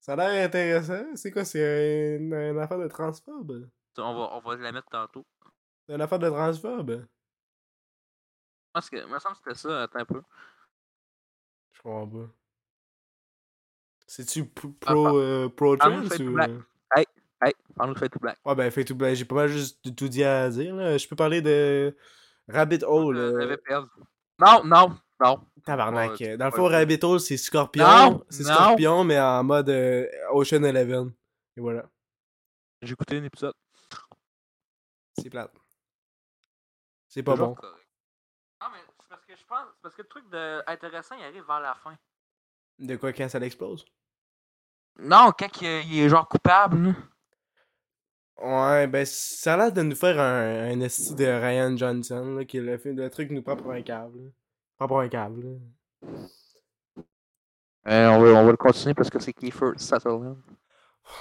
S3: ça a l'air intéressant. C'est quoi, c'est une, une affaire de transphobe?
S2: On va, on va la mettre tantôt.
S3: C'est une affaire de transphobe.
S2: pense que, il me semble que c'était ça, attends un peu.
S3: Je comprends pas. C'est-tu p-
S2: Ah,
S3: pro, euh, pro
S2: parle-nous
S3: trans
S2: de Fade to
S3: ou.
S2: Black.
S3: euh,
S2: Hey, parle-nous de Fade to Black.
S3: Ouais, ben, fait tout. Ben, j'ai pas mal juste de tout dit à dire, là. Je peux parler de Rabbit Hole.
S2: Euh,
S3: euh,
S2: j'avais perdu. Non, non, non.
S3: Tabarnak.
S2: Ouais,
S3: Dans le
S2: ouais.
S3: fond, Rabbit Hole, c'est Scorpion.
S2: Non,
S3: C'est
S2: non.
S3: Scorpion, mais en mode euh, Ocean Eleven. Et voilà.
S2: J'ai écouté un épisode.
S3: C'est plate. C'est pas
S2: Toujours
S3: bon.
S2: correct. Non, mais c'est parce que je pense. c'est parce que le truc de... intéressant, il arrive vers la fin.
S3: De quoi quand ça l'explose?
S2: Non, quand il, est genre coupable.
S3: Ouais, ben, ça a l'air de nous faire un, un esti de Ryan Johnson, là, qui le fait le truc nous prend pour un câble. là. Prend pour un câble. là.
S2: Euh, on, va, on va le continuer parce que c'est Kiefer Sutherland.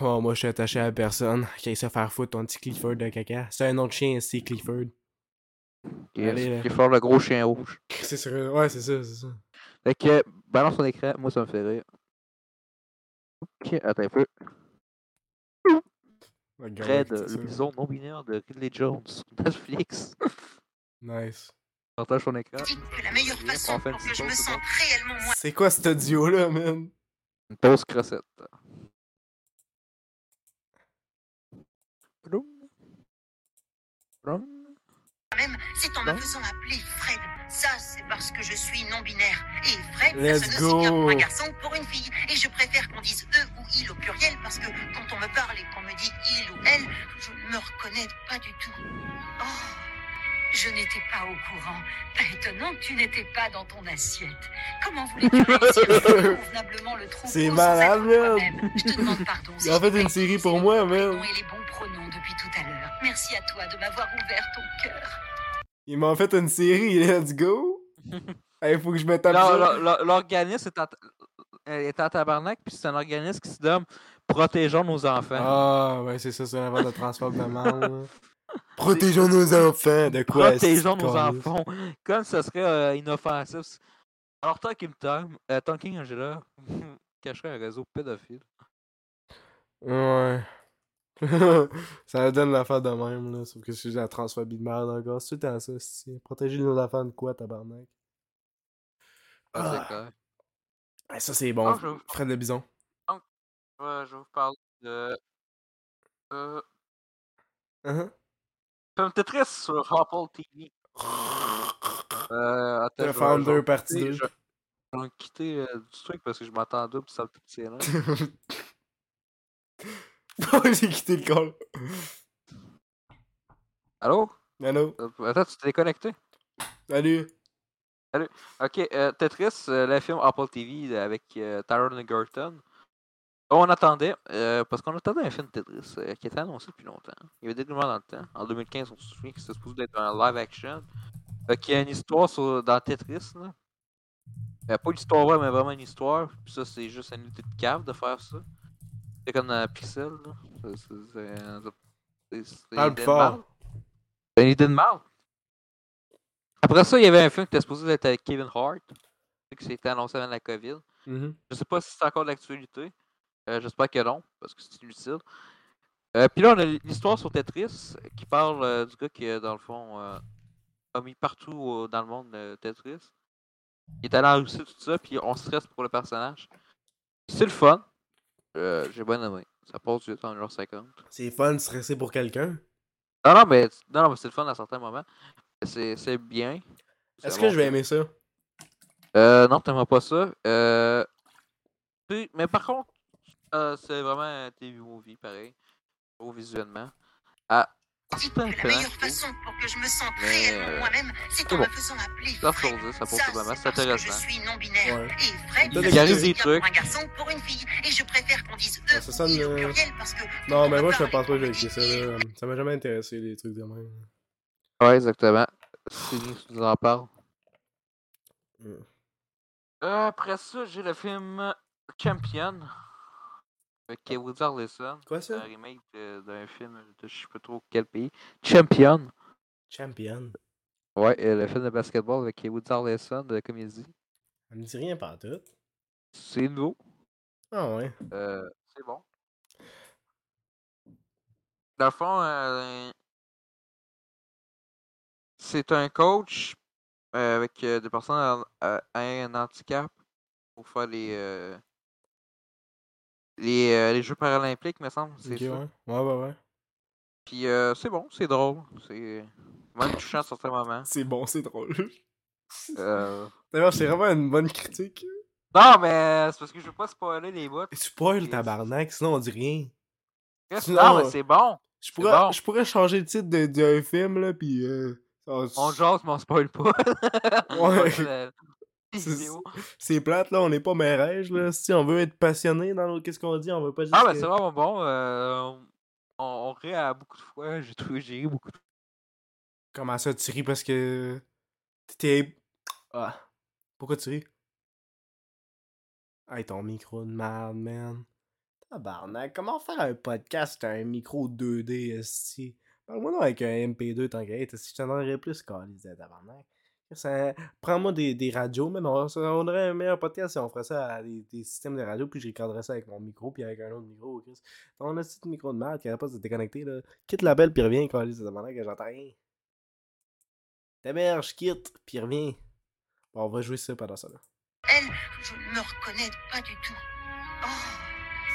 S3: Oh, moi, je suis attaché à la personne qui aille se faire foutre ton petit Clifford de caca. C'est un autre chien, c'est Clifford. Allez, là.
S2: Kiefer, le gros chien rouge.
S3: C'est sérieux. Ouais, c'est ça, c'est ça.
S2: Fait que, balance ton écran, moi ça me fait rire. Ok, attends un peu. Red, le bison non binaire de Ridley Jones. Netflix.
S3: Nice.
S2: Partage ton écran.
S4: dites que la meilleure
S2: Rien,
S4: façon
S2: on fait une
S4: pour que
S2: petite
S4: je me
S2: pause,
S4: sente
S2: dedans.
S4: réellement moi.
S3: C'est quoi cet audio-là, man?
S2: Une pause crossette. Brum. Brum.
S4: Même c'est en me
S3: Hein
S2: Non.
S4: faisant appeler Fred. Ça, c'est parce que je suis non-binaire. Et Fred,
S3: Let's
S4: ça sonne aussi bien pour un
S3: go.
S4: garçon que pour une fille. Et je préfère qu'on dise eux ou il au pluriel parce que quand on me parle et qu'on me dit il ou elle, je ne me reconnais pas du tout. Oh, je n'étais pas au courant. Pas étonnant que tu n'étais pas dans ton assiette. Comment voulais-tu réussir à faire convenablement le trou
S3: C'est malade, man.
S4: Je te demande pardon.
S3: Il a fait une série pour moi,
S4: même.
S3: man.
S4: Et les bons pronoms depuis tout à l'heure. Merci à toi de m'avoir ouvert ton cœur.
S3: Ils m'ont fait une série, let's go! hey, faut que je me tape
S2: Non,
S3: ça.
S2: l'or- l'or- L'organisme est, en ta- euh, est en tabarnak, puis c'est un organisme qui se nomme Protégeons nos enfants.
S3: Ah, ouais, c'est ça, c'est un affaire de transport de merde. là. Protégeons nos enfants, de quoi?
S2: Protégeons
S3: est-ce
S2: nos
S3: qu'on-
S2: enfants. Comme ce serait euh, inoffensif. s- Alors, Talking Tom, euh, Talking Angela cacherait un réseau pédophile.
S3: Ouais. ça donne l'affaire de même, là. Sauf que c'est la transphobie de merde encore. C'est tout le temps ça, c'est Protéger nos enfants de quoi, tabarnak?
S2: Ah, c'est
S3: Ah.
S2: correct.
S3: Ah, ça, c'est bon.
S2: Ah, je-
S3: Fred le Bison.
S2: Ouais, je vais vous parler de. Euh,
S3: Hein?
S2: Femme Tetris sur Apple TV. Euh, attends, je
S3: Le
S2: vais- je vais
S3: Founder, partie
S2: quitter-
S3: 2.
S2: je- je vais quitter euh, du truc parce que je m'attendais, puis ça me pitié là.
S3: J'ai quitté le call.
S2: Allô?
S3: Allô?
S2: Euh, Attends, tu t'es déconnecté?
S3: Salut!
S2: Ok, euh, Tetris, euh, le film Apple TV euh, avec euh, Taron Egerton. On attendait, euh, parce qu'on attendait un film Tetris euh, qui était annoncé depuis longtemps. Il y avait des rumeurs dans le temps. En 2015, on se souvient que c'était supposé être un live action. Fait qu'il y a une histoire sur, dans Tetris. Là. Euh, pas une histoire vraie, mais vraiment une histoire. Puis ça, c'est juste une idée de cave de faire ça. C'est comme dans Pixel. là. C'est- c'est- c'est- c'est- c'est une
S3: Parle
S2: idée
S3: plus
S2: de
S3: fort.
S2: marde. C'est une idée de marde. Après ça, il y avait un film qui était supposé être avec Kevin Hart. qui s'était annoncé avant la COVID.
S3: Mhm.
S2: Je sais pas si c'est encore d'actualité. Euh, J'espère que non, parce que c'est inutile. Euh, Puis là, on a l'histoire sur Tetris euh, qui parle euh, du gars qui, euh, dans le fond, euh, a mis partout euh, dans le monde euh, Tetris. Il est allé en Russie, tout ça, puis on stresse pour le personnage. C'est le fun. Euh, J'ai bien aimé. Ça passe du temps en 1h50.
S3: C'est fun de stresser pour quelqu'un.
S2: Non, non, mais, non, non, mais c'est le fun à certains moments. C'est c'est bien. C'est
S3: Est-ce
S2: bon.
S3: que je vais aimer ça?
S2: Euh, non, t'aimerais pas ça. Euh, tu- mais par contre, euh, c'est vraiment un TV movie, pareil. Beau visuellement. Ah,
S4: Dites
S2: Tout à
S4: que
S2: fait,
S4: la meilleure
S2: oui.
S4: façon pour que je me sente
S2: Mais, euh,
S4: réellement moi-même, c'est
S2: c'est
S4: en
S2: bon.
S4: me faisant appeler
S2: ça sur 10,
S4: Fred.
S2: ça hein.
S4: Ça,
S2: pose vraiment,
S4: c'est
S2: c'est
S4: parce que je
S2: intéressant.
S4: suis non-binaire.
S3: Ouais.
S4: Et
S3: Il
S4: Fred, ça
S3: garde
S4: sonne
S2: des
S4: bien pour
S2: trucs.
S4: un garçon ou pour une fille. Et je préfère qu'on dise
S3: Ah,
S4: eux
S3: ça
S4: ou
S3: sonne,
S4: ils au
S3: euh,
S4: pluriel parce que...
S3: Non, mais moi, je te pense pas que j'ai écouté ça, là. Ça m'a jamais intéressé, les trucs de même.
S2: Ouais, exactement. Céline, tu nous en parles.
S3: Mm.
S2: Euh, après ça, j'ai le film Champion. Avec Woody Harrelson.
S3: Quoi,
S2: C'est un
S3: ça?
S2: remake de- d'un film de je sais pas trop quel pays. Champion.
S3: Champion.
S2: Ouais, euh, le film de basketball avec Woody Harrelson de comédie.
S3: Ça me dit rien par tout.
S2: C'est nouveau.
S3: Ah ouais.
S2: Euh, c'est bon. Dans le fond, euh, c'est un coach euh, avec euh, des personnes à, à- à un handicap pour faire les, euh, les, euh, les Jeux paralympiques, me semble. C'est
S3: Ok,
S2: ça.
S3: ouais. Ouais, ouais, ouais.
S2: Puis euh, c'est bon, c'est drôle. C'est même touchant à certains moments.
S3: C'est bon, c'est drôle.
S2: Euh,
S3: D'ailleurs, c'est vraiment une bonne critique.
S2: Non, mais c'est parce que je veux pas spoiler les bouts.
S3: Et tu spoil, tabarnak, sinon on dit rien.
S2: Chris,
S3: sinon,
S2: Non, mais
S3: euh,
S2: c'est bon.
S3: Je
S2: C'est
S3: pourrais,
S2: bon.
S3: je pourrais changer le titre de- d'un film, là, pis... Euh, on-
S2: On jase, mais on spoil pas.
S3: Ouais.
S2: La
S3: C'est-
S2: vidéo.
S3: c'est plate, là, on n'est pas mérège, là. Si on veut être passionné dans nos- qu'est-ce qu'on dit, on veut pas juste...
S2: Ah, ben
S3: que-
S2: c'est vraiment bon. euh, on, on rit à beaucoup de fois. J'ai trouvé, j'ai ri beaucoup de
S3: Comment ça, tu ris parce que... T'étais... Ah. Pourquoi tu ris? Hey, ton micro de merde, man. Tabarnak, comment faire un podcast avec un micro 2D, esti? Parle-moi non avec un MP2, t'inquiète, si je t'en aurais plus, calice de tabarnak. Ça... Prends-moi des, des radios, mais on, ça- on aurait un meilleur podcast si on ferait ça à des, des systèmes de radio, puis je recorderais ça avec mon micro, puis avec un autre micro, Chris. Ton esti de micro de merde qui arrête pas de se déconnecter, là. Quitte la belle, puis reviens, calice de tabarnak, que j'entends rien. Ta mère, je quitte, puis reviens. Bon, on va jouer ça pendant ça, là.
S4: Elle, je ne me reconnais pas du tout. Oh,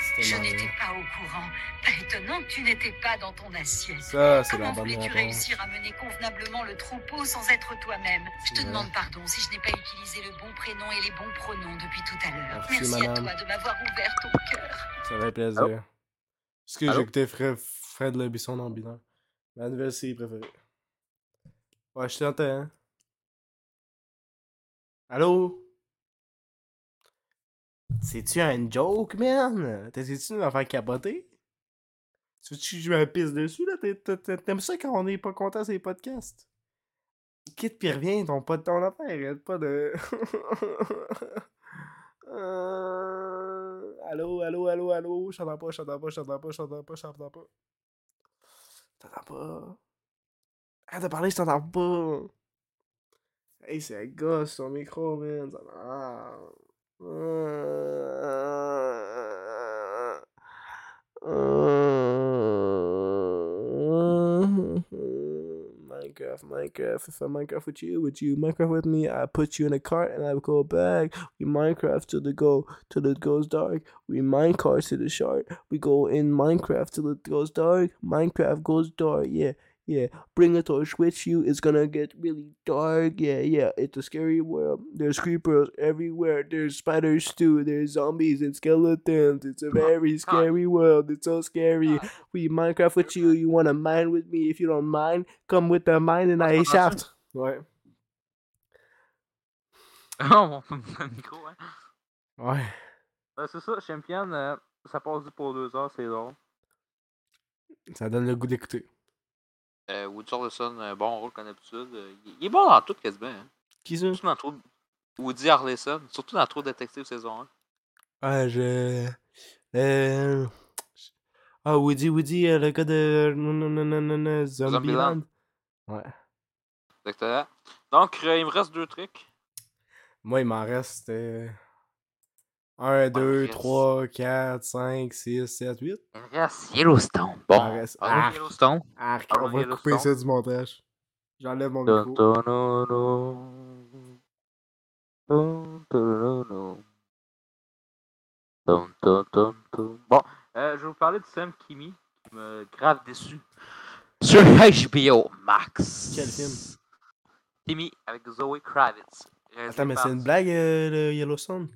S3: C'était
S4: je
S3: merveilleux.
S4: n'étais pas au courant. Pas étonnant que tu n'étais pas dans ton assiette.
S3: Ça, c'est la
S4: Comment
S3: bonne
S4: voulais-tu
S3: réponse.
S4: réussir à mener convenablement le troupeau sans être toi-même Je te
S3: Ouais.
S4: demande pardon si je n'ai pas utilisé le bon prénom et les bons pronoms depuis tout à l'heure.
S3: Merci,
S4: Merci, à
S3: madame.
S4: toi de m'avoir ouvert ton cœur.
S3: Ça fait plaisir. Est-ce que
S2: Allô?
S3: j'écoutais Fred, Fred le Bisson dans le binaire? Ma nouvelle série préférée. Ouais, je t'entends. hein. Allô? C'est-tu un joke, man? T'essayes-tu de me faire capoter? Tu veux-tu que je me pisse dessus, là? T'es- t'es- t'es- T'aimes ça quand on est pas content sur les podcasts? Quitte pis reviens, ton pas de ton affaire, arrête pas de... Eh, Euh, Allô, allô, allô, allô, je t'entends pas, je t'entends pas, je t'entends pas, je t'entends pas, je t'entends pas. Je t'entends pas. Arrête de parler, je t'entends pas. Hey, c'est un gosse, ton micro, man. Ça va. Euh, Uh, euh, Minecraft, Minecraft, if I Minecraft with you, with you, Minecraft with me, I put you in a cart and I go back. We Minecraft till the go, till it goes dark. We minecart to the shark. We go in Minecraft till it goes dark. Minecraft goes dark, yeah, yeah. Bring a torch with you. It's gonna get really dark, yeah, yeah. It's a scary world. There's creepers everywhere. There's spiders too. There's zombies and skeletons. It's a very scary world. It's so scary. We Minecraft with you. You wanna mine with me? If you don't mind, come with the mine and I shaft. Right.
S2: Oh, mon mon micro, hein.
S3: Right.
S2: Euh, c'est ça, Champion, euh, ça passe pour deux heures, c'est drôle.
S3: Ça donne le goût d'écouter.
S2: Euh, Woody Harrelson, un bon rôle comme d'habitude. Euh, il- il est bon dans tout, quasiment. hein.
S3: Qui ça?
S2: Surtout dans trop... Woody Harrelson, surtout dans trop détective saison 1.
S3: Ah, je. Euh... Ah, Woody, Woody, euh, le gars de. Non, non, non, non, non, non, Zombieland.
S2: Zombieland. Exactement. Donc, euh, il me reste deux trucs.
S3: Moi, il m'en reste. euh, 1, 2,
S2: reste-
S3: 3, 4, 5, 6, 7, 8.
S2: Il me reste Yellowstone.
S3: Bon. Il me reste-
S2: Parlons de
S3: Ah.
S2: Yellowstone.
S3: Arc,
S2: Ah,
S3: on va
S2: il reste
S3: couper
S2: donc.
S3: ça du montage. J'enlève mon
S2: Dun,
S3: micro.
S2: dun, dun, dun. Dun, dun, dun, dun. Dun, dun, dun, dun. Bon, euh, je vais vous parler de Sam Kimi, qui me grave déçu. Sur HBO Max.
S3: Quel film?
S2: Kimi avec Zoe Kravitz. réalisé
S3: Attends, mais
S2: par-
S3: c'est une blague, euh, le Yellowstone?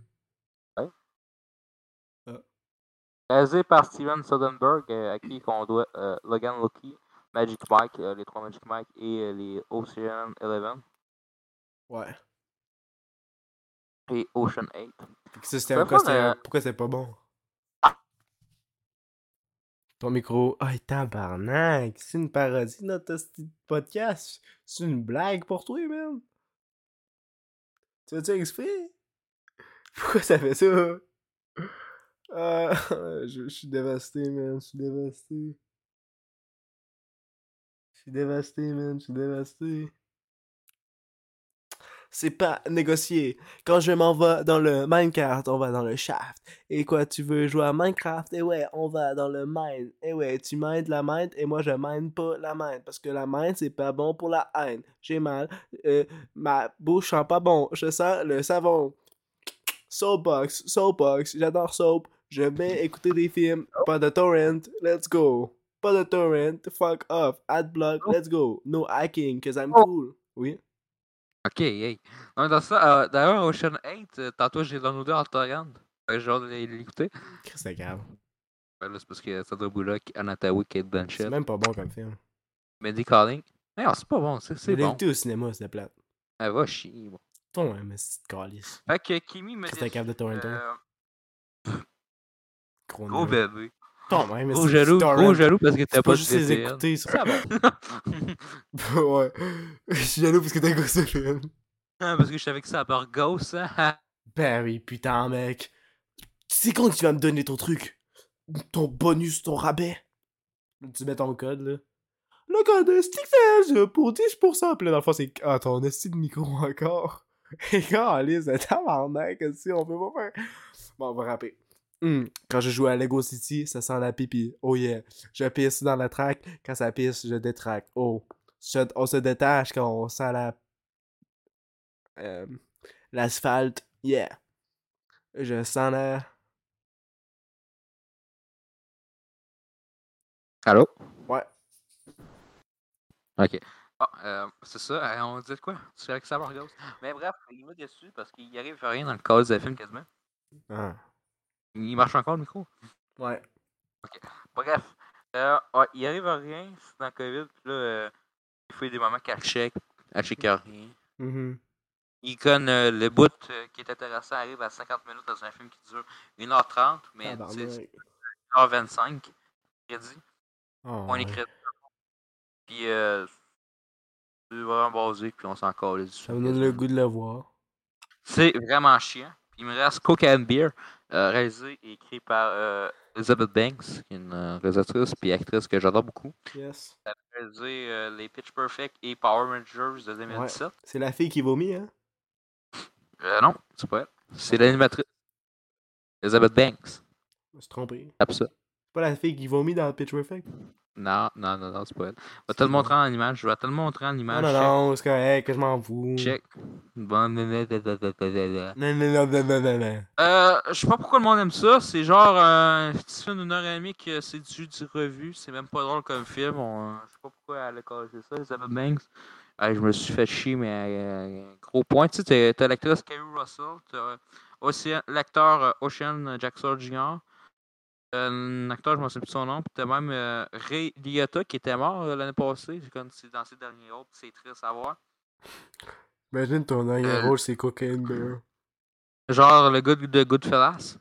S2: Réalisé par Steven Soderbergh, euh, à qui on doit euh, Logan Lucky, Magic Mike, euh, les trois Magic Mike et euh, les Ocean Eleven
S3: Ouais.
S2: et Ocean 8.
S3: Fait que ça, c'était
S2: Ça
S3: pourquoi
S2: va pas,
S3: c'était
S2: mais-
S3: pourquoi c'était pas bon?
S2: Ah.
S3: Ton micro. Ah, tabarnak! C'est une parodie, notre hostie de podcast! C'est une blague pour toi, man! Tu veux-tu exprès? Pourquoi ça fait ça? Ah, je, je suis dévasté, man. Je suis dévasté. Je suis dévasté, man. Je suis dévasté. C'est pas négocié. Quand je m'en vais dans le Minecraft, on va dans le shaft. Et quoi, tu veux jouer à Minecraft? Et ouais, on va dans le mine. Et ouais, tu mines la mine et moi je mine pas la mine. Parce que la mine, c'est pas bon pour la haine. J'ai mal. Euh, ma bouche sent pas bon. Je sens le savon. Soapbox, soapbox, j'adore soap. Je vais écouter des films. Pas de torrent, let's go. Pas de torrent, fuck off. Adblock, let's go. No hacking, cause I'm cool. Oui.
S2: Ok, hey. Non, mais dans ça, euh, d'ailleurs, Ocean 8, euh, tantôt j'ai downloadé en torrent. Euh, J'ai hâte de l'écouter.
S3: C'est grave.
S2: Ben là, c'est parce que Sandra Bullock, Anatawi, Kate Blanchett,
S3: même pas bon comme film.
S2: Mandy Calling. Non, c'est pas bon, c'est- c'est
S3: J'ai
S2: bon.
S3: écouté au cinéma, c'était plate.
S2: Elle va chier. Bon.
S3: Ton, hein, mais c'est calice.
S2: Fait que Kimi me
S3: Qu'est-ce que t'as
S2: dit.
S3: capable de torrent, toi?
S2: euh,
S3: Gros
S2: Gros
S3: nerd.
S2: bébé.
S3: Ton, hein, mais
S2: Gros
S3: c'est-
S2: jaloux,
S3: c'est torrent.
S2: gros jaloux parce que t'as
S3: C'est
S2: pas
S3: pas
S2: de
S3: juste les
S2: VPN.
S3: écouter, ça.
S2: Ça va.
S3: ouais. Je suis jaloux parce que t'as gossé le film.
S2: Ah, parce que je savais que ça à part Ghost. hein, ah.
S3: Ben oui, putain, mec. C'est quand que tu vas me donner ton truc Ton bonus, ton rabais Tu mets ton code, là. Le code de StickSales pour 10%. Puis là, dans le fond, c'est. Ah, ton esti de micro encore. Et quand Alice est tabarnak, si on peut pas faire. Bon, on va rapper. Hmm, Quand je joue à Lego City, ça sent la pipi. Oh yeah. Je pisse dans la traque. Quand ça pisse, je détraque. Oh. Je- On se détache quand on sent la. Euh, L'asphalte, yeah. Je sens la...
S2: Allô?
S3: Ouais.
S2: Ok. Ah, euh, c'est ça, euh, on dit de quoi? Tu savais que ça part Ghost. Mais bref, il m'a déçu parce qu'il n'y arrive rien dans le cause de film quasiment.
S3: Ah.
S2: Il marche encore le micro.
S3: Ouais.
S2: Bref, euh, ouais, il arrive à rien c'est dans le COVID. Puis là, euh, il fait des moments qu'elle check, elle check à rien.
S3: Mm-hmm.
S2: Icon, euh, le bout euh, qui est intéressant arrive à 50 minutes dans un film qui dure 1h30, mais
S3: Ah, ben,
S2: tu sais, c'est 1h25, crédit.
S3: Ah,
S2: On est crédit. Puis, euh, c'est vraiment basé, puis on s'en colle du
S3: Ça
S2: film,
S3: me donne le
S2: quasiment.
S3: goût de le voir.
S2: C'est vraiment chiant. Puis il me reste Coke and Beer, euh, réalisé et écrit par euh, Elizabeth Banks, qui est une euh, réalisatrice puis actrice que j'adore beaucoup.
S3: Yes.
S2: Réalisé euh, les Pitch Perfect et Power Rangers de 2017.
S3: C'est la fille qui vomit, hein?
S2: Euh, non, c'est pas elle. C'est l'animatrice. Elizabeth Banks.
S3: Je me suis trompé.
S2: Tape ça.
S3: C'est pas la fille qui vomit dans Pitch Perfect?
S2: Non, non, non, non, c'est pas elle. Je vais te le montrer en image. Je vais te le montrer en
S3: Non,
S2: image.
S3: non, non, c'est correct, que je m'en fous.
S2: Check. check. Bon, blablabla.
S3: Non, non, non, non, non, non, non.
S2: Euh, je sais pas pourquoi le monde aime ça. C'est genre euh, un petit film d'une heure et demie que c'est du, du revue. C'est même pas drôle comme film. On, euh, je sais pas pourquoi elle a causé ça, Elizabeth Banks. Ah, je me suis fait chier, mais euh, gros point. Tu sais, t'as- t'as l'actrice Carrie Russell, t'as euh, Océan- l'acteur euh, Ocean Jackson Jr., euh, un acteur, je m'en souviens plus de son nom, puis t'as même euh, Ray Liotta qui était mort euh, l'année passée. C'est comme c'est dans ses derniers rôles, puis c'est triste à voir.
S3: Imagine ton œil
S2: Euh.
S3: rouge, c'est Cocaine Bear.
S2: Genre le gars de Goodfellas.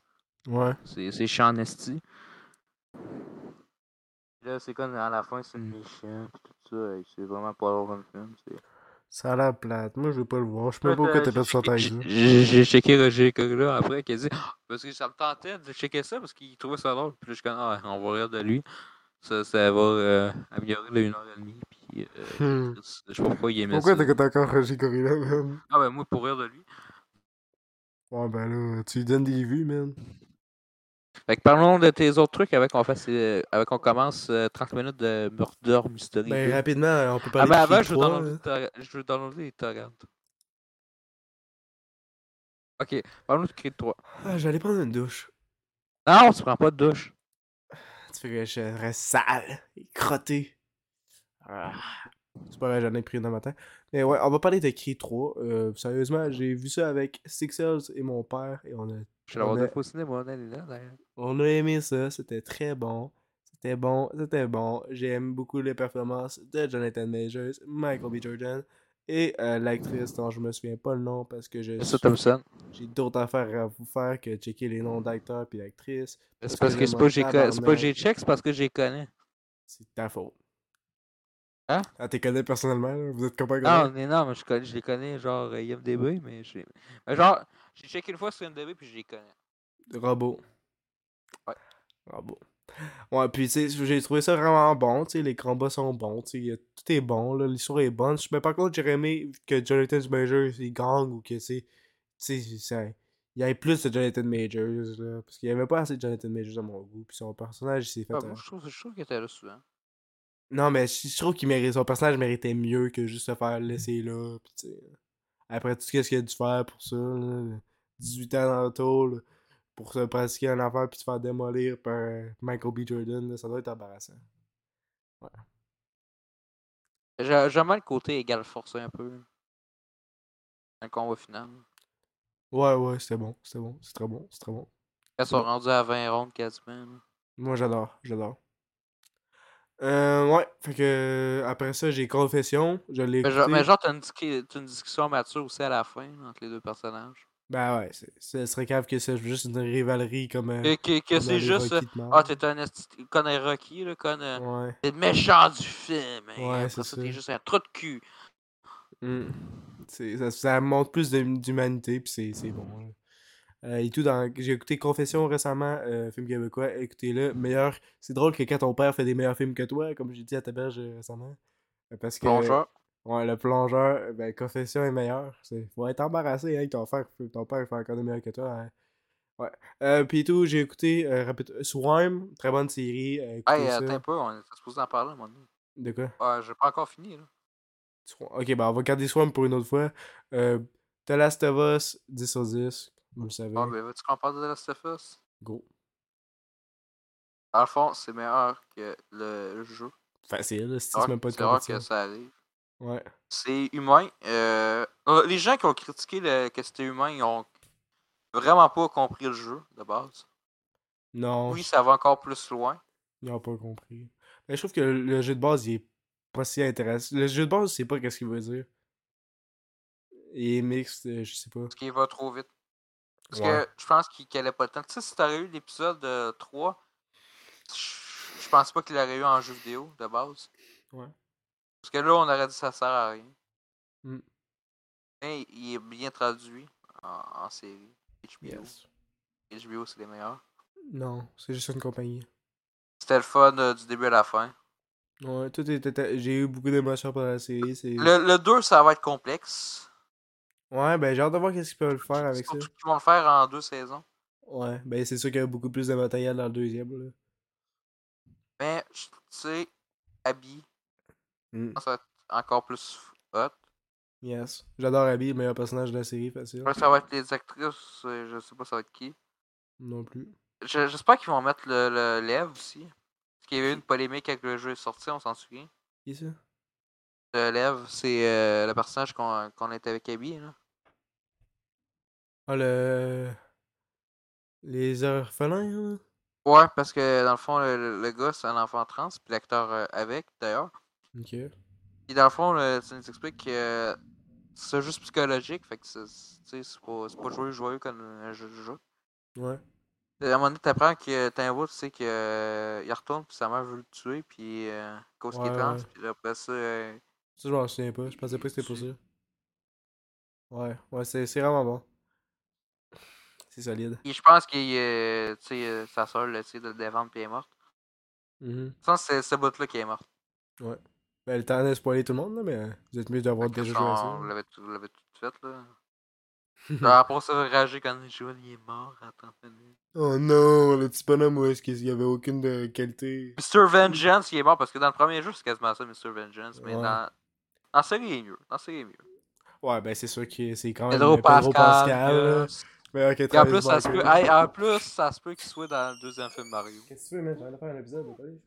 S3: Ouais.
S2: C'est c'est chiant en esti. Là, c'est comme à la fin, c'est méchant, pis tout ça, et c'est vraiment pas drôle comme film. c'est-
S3: Ça a l'air plate. Moi, je veux pas le voir. Je sais même pas pourquoi
S2: Euh,
S3: t'as pas de santé avec ça.
S2: j'ai- J'ai j'ai checké Roger Cogla après, qui a dit Ah, Parce que ça me tentait de checker ça, parce qu'il trouvait ça drôle, puis là, je suis comme Ah, on va rire de lui. Ça, ça va euh, améliorer le 1h30, puis euh,
S3: Hmm.
S2: je sais pas pourquoi il aimait
S3: Pourquoi
S2: ça.
S3: t'as encore Roger Gorilla, man?
S2: Ah, ben moi, pour rire de lui.
S3: Ouais, ben là, tu lui donnes des vues, man.
S2: Fait que parlons de tes autres trucs avec qu'on fasse, euh, avec qu'on commence euh, 30 minutes de Murder Mystery.
S3: Ben,
S2: Deux.
S3: rapidement, on
S2: Ah
S3: peut parler
S2: ben
S3: de
S2: avant,
S3: Creed
S2: je veux
S3: 3,
S2: downloader
S3: là.
S2: Torrent- je veux downloader les torrents. Ok, parle-nous de Creed Ah, 3.
S3: Ah, j'allais prendre une douche.
S2: Non, tu prends pas de douche.
S3: Tu fais que je reste sale et crotté. Ah. C'est pas vrai, j'en ai pris un matin. Mais ouais, on va parler de Creed 3. Euh, sérieusement, j'ai vu ça avec Six Cells et mon père et on a,
S2: Je vais l'avoir
S3: On
S2: deux
S3: est-
S2: fois au cinéma, on est là d'ailleurs.
S3: on a aimé ça. C'était très bon. C'était bon, c'était bon. J'aime beaucoup les performances de Jonathan Majors, Michael B. Jordan et euh, l'actrice dont je me souviens pas le nom parce que je
S2: Ça,
S3: suis-
S2: Thompson.
S3: j'ai d'autres affaires à vous faire que checker les noms d'acteurs puis d'actrices.
S2: C'est parce que c'est pas que j'ai co- c'est pas que j'ai check, c'est parce que j'ai connais.
S3: C'est ta faute.
S2: Hein?
S3: Ah, t'es connais personnellement, là? Vous êtes copains
S2: Non,
S3: comme
S2: mais Ah, non, mais je, connais, je les connais, genre euh, IMDB, mais j'ai. mais Genre, j'ai checké une fois sur IMDB puis je les connais.
S3: Robot.
S2: Ouais.
S3: Robot. Ouais, puis tu sais, j'ai trouvé ça vraiment bon, tu sais, les combats sont bons, tu sais, y a- tout est bon, là, l'histoire est bonne. Mais par contre, j'aurais aimé que Jonathan Majors il gagne ou que, tu sais, tu sais, ça- il y avait plus de Jonathan Majors, là, parce qu'il y avait pas assez de Jonathan Majors à mon goût, puis son personnage, il s'est fait...
S2: Ah,
S3: euh,
S2: moi, je trouve, je trouve qu'il était là souvent.
S3: Non, mais je je trouve qu'il mérite, son personnage méritait mieux que juste se faire laisser là, pis tu sais. Après tout ce qu'il a dû faire pour ça, là, 18 ans dans l'auto, là, pour se pratiquer en affaire puis se faire démolir par euh, Michael B. Jordan, là, ça doit être embarrassant.
S2: J'ai j'aime le côté égal forcé un peu. Un combat final.
S3: Ouais, ouais, c'était bon, c'était bon, c'est très bon, c'est très bon.
S2: Quand ils sont rendus à 20 rondes quasiment. là.
S3: Moi, j'adore, j'adore. Euh, ouais, fait que après ça, j'ai Confession, je l'ai
S2: Mais genre,
S3: écouté.
S2: mais genre, t'as une, disqui- t'as une discussion mature aussi à la fin là, entre les deux personnages.
S3: Ben ouais, c'est- ce serait grave que c'est juste une rivalerie comme. euh,
S2: Que, que, que
S3: comme dans
S2: c'est
S3: les
S2: juste. euh,
S3: Rocky de
S2: Ah,
S3: marde.
S2: t'es un esti- con un Rocky, là, con. euh,
S3: Ouais.
S2: T'es le méchant du film. hein.
S3: Ouais,
S2: Après
S3: c'est
S2: ça, t'es
S3: ça.
S2: juste un trou de cul.
S3: Mm. C'est- Ça, ça montre plus de- d'humanité, puis c'est- c'est bon. là. Euh, et tout dans... J'ai écouté Confession récemment, euh, film québécois, écoutez-le. Meilleur... C'est drôle que quand ton père fait des meilleurs films que toi, comme j'ai dit à ta berge euh, récemment. Euh, Parce que,
S2: Plongeur.
S3: Ouais, le plongeur, euh, ben, Confession est meilleur. C'est- Faut être embarrassé, hein, que ton père, ton père fait encore des meilleurs que toi. hein. Ouais. Euh, puis tout, j'ai écouté euh, rapide- Swarm, très bonne série. euh, écoutez
S2: Hey,
S3: ça.
S2: attends un peu, on est supposé en parler, mon ami.
S3: De quoi?
S2: Ah, j'ai pas encore fini, là.
S3: Swa- Ok, ben on va garder Swarm pour une autre fois. Euh, The Last of Us, 10 sur 10. Vous le savez.
S2: Ah, mais veux-tu qu'on parle de The Last of Us?
S3: Go.
S2: Dans le fond, c'est meilleur que le jeu.
S3: Facile, là, si
S2: Alors,
S3: c'est même pas de
S2: Ah, C'est rare que
S3: compétition.
S2: ça arrive.
S3: Ouais.
S2: C'est humain. euh, euh, Les gens qui ont critiqué le- que c'était humain, ils ont vraiment pas compris le jeu, de base.
S3: Non,
S2: Oui, ça va encore plus loin.
S3: ils n'ont pas compris. Mais je trouve que le jeu de base, il est pas si intéressant. Le jeu de base, je sais pas qu'est-ce qu'il veut dire. Il est mixte, euh, je sais pas.
S2: Parce qu'il va trop vite. Parce
S3: Ouais.
S2: que je pense qu'il qu'elle pas le temps. Tu sais, si t'aurais eu l'épisode euh, 3, je je pense pas qu'il l'aurait eu en jeu vidéo de base.
S3: Ouais.
S2: Parce que là, on aurait dit ça sert à rien.
S3: Mm.
S2: Mais il est bien traduit en, en série. HBO. HBO, c'est les meilleurs.
S3: Non, c'est juste une compagnie.
S2: C'était le fun euh, du début à la fin.
S3: Ouais, tout est. était- J'ai eu beaucoup d'émotions pendant la série. c'est-
S2: Le, le 2, ça va être complexe.
S3: Ouais, ben j'ai hâte de voir qu'est-ce qu'ils peuvent faire avec ça.
S2: Surtout qu'ils vont le faire en deux saisons.
S3: Ouais, ben c'est sûr qu'il y a beaucoup plus de matériel dans le deuxième. Là.
S2: Mais, je- tu sais, Abby,
S3: Mm.
S2: je pense que ça va être encore plus hot.
S3: Yes. J'adore Abby, le meilleur personnage de la série, facile.
S2: Ouais, ça va être les actrices, euh, je sais pas ça va être qui.
S3: Non plus.
S2: Je- J'espère qu'ils vont mettre le, le lève aussi. Parce qu'il y avait eu une polémique avec le jeu est sorti, on s'en souvient.
S3: Qui ça?
S2: Le lève, c'est euh, le personnage qu'on qu'on était avec Abby. Là.
S3: Ah, le. Les orphelins, là?
S2: Ouais, parce que dans le fond, le, le- le gars, c'est un enfant trans, puis l'acteur euh, avec, d'ailleurs.
S3: Ok.
S2: Puis dans le fond, le- ça nous explique que euh, c'est un juste psychologique, fait que c'est tu sais, c'est pas, c'est pas joyeux, joyeux comme un jeu de jeu.
S3: Ouais.
S2: Et À un moment donné, t'apprends que Timwood, tu sais, qu'il retourne, puis sa mère veut le tuer, puis euh, cause qu'il est
S3: Ouais,
S2: trans,
S3: ouais.
S2: puis après ça, euh,
S3: Ça, je m'en souviens pas. Je pensais pas que c'était pour ça. Ouais, ouais, c'est c'est vraiment bon. C'est solide.
S2: Et je pense que euh, tu sais, euh, sa soeur, là, tu sais, de le défendre puis elle est morte.
S3: Mhm.
S2: Je pense que c'est ce bout-là qui est morte.
S3: Ben, le temps de spoiler tout le monde, là, mais euh, vous êtes mieux d'avoir déjà joué à ça.
S2: On l'avait tout, l'avait tout fait, là. Genre, après ça, rager quand Joel il est mort, attends une minute.
S3: Oh non, le petit bonhomme, où est-ce qu'il y avait aucune de qualité?
S2: Mr. Vengeance, il est mort parce que dans le premier jeu, c'est quasiment ça, Mr. Vengeance. Mais
S3: Ouais.
S2: dans. En série, il est mieux. En série, il est mieux.
S3: Ouais, ben, c'est sûr que c'est quand même.
S2: Pedro
S3: euh,
S2: Pascal.
S3: là.
S2: euh,
S3: Meilleur que
S2: Et en
S3: Travis
S2: plus, ça se peut.
S3: Barker.
S2: hey, ah. en plus, ça se peut qu'il soit dans le deuxième film Mario.
S3: Qu'est-ce que tu veux, mec? J'allais faire un épisode, allez.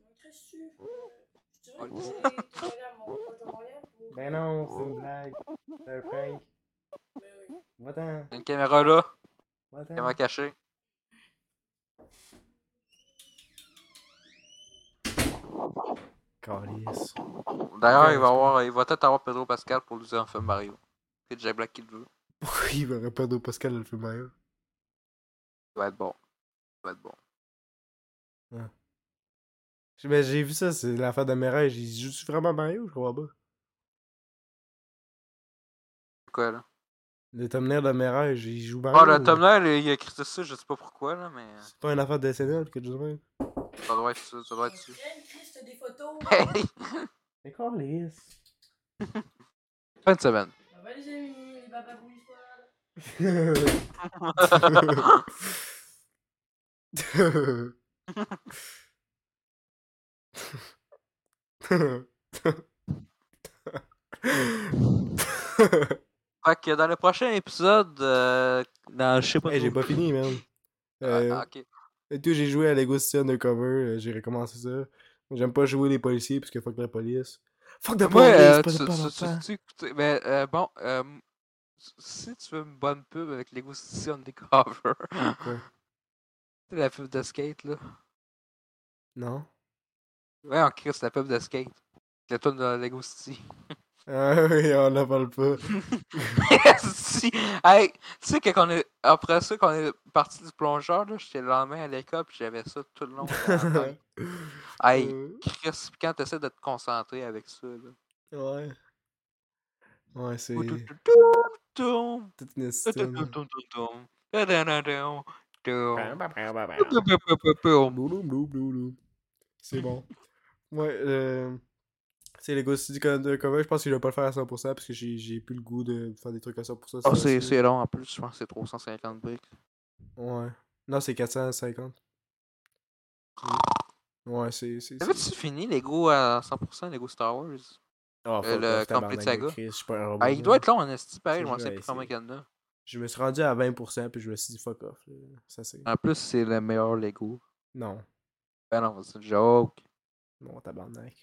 S3: Ben non, c'est une blague. C'est un prank. Va-t'en.
S2: Il y a une caméra là,
S3: Va-t'en.
S2: caméra cachée.
S3: Calice.
S2: D'ailleurs, il va avoir. Il va peut-être avoir Pedro Pascal pour le deuxième film Mario. C'est Jack Black qui le veut.
S3: Il verrait pas d'eau Pascal dans le film Mario.
S2: Ça va être bon. Ça va être bon.
S3: Mais j'ai vu ça, c'est l'affaire de Mirage. Il joue vraiment Mario, je crois pas.
S2: Quoi, là?
S3: Le thumbnail de Mirage, il joue Mario.
S2: Ah, le thumbnail, il a écrit ça, je sais pas pourquoi, là, mais.
S3: C'est pas une affaire décennale que je dis même.
S2: Ça doit être ça, ça doit être ça.
S5: Prenne, Chris, t'as des photos.
S2: Hey!
S3: C'est quoi, les
S2: Fin de semaine.
S5: Bye bye, les amis. Les bababouilles, voilà.
S2: Fait que dans le prochain épisode, euh, dans je sais pas.
S3: Hey, Eh, j'ai
S2: trop-
S3: pas fini, man. Euh,
S2: Ah, ok.
S3: Et tout, j'ai joué à Lego City Undercover, euh, j'ai recommencé ça. J'aime pas jouer les policiers parce que fuck la police. Fuck la
S2: Moi,
S3: police,
S2: euh,
S3: pas
S2: tu,
S3: de pas
S2: tu,
S3: longtemps.
S2: tu, tu- tu- mais euh, bon, euh, si tu veux une bonne pub avec Lego City Undercover,
S3: Quoi?
S2: C'est la pub de skate là.
S3: Non.
S2: Ouais, en Christ, la pub de skate. La tonne de Lego City.
S3: Ah oui, on n'en parle pas.
S2: si. Hey, tu sais que quand on est... après ça, quand on est parti du plongeur, là, j'étais le lendemain à l'école pis j'avais ça tout le long. dans la tête. hey,
S3: Euh,
S2: Chris, quand t'essaies de te concentrer avec ça, là.
S3: ouais. Ouais, c'est
S2: Tum,
S3: toute une
S2: tum, tum,
S3: histoire.
S2: tum, tum, tum. Ta-da-da-dum,
S3: Ben,
S2: tum.
S1: Bam,
S2: Pou, pou, pou, pou.
S3: Bloulou, bloulou, bloulou. C'est bon. Ouais, euh... C'est Lego City Undercover, je pense que je vais pas le faire à 100% parce que j'ai j'ai plus le goût de faire des trucs à 100%.
S2: Ah, c'est
S3: facile.
S2: c'est long en plus, je pense que c'est 350 briques.
S3: Ouais. Non, c'est 450. Mmh. Ouais, c'est. c'est, c'est...
S2: T'avais-tu fini Lego à 100% Lego Star Wars?
S3: Oh, fuck
S2: le
S3: off, tabarnak
S2: Complete
S3: de
S2: Saga?
S3: Chris, Je suis pas un robot,
S2: Ah, il
S3: là.
S2: doit être long en esti, pareil,
S3: Ça,
S2: je m'en
S3: je
S2: sais
S3: vais
S2: plus comment il y en a.
S3: Je me suis rendu à 20%, puis je me suis dit fuck off. là. Ça, c'est.
S2: En plus, c'est le meilleur Lego.
S3: Non.
S2: Ben non, c'est une joke.
S3: Non, tabarnak.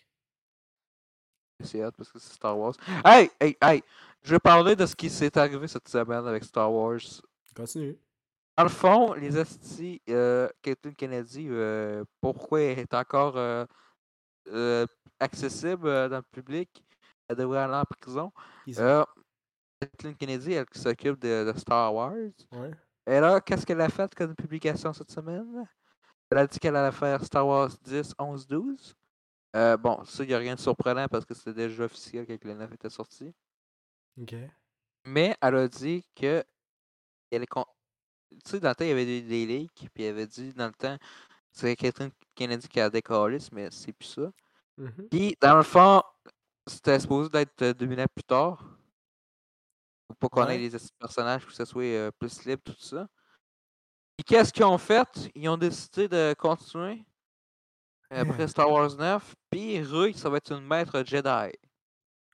S2: C'est hâte parce que c'est Star Wars. Hey, hey, hey! Je vais parler de ce qui s'est arrivé cette semaine avec Star Wars.
S3: Continue.
S2: Dans le fond, les Asti, euh, Caitlin Kennedy, euh, pourquoi elle est encore euh, euh, accessible euh, dans le public? Elle devrait aller en prison.
S3: Ils-
S2: Euh, Caitlin Kennedy, elle qui s'occupe de, de Star Wars.
S3: Ouais.
S2: Et là, qu'est-ce qu'elle a fait comme publication cette semaine? Elle a dit qu'elle allait faire Star Wars 10, 11, 12. Euh, bon, ça, il n'y a rien de surprenant parce que c'était déjà officiel quand le 9 était sorti.
S3: Ok.
S2: Mais elle a dit que. Elle est con- Tu sais, dans le temps, il y avait des, des leaks, puis elle avait dit dans le temps, c'est Catherine Kennedy qui a décalé, mais c'est plus ça.
S3: Mhm.
S2: Puis, dans le fond, c'était supposé d'être euh, 2000 ans plus tard. Pour pas qu'on ait
S3: Ouais.
S2: les esti de personnages, pour que ça soit euh, plus libre, tout ça. Et qu'est-ce qu'ils ont fait? Ils ont décidé de continuer après Star Wars 9. Puis Rui, ça va être une maître Jedi.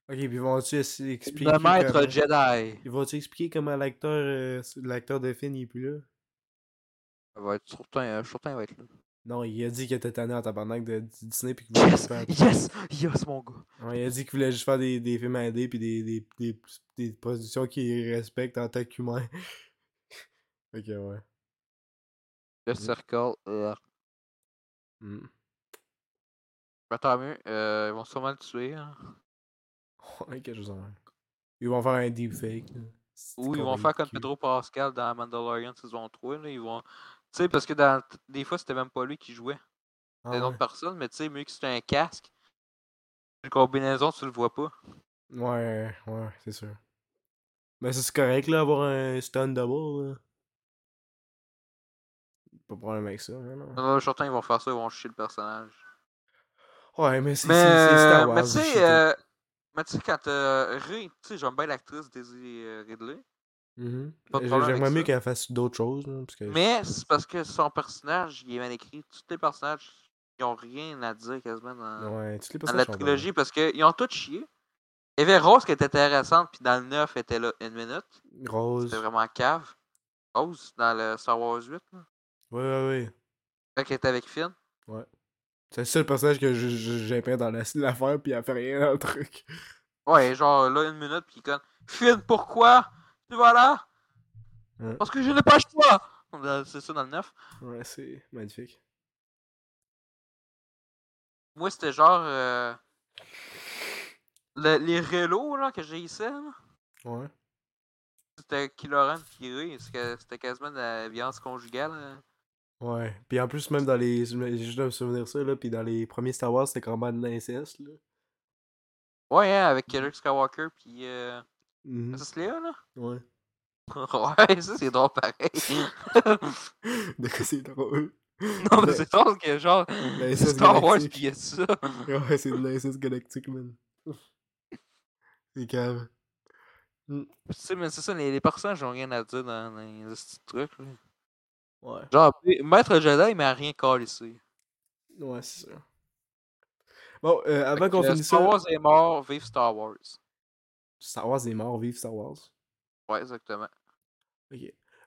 S3: Ok, puis vont-tu essa- expliquer.
S2: Une maître
S3: comment-
S2: Jedi.
S3: Ils vont-tu expliquer comment l'acteur euh, l'acteur de film il est plus là
S2: Elle va être surtout, euh, surtout, elle va être là.
S3: Non, il a dit qu'il était tanné en tabarnak de du Disney, puis qu'il voulait juste
S2: Yes!
S3: faire.
S2: Yes! Yes, mon gars!
S3: Ouais, il a dit qu'il voulait juste faire des, des films indés, puis des, des, des, des productions qu'il respecte en tant qu'humain. ok, ouais.
S2: Le Circle. euh,
S3: Mm.
S2: Mais tant mieux, euh, ils vont sûrement le tuer. hein.
S3: Ouais, quelque chose en même. Ils vont faire un deepfake. là. C'est
S2: Ou ils vont
S3: convaincu.
S2: faire comme Pedro Pascal dans Mandalorian saison 3. Là, ils vont... Tu sais, parce que dans... des fois, c'était même pas lui qui jouait.
S3: Ah
S2: C'était une
S3: ouais.
S2: autre personne, mais tu sais, mieux que c'était un casque. Une combinaison, tu le vois pas.
S3: Ouais, ouais, c'est sûr. Mais ça, c'est correct, là, avoir un stun double, là. Pas de problème avec ça, hein, non, non.
S2: Dans le short term, ils vont faire ça, ils vont chier le personnage.
S3: Ouais, mais c'est
S2: Mais,
S3: c'est- c'est
S2: euh,
S3: Star Wars.
S2: mais
S3: le
S2: tu sais,
S3: shit, hein.
S2: euh, mais tu sais, quand euh, Ray, tu sais, j'aime bien l'actrice Daisy euh, Ridley.
S3: Mhm.
S2: pas de
S3: J'ai-
S2: problème
S3: J'aimerais
S2: avec
S3: mieux
S2: ça.
S3: qu'elle fasse d'autres choses, là, parce que...
S2: Mais c'est parce que son personnage, il est mal écrit. Tous les personnages, ils ont rien à dire quasiment dans,
S3: Ouais, toutes les
S2: dans
S3: personnes
S2: la trilogie parce qu'ils ont tout chié. Il y avait Rose qui était intéressante, puis dans le 9, elle était là une minute.
S3: Rose.
S2: C'était vraiment cave. Rose, dans le Star Wars 8, là.
S3: Ouais, ouais, ouais.
S2: Quand elle était avec Finn.
S3: C'est le seul personnage que je- je- j'aimais dans la- l'affaire, puis elle fait rien dans le truc.
S2: Ouais, genre là, une minute, puis il conne Finn, pourquoi Tu vas là
S3: Hein.
S2: Parce que je n'ai pas le choix Dans- C'est ça dans le 9.
S3: Ouais, c'est magnifique.
S2: Moi, c'était genre. euh, le- les relots, là, que j'ai ici, là.
S3: Ouais.
S2: C'était Killoran qui rit, parce que c'était quasiment de la violence conjugale. hein.
S3: Ouais. Puis en plus, même dans les... je me- J'ai juste à me souvenir ça, là, puis dans les premiers Star Wars, c'était carrément de l'inceste, là.
S2: Ouais, hein, avec Luke Skywalker, puis. Euh...
S3: Mhm.
S2: Ça, c'est Léa, là?
S3: Ouais.
S2: Ouais, ça, c'est drôle pareil.
S3: De quoi c'est drôle.
S2: Non, mais c'est drôle que genre Star Wars euh, pis il y a ça.
S3: Ouais, c'est de l'inceste galactique, man. C'est calme.
S2: Tu sais, mais c'est ça, les, les personnages n'ont rien à dire dans, dans les petits trucs. là.
S3: Ouais.
S2: Genre, Maître Jedi, il m'a rien call ici.
S3: Ouais, c'est sûr. Bon, euh, avant qu'on finisse
S2: Star
S3: ça...
S2: Wars est mort, vive Star Wars.
S3: Star Wars est mort, vive Star Wars.
S2: Ouais, exactement.
S3: Ok.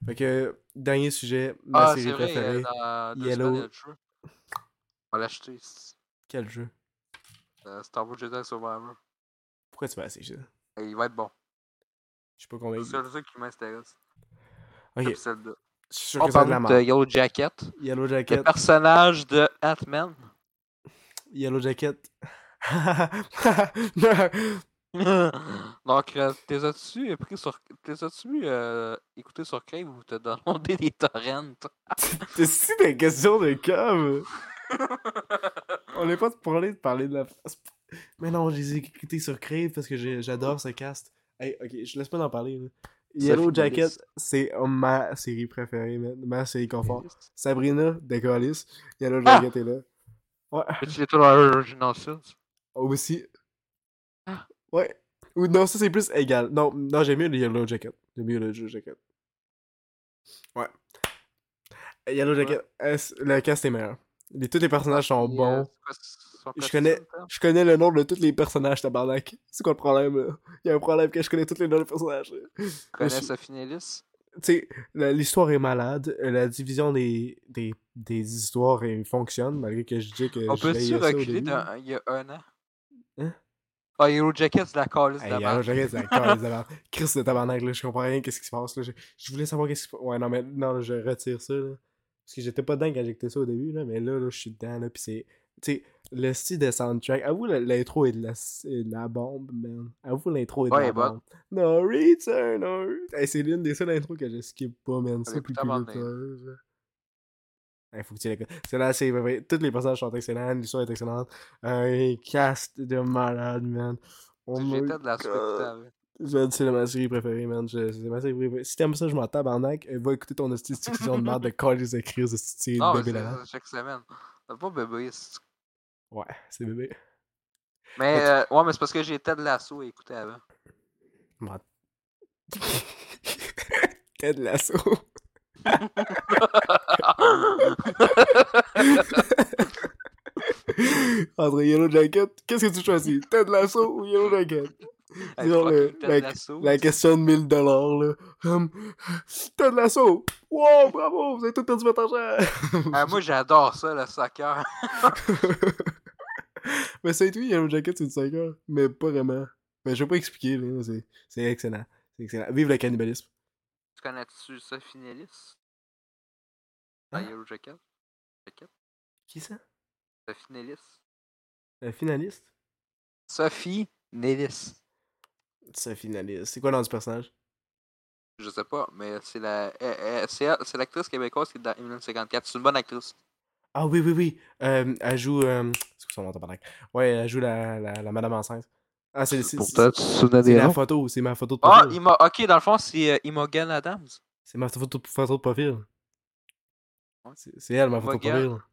S3: Fait que, dernier sujet, ma
S2: Ah, c'est
S3: série
S2: vrai,
S3: préférée.
S2: euh, dans deux
S3: Yellow.
S2: semaines, il y a le jeu. On va l'acheter. c'est-
S3: Quel jeu?
S2: euh, Star Wars Jedi Survivor.
S3: Pourquoi tu m'as assez ça?
S2: Et il va être bon.
S3: Je suis
S2: C'est
S3: pas
S2: le
S3: convaincu.
S2: seul truc qui m'intéresse.
S3: Ok,
S2: C'est celle-là.
S3: je suis sûr
S2: On
S3: que c'est de la
S2: parle de
S3: merde.
S2: Euh, Yellow Jacket.
S3: Yellow
S2: Le
S3: Jacket.
S2: personnage de Ant-Man.
S3: Yellow Jacket.
S2: Donc, euh, t'es as-tu pris sur. T'es as-tu euh, écouté sur Crave ou t'as demandé des torrents?
S3: C'est si des questions de com. On n'est pas parlé de parler de la. Mais non, je les ai écoutés sur Crave parce que j'ai- j'adore ce cast. Hey, ok, je laisse pas d'en parler. là.
S2: Ça
S3: Yellow
S2: finit.
S3: Jacket, c'est ma série préférée, man. ma série confort. Sabrina, décolliste. Yellow
S2: Ah!
S3: Jacket est là. Ouais,
S2: Tu l'as dans l'original Sins?
S3: aussi.
S2: Ah.
S3: Ouais. Ou non, ça c'est plus égal. Non, non j'aime mieux le Yellow Jacket. J'aime mieux le Yellow Jacket. Ouais. Yellow Jacket, euh, c- le cast est meilleur. Les- tous les personnages sont bons. Je connais- Je connais le nom de tous les personnages, tabarnak. C'est quoi le problème, là? Il y a un problème que je connais tous les noms des personnages. Tu
S2: Je connais
S3: suis-
S2: sa finaliste.
S3: sais, la- l'histoire est malade. euh, La division des, des, des histoires elle fonctionne, malgré que je dis que
S2: On
S3: Euh, je
S2: peut-tu
S3: haïs ça au
S2: reculer
S3: début.
S2: d'un- il y a un an?
S3: Hein?
S2: Ah, Hero Jacket, c'est la calice
S3: Hey,
S2: de la
S3: alors,
S2: merde.
S3: j'arrête, c'est d'accord, les avant. Chris de tabarnak, là, je comprends rien, qu'est-ce qui se passe, là. Je, je voulais savoir qu'est-ce qui se passe. Ouais, non, mais non, je retire ça, là. Parce que j'étais pas dedans quand j'écoutais ça au début, là, mais là, là, je suis dedans, là, pis c'est. Tu sais, le style de soundtrack. Avoue, la- l'intro est de la, est de la bombe, man. Avoue, l'intro est de
S2: Ouais, bah.
S3: la
S2: bonne.
S3: bombe. No return, no return. Hey, c'est l'une des seules intros que je skip pas, man.
S2: Allez,
S3: C'est plus
S2: écoute, à un moment
S3: plus faut que tu l'écoutes. C'est là, c'est vrai. Tous les personnages sont excellents, l'histoire est excellente. Un Ah cast de malade, man. Oh my
S2: J'étais de la suite.
S3: God.
S2: putain,
S3: je- C'est ma série préférée, man. Je- C'est ma série préférée. Si t'aimes ça, je m'en tabarnak. Euh, Va écouter ton hostie de discussion de merde de colis de crise de cette série
S2: Non,
S3: de
S2: mais
S3: bébé
S2: Ah c'est
S3: là
S2: ça, chaque semaine. T'as pas bébé. c'est-
S3: Ouais, c'est bébé.
S2: Mais, euh, ouais, mais c'est parce que j'étais de l'assaut à écouter avant.
S3: M'en- Ted Lasso. Entre Yellow Jacket, qu'est-ce que tu choisis? Ted Lasso ou Yellow Jacket?
S2: Hey,
S3: Genre le-
S2: fucking Ted Lasso.
S3: La question de 1000 dollars, là. Hum, Ted Lasso! Wow, bravo, vous avez tout perdu votre argent!
S2: Ah, moi, j'adore ça, le soccer.
S3: mais c'est tout, Yellow Jacket, c'est une 5 heures. Mais pas vraiment. Mais je vais pas expliquer, là. C'est, c'est excellent. C'est excellent. Vive le cannibalisme.
S2: Tu connais-tu ça, finaliste? Dans
S3: Hein?
S2: Hero Jacket? Jacket?
S3: Qui ça?
S2: Ça, finaliste?
S3: Le finaliste?
S2: Sophie Nélis.
S3: C'est un finaliste. C'est quoi le nom du personnage?
S2: Je sais pas, mais c'est la. elle- elle- C'est elle- c'est l'actrice québécoise qui est dans Eminence 54. C'est une bonne actrice.
S3: Ah oui, oui, oui. Euh, elle joue. euh, C'est quoi son nom, tabarnak? Ouais, elle joue la, la, la madame enceinte. Ah, c'est, c'est,
S2: tu
S3: c'est,
S2: te souviens
S3: c'est la photo. C'est ma photo de
S2: Ah,
S3: profil.
S2: Imo- ok, dans le fond, c'est euh, Imogen Adams.
S3: C'est ma photo, photo de profil.
S2: Ouais.
S3: C'est, c'est elle, ma photo de
S2: Regarde.
S3: profil.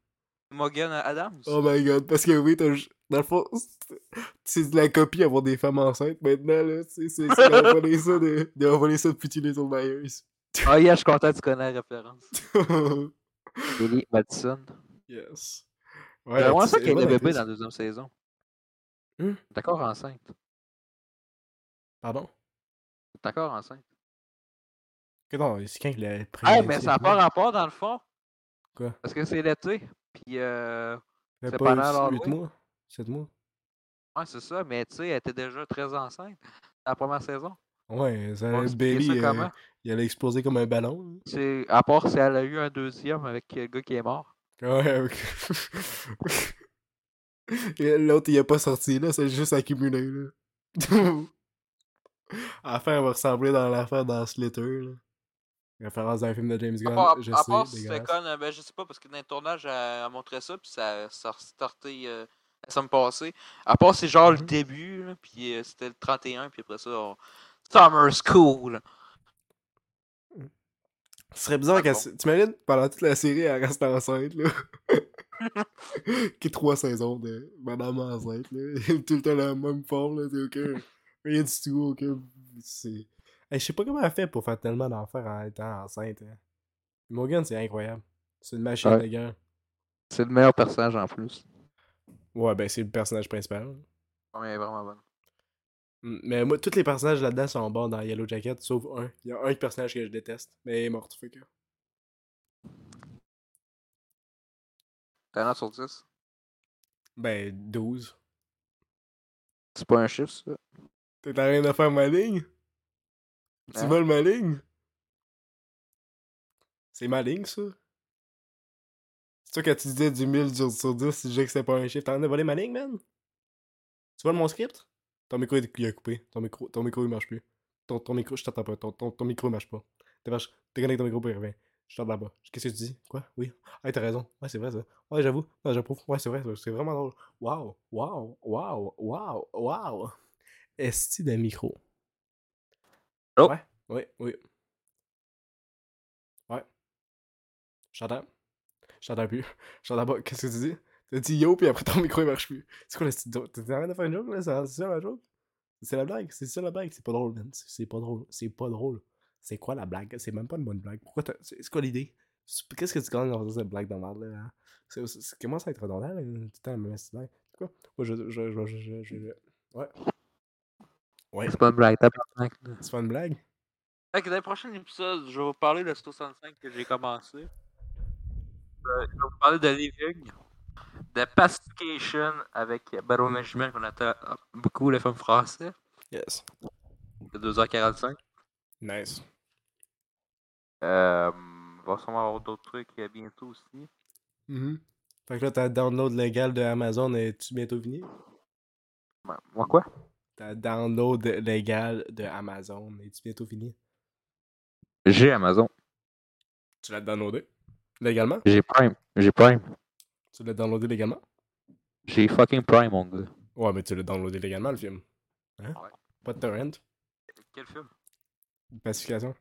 S2: Imogen Adams.
S3: Oh my god, parce que oui, t'as. ju- Dans le fond, c'est- c'est de la copie avoir des femmes enceintes maintenant, là. C'est, c'est, c'est d'envoler ça de, de envoler ça de Petit Little Myers.
S2: Ah, yeah, je suis content, que tu connais la référence. Lily Madison.
S3: yes. Ouais,
S2: C'est vraiment ça
S3: c'est
S2: qu'elle est
S3: bonne
S2: bébé
S3: actrice.
S2: dans la deuxième saison.
S3: Hmm?
S2: T'es encore enceinte.
S3: Pardon?
S2: T'es encore enceinte.
S3: Que non, c'est quand qu'il a pris.
S2: Ah, mais ça n'a pas rapport dans le fond.
S3: Quoi?
S2: Parce que c'est l'été. Puis, euh.
S3: Il a
S2: c'est
S3: pas
S2: pendant
S3: eu
S2: l'Halloween.
S3: 8 mois. 7 mois.
S2: Ouais, c'est ça, mais tu sais, elle était déjà très enceinte dans la première saison.
S3: Ouais, ça,
S2: On va expliquer
S3: Bailey,
S2: ça
S3: euh,
S2: comment.
S3: il allait exploser comme un ballon.
S2: C'est- À part si elle a eu un deuxième avec euh, le gars qui est mort.
S3: Ouais, ok. Et L'autre, il a pas sorti, là, c'est juste accumulé, là. à la fin, elle va ressembler dans l'affaire dans Slitter, là. Référence d'un film de James
S2: À
S3: Gunn,
S2: part,
S3: je
S2: à part
S3: sais,
S2: si c'était
S3: dégueulasse.
S2: con, euh, ben, je sais pas, parce que dans le tournage, elle, elle montrait ça, puis ça, ça a restarté euh, la semaine passée. À part c'est genre le
S3: Mhm.
S2: début, là, puis euh, c'était le 31, puis après ça, on- Summer School.
S3: Ce serait bizarre
S2: Ah,
S3: qu'elle.
S2: bon.
S3: se- T'imagines, pendant toute la série, elle reste enceinte, là. Qui trois saisons de Madame enceinte, là. Tout le temps la même forme, là. T'es aucun. Rien du tout, aucun. C'est. Hey, je sais pas comment elle fait pour faire tellement d'enfants en étant enceinte. hein. Morgan, c'est incroyable. C'est une machine
S2: Ouais.
S3: de guerre.
S2: C'est le meilleur personnage en plus.
S3: Ouais, ben c'est le personnage principal.
S2: Ouais, elle est vraiment bonne.
S3: Mm, Mais moi, tous les personnages là-dedans sont bons dans Yellow Jacket, sauf un. Il y a un personnage que je déteste, mais il est mort, fait que.
S2: T'as un sur 10.
S3: Ben, 12.
S2: C'est pas un chiffre, ça.
S3: T'es en train de faire ma ligne? Tu
S2: Hein?
S3: voles ma ligne? C'est ma ligne, ça? C'est toi quand tu disais du 1000 sur- sur 10, tu disais que c'était pas un chiffre. T'en as volé ma ligne, man? Tu voles mon script? Ton micro, il il a coupé. Ton micro, ton micro il marche plus. Ton, ton micro, je t'entends pas. Ton, ton, ton micro, il marche pas. Déconnecte déconnecte ton micro, puis il revient. Je t'entends pas. Qu'est-ce que tu dis? Quoi? Oui. Ah, t'as raison. Ouais, c'est vrai, ça. Ouais, j'avoue. Ouais, j'approuve. Ouais, c'est vrai. ça. C'est vraiment drôle. Waouh, waouh, waouh, waouh, waouh. Esti de micro.
S2: Allô?
S3: Ouais, oui, oui. Ouais. J'entends. J'entends plus. J'entends pas. Qu'est-ce que tu dis? T'as dit yo, puis après ton micro il marche plus. C'est quoi le studio? T'es en train de faire une joke là? C'est c'est ça la joke? C'est la blague? C'est ça la blague? C'est pas drôle, man. C'est- C'est pas drôle. C'est pas drôle. C'est quoi la blague? C'est même pas une bonne blague. Pourquoi t'as. C'est c'est quoi l'idée? C'est- Qu'est-ce que tu gagnes dans cette blague de merde là? hein? C'est- c'est- Ça commence à être redondant là. Tout le temps la même blague. C'est quoi? Moi je. je, je, je, je, je- je- Ouais.
S2: C'est pas une blague, t'as pas
S3: C'est pas une blague?
S2: Fait que dans le prochain épisode, je vais vous parler de 65 que j'ai commencé. Euh, je vais vous parler de living, de pacification avec Battle Management qu'on attend euh, beaucoup les films français,
S3: Yes.
S2: de 2h45.
S3: Nice.
S2: Euh, il va sûrement avoir d'autres trucs euh, bientôt aussi.
S3: Mm-hmm. Fait que là, ta download légale de Amazon est-tu bientôt fini?
S2: Ouais, Moi quoi?
S3: Ta download légale de Amazon est-tu bientôt fini?
S2: J'ai Amazon.
S3: Tu l'as downloadé? Légalement?
S2: J'ai Prime. J'ai Prime.
S3: Tu l'as downloadé légalement?
S2: J'ai fucking Prime, mon gars.
S3: Ouais, mais tu l'as downloadé légalement, le film. Hein?
S2: Ah Ouais.
S3: Pas de torrent?
S2: Quel film?
S3: de Pacification?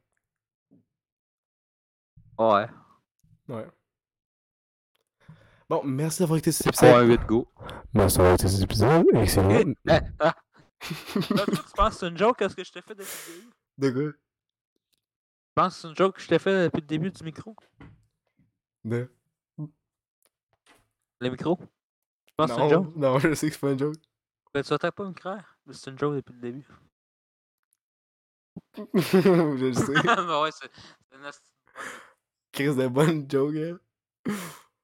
S2: Ouais.
S3: Ouais. Bon, merci d'avoir écouté cet épisode.
S2: 3-8 go.
S3: Merci d'avoir écouté cet épisode. Excellent.
S2: Là, toi, tu penses que c'est une joke à ce que je t'ai fait depuis le début? Tu
S3: De quoi?
S2: penses que c'est une joke que je t'ai fait depuis le début du micro?
S3: De...
S2: Le micro? Tu penses que Ah, c'est une joke?
S3: Non, non, je sais que c'est pas une joke.
S2: Ben, tu t'as pas me craire, mais c'est une joke depuis le début.
S3: je le sais.
S2: ben ouais, c'est c'est une asti-
S3: Chris de bonne joke, hein.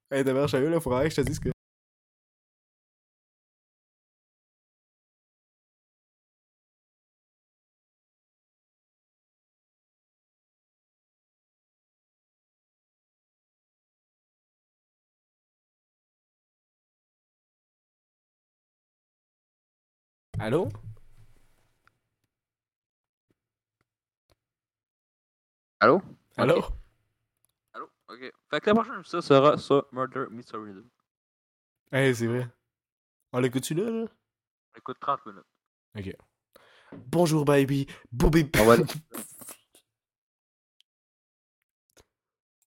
S3: Hey, t'as bien sérieux, là, faudrait que je te dise que. Allô?
S2: Allô?
S3: Allô?
S2: Ok. Allô? Ok. Fait que la prochaine épisode sera sur Murder Meets Rhythm.
S3: Hey, Eh, c'est vrai. On l'écoute-tu là, là?
S2: Écoute 30 minutes.
S3: Bonjour baby, booby
S2: On va,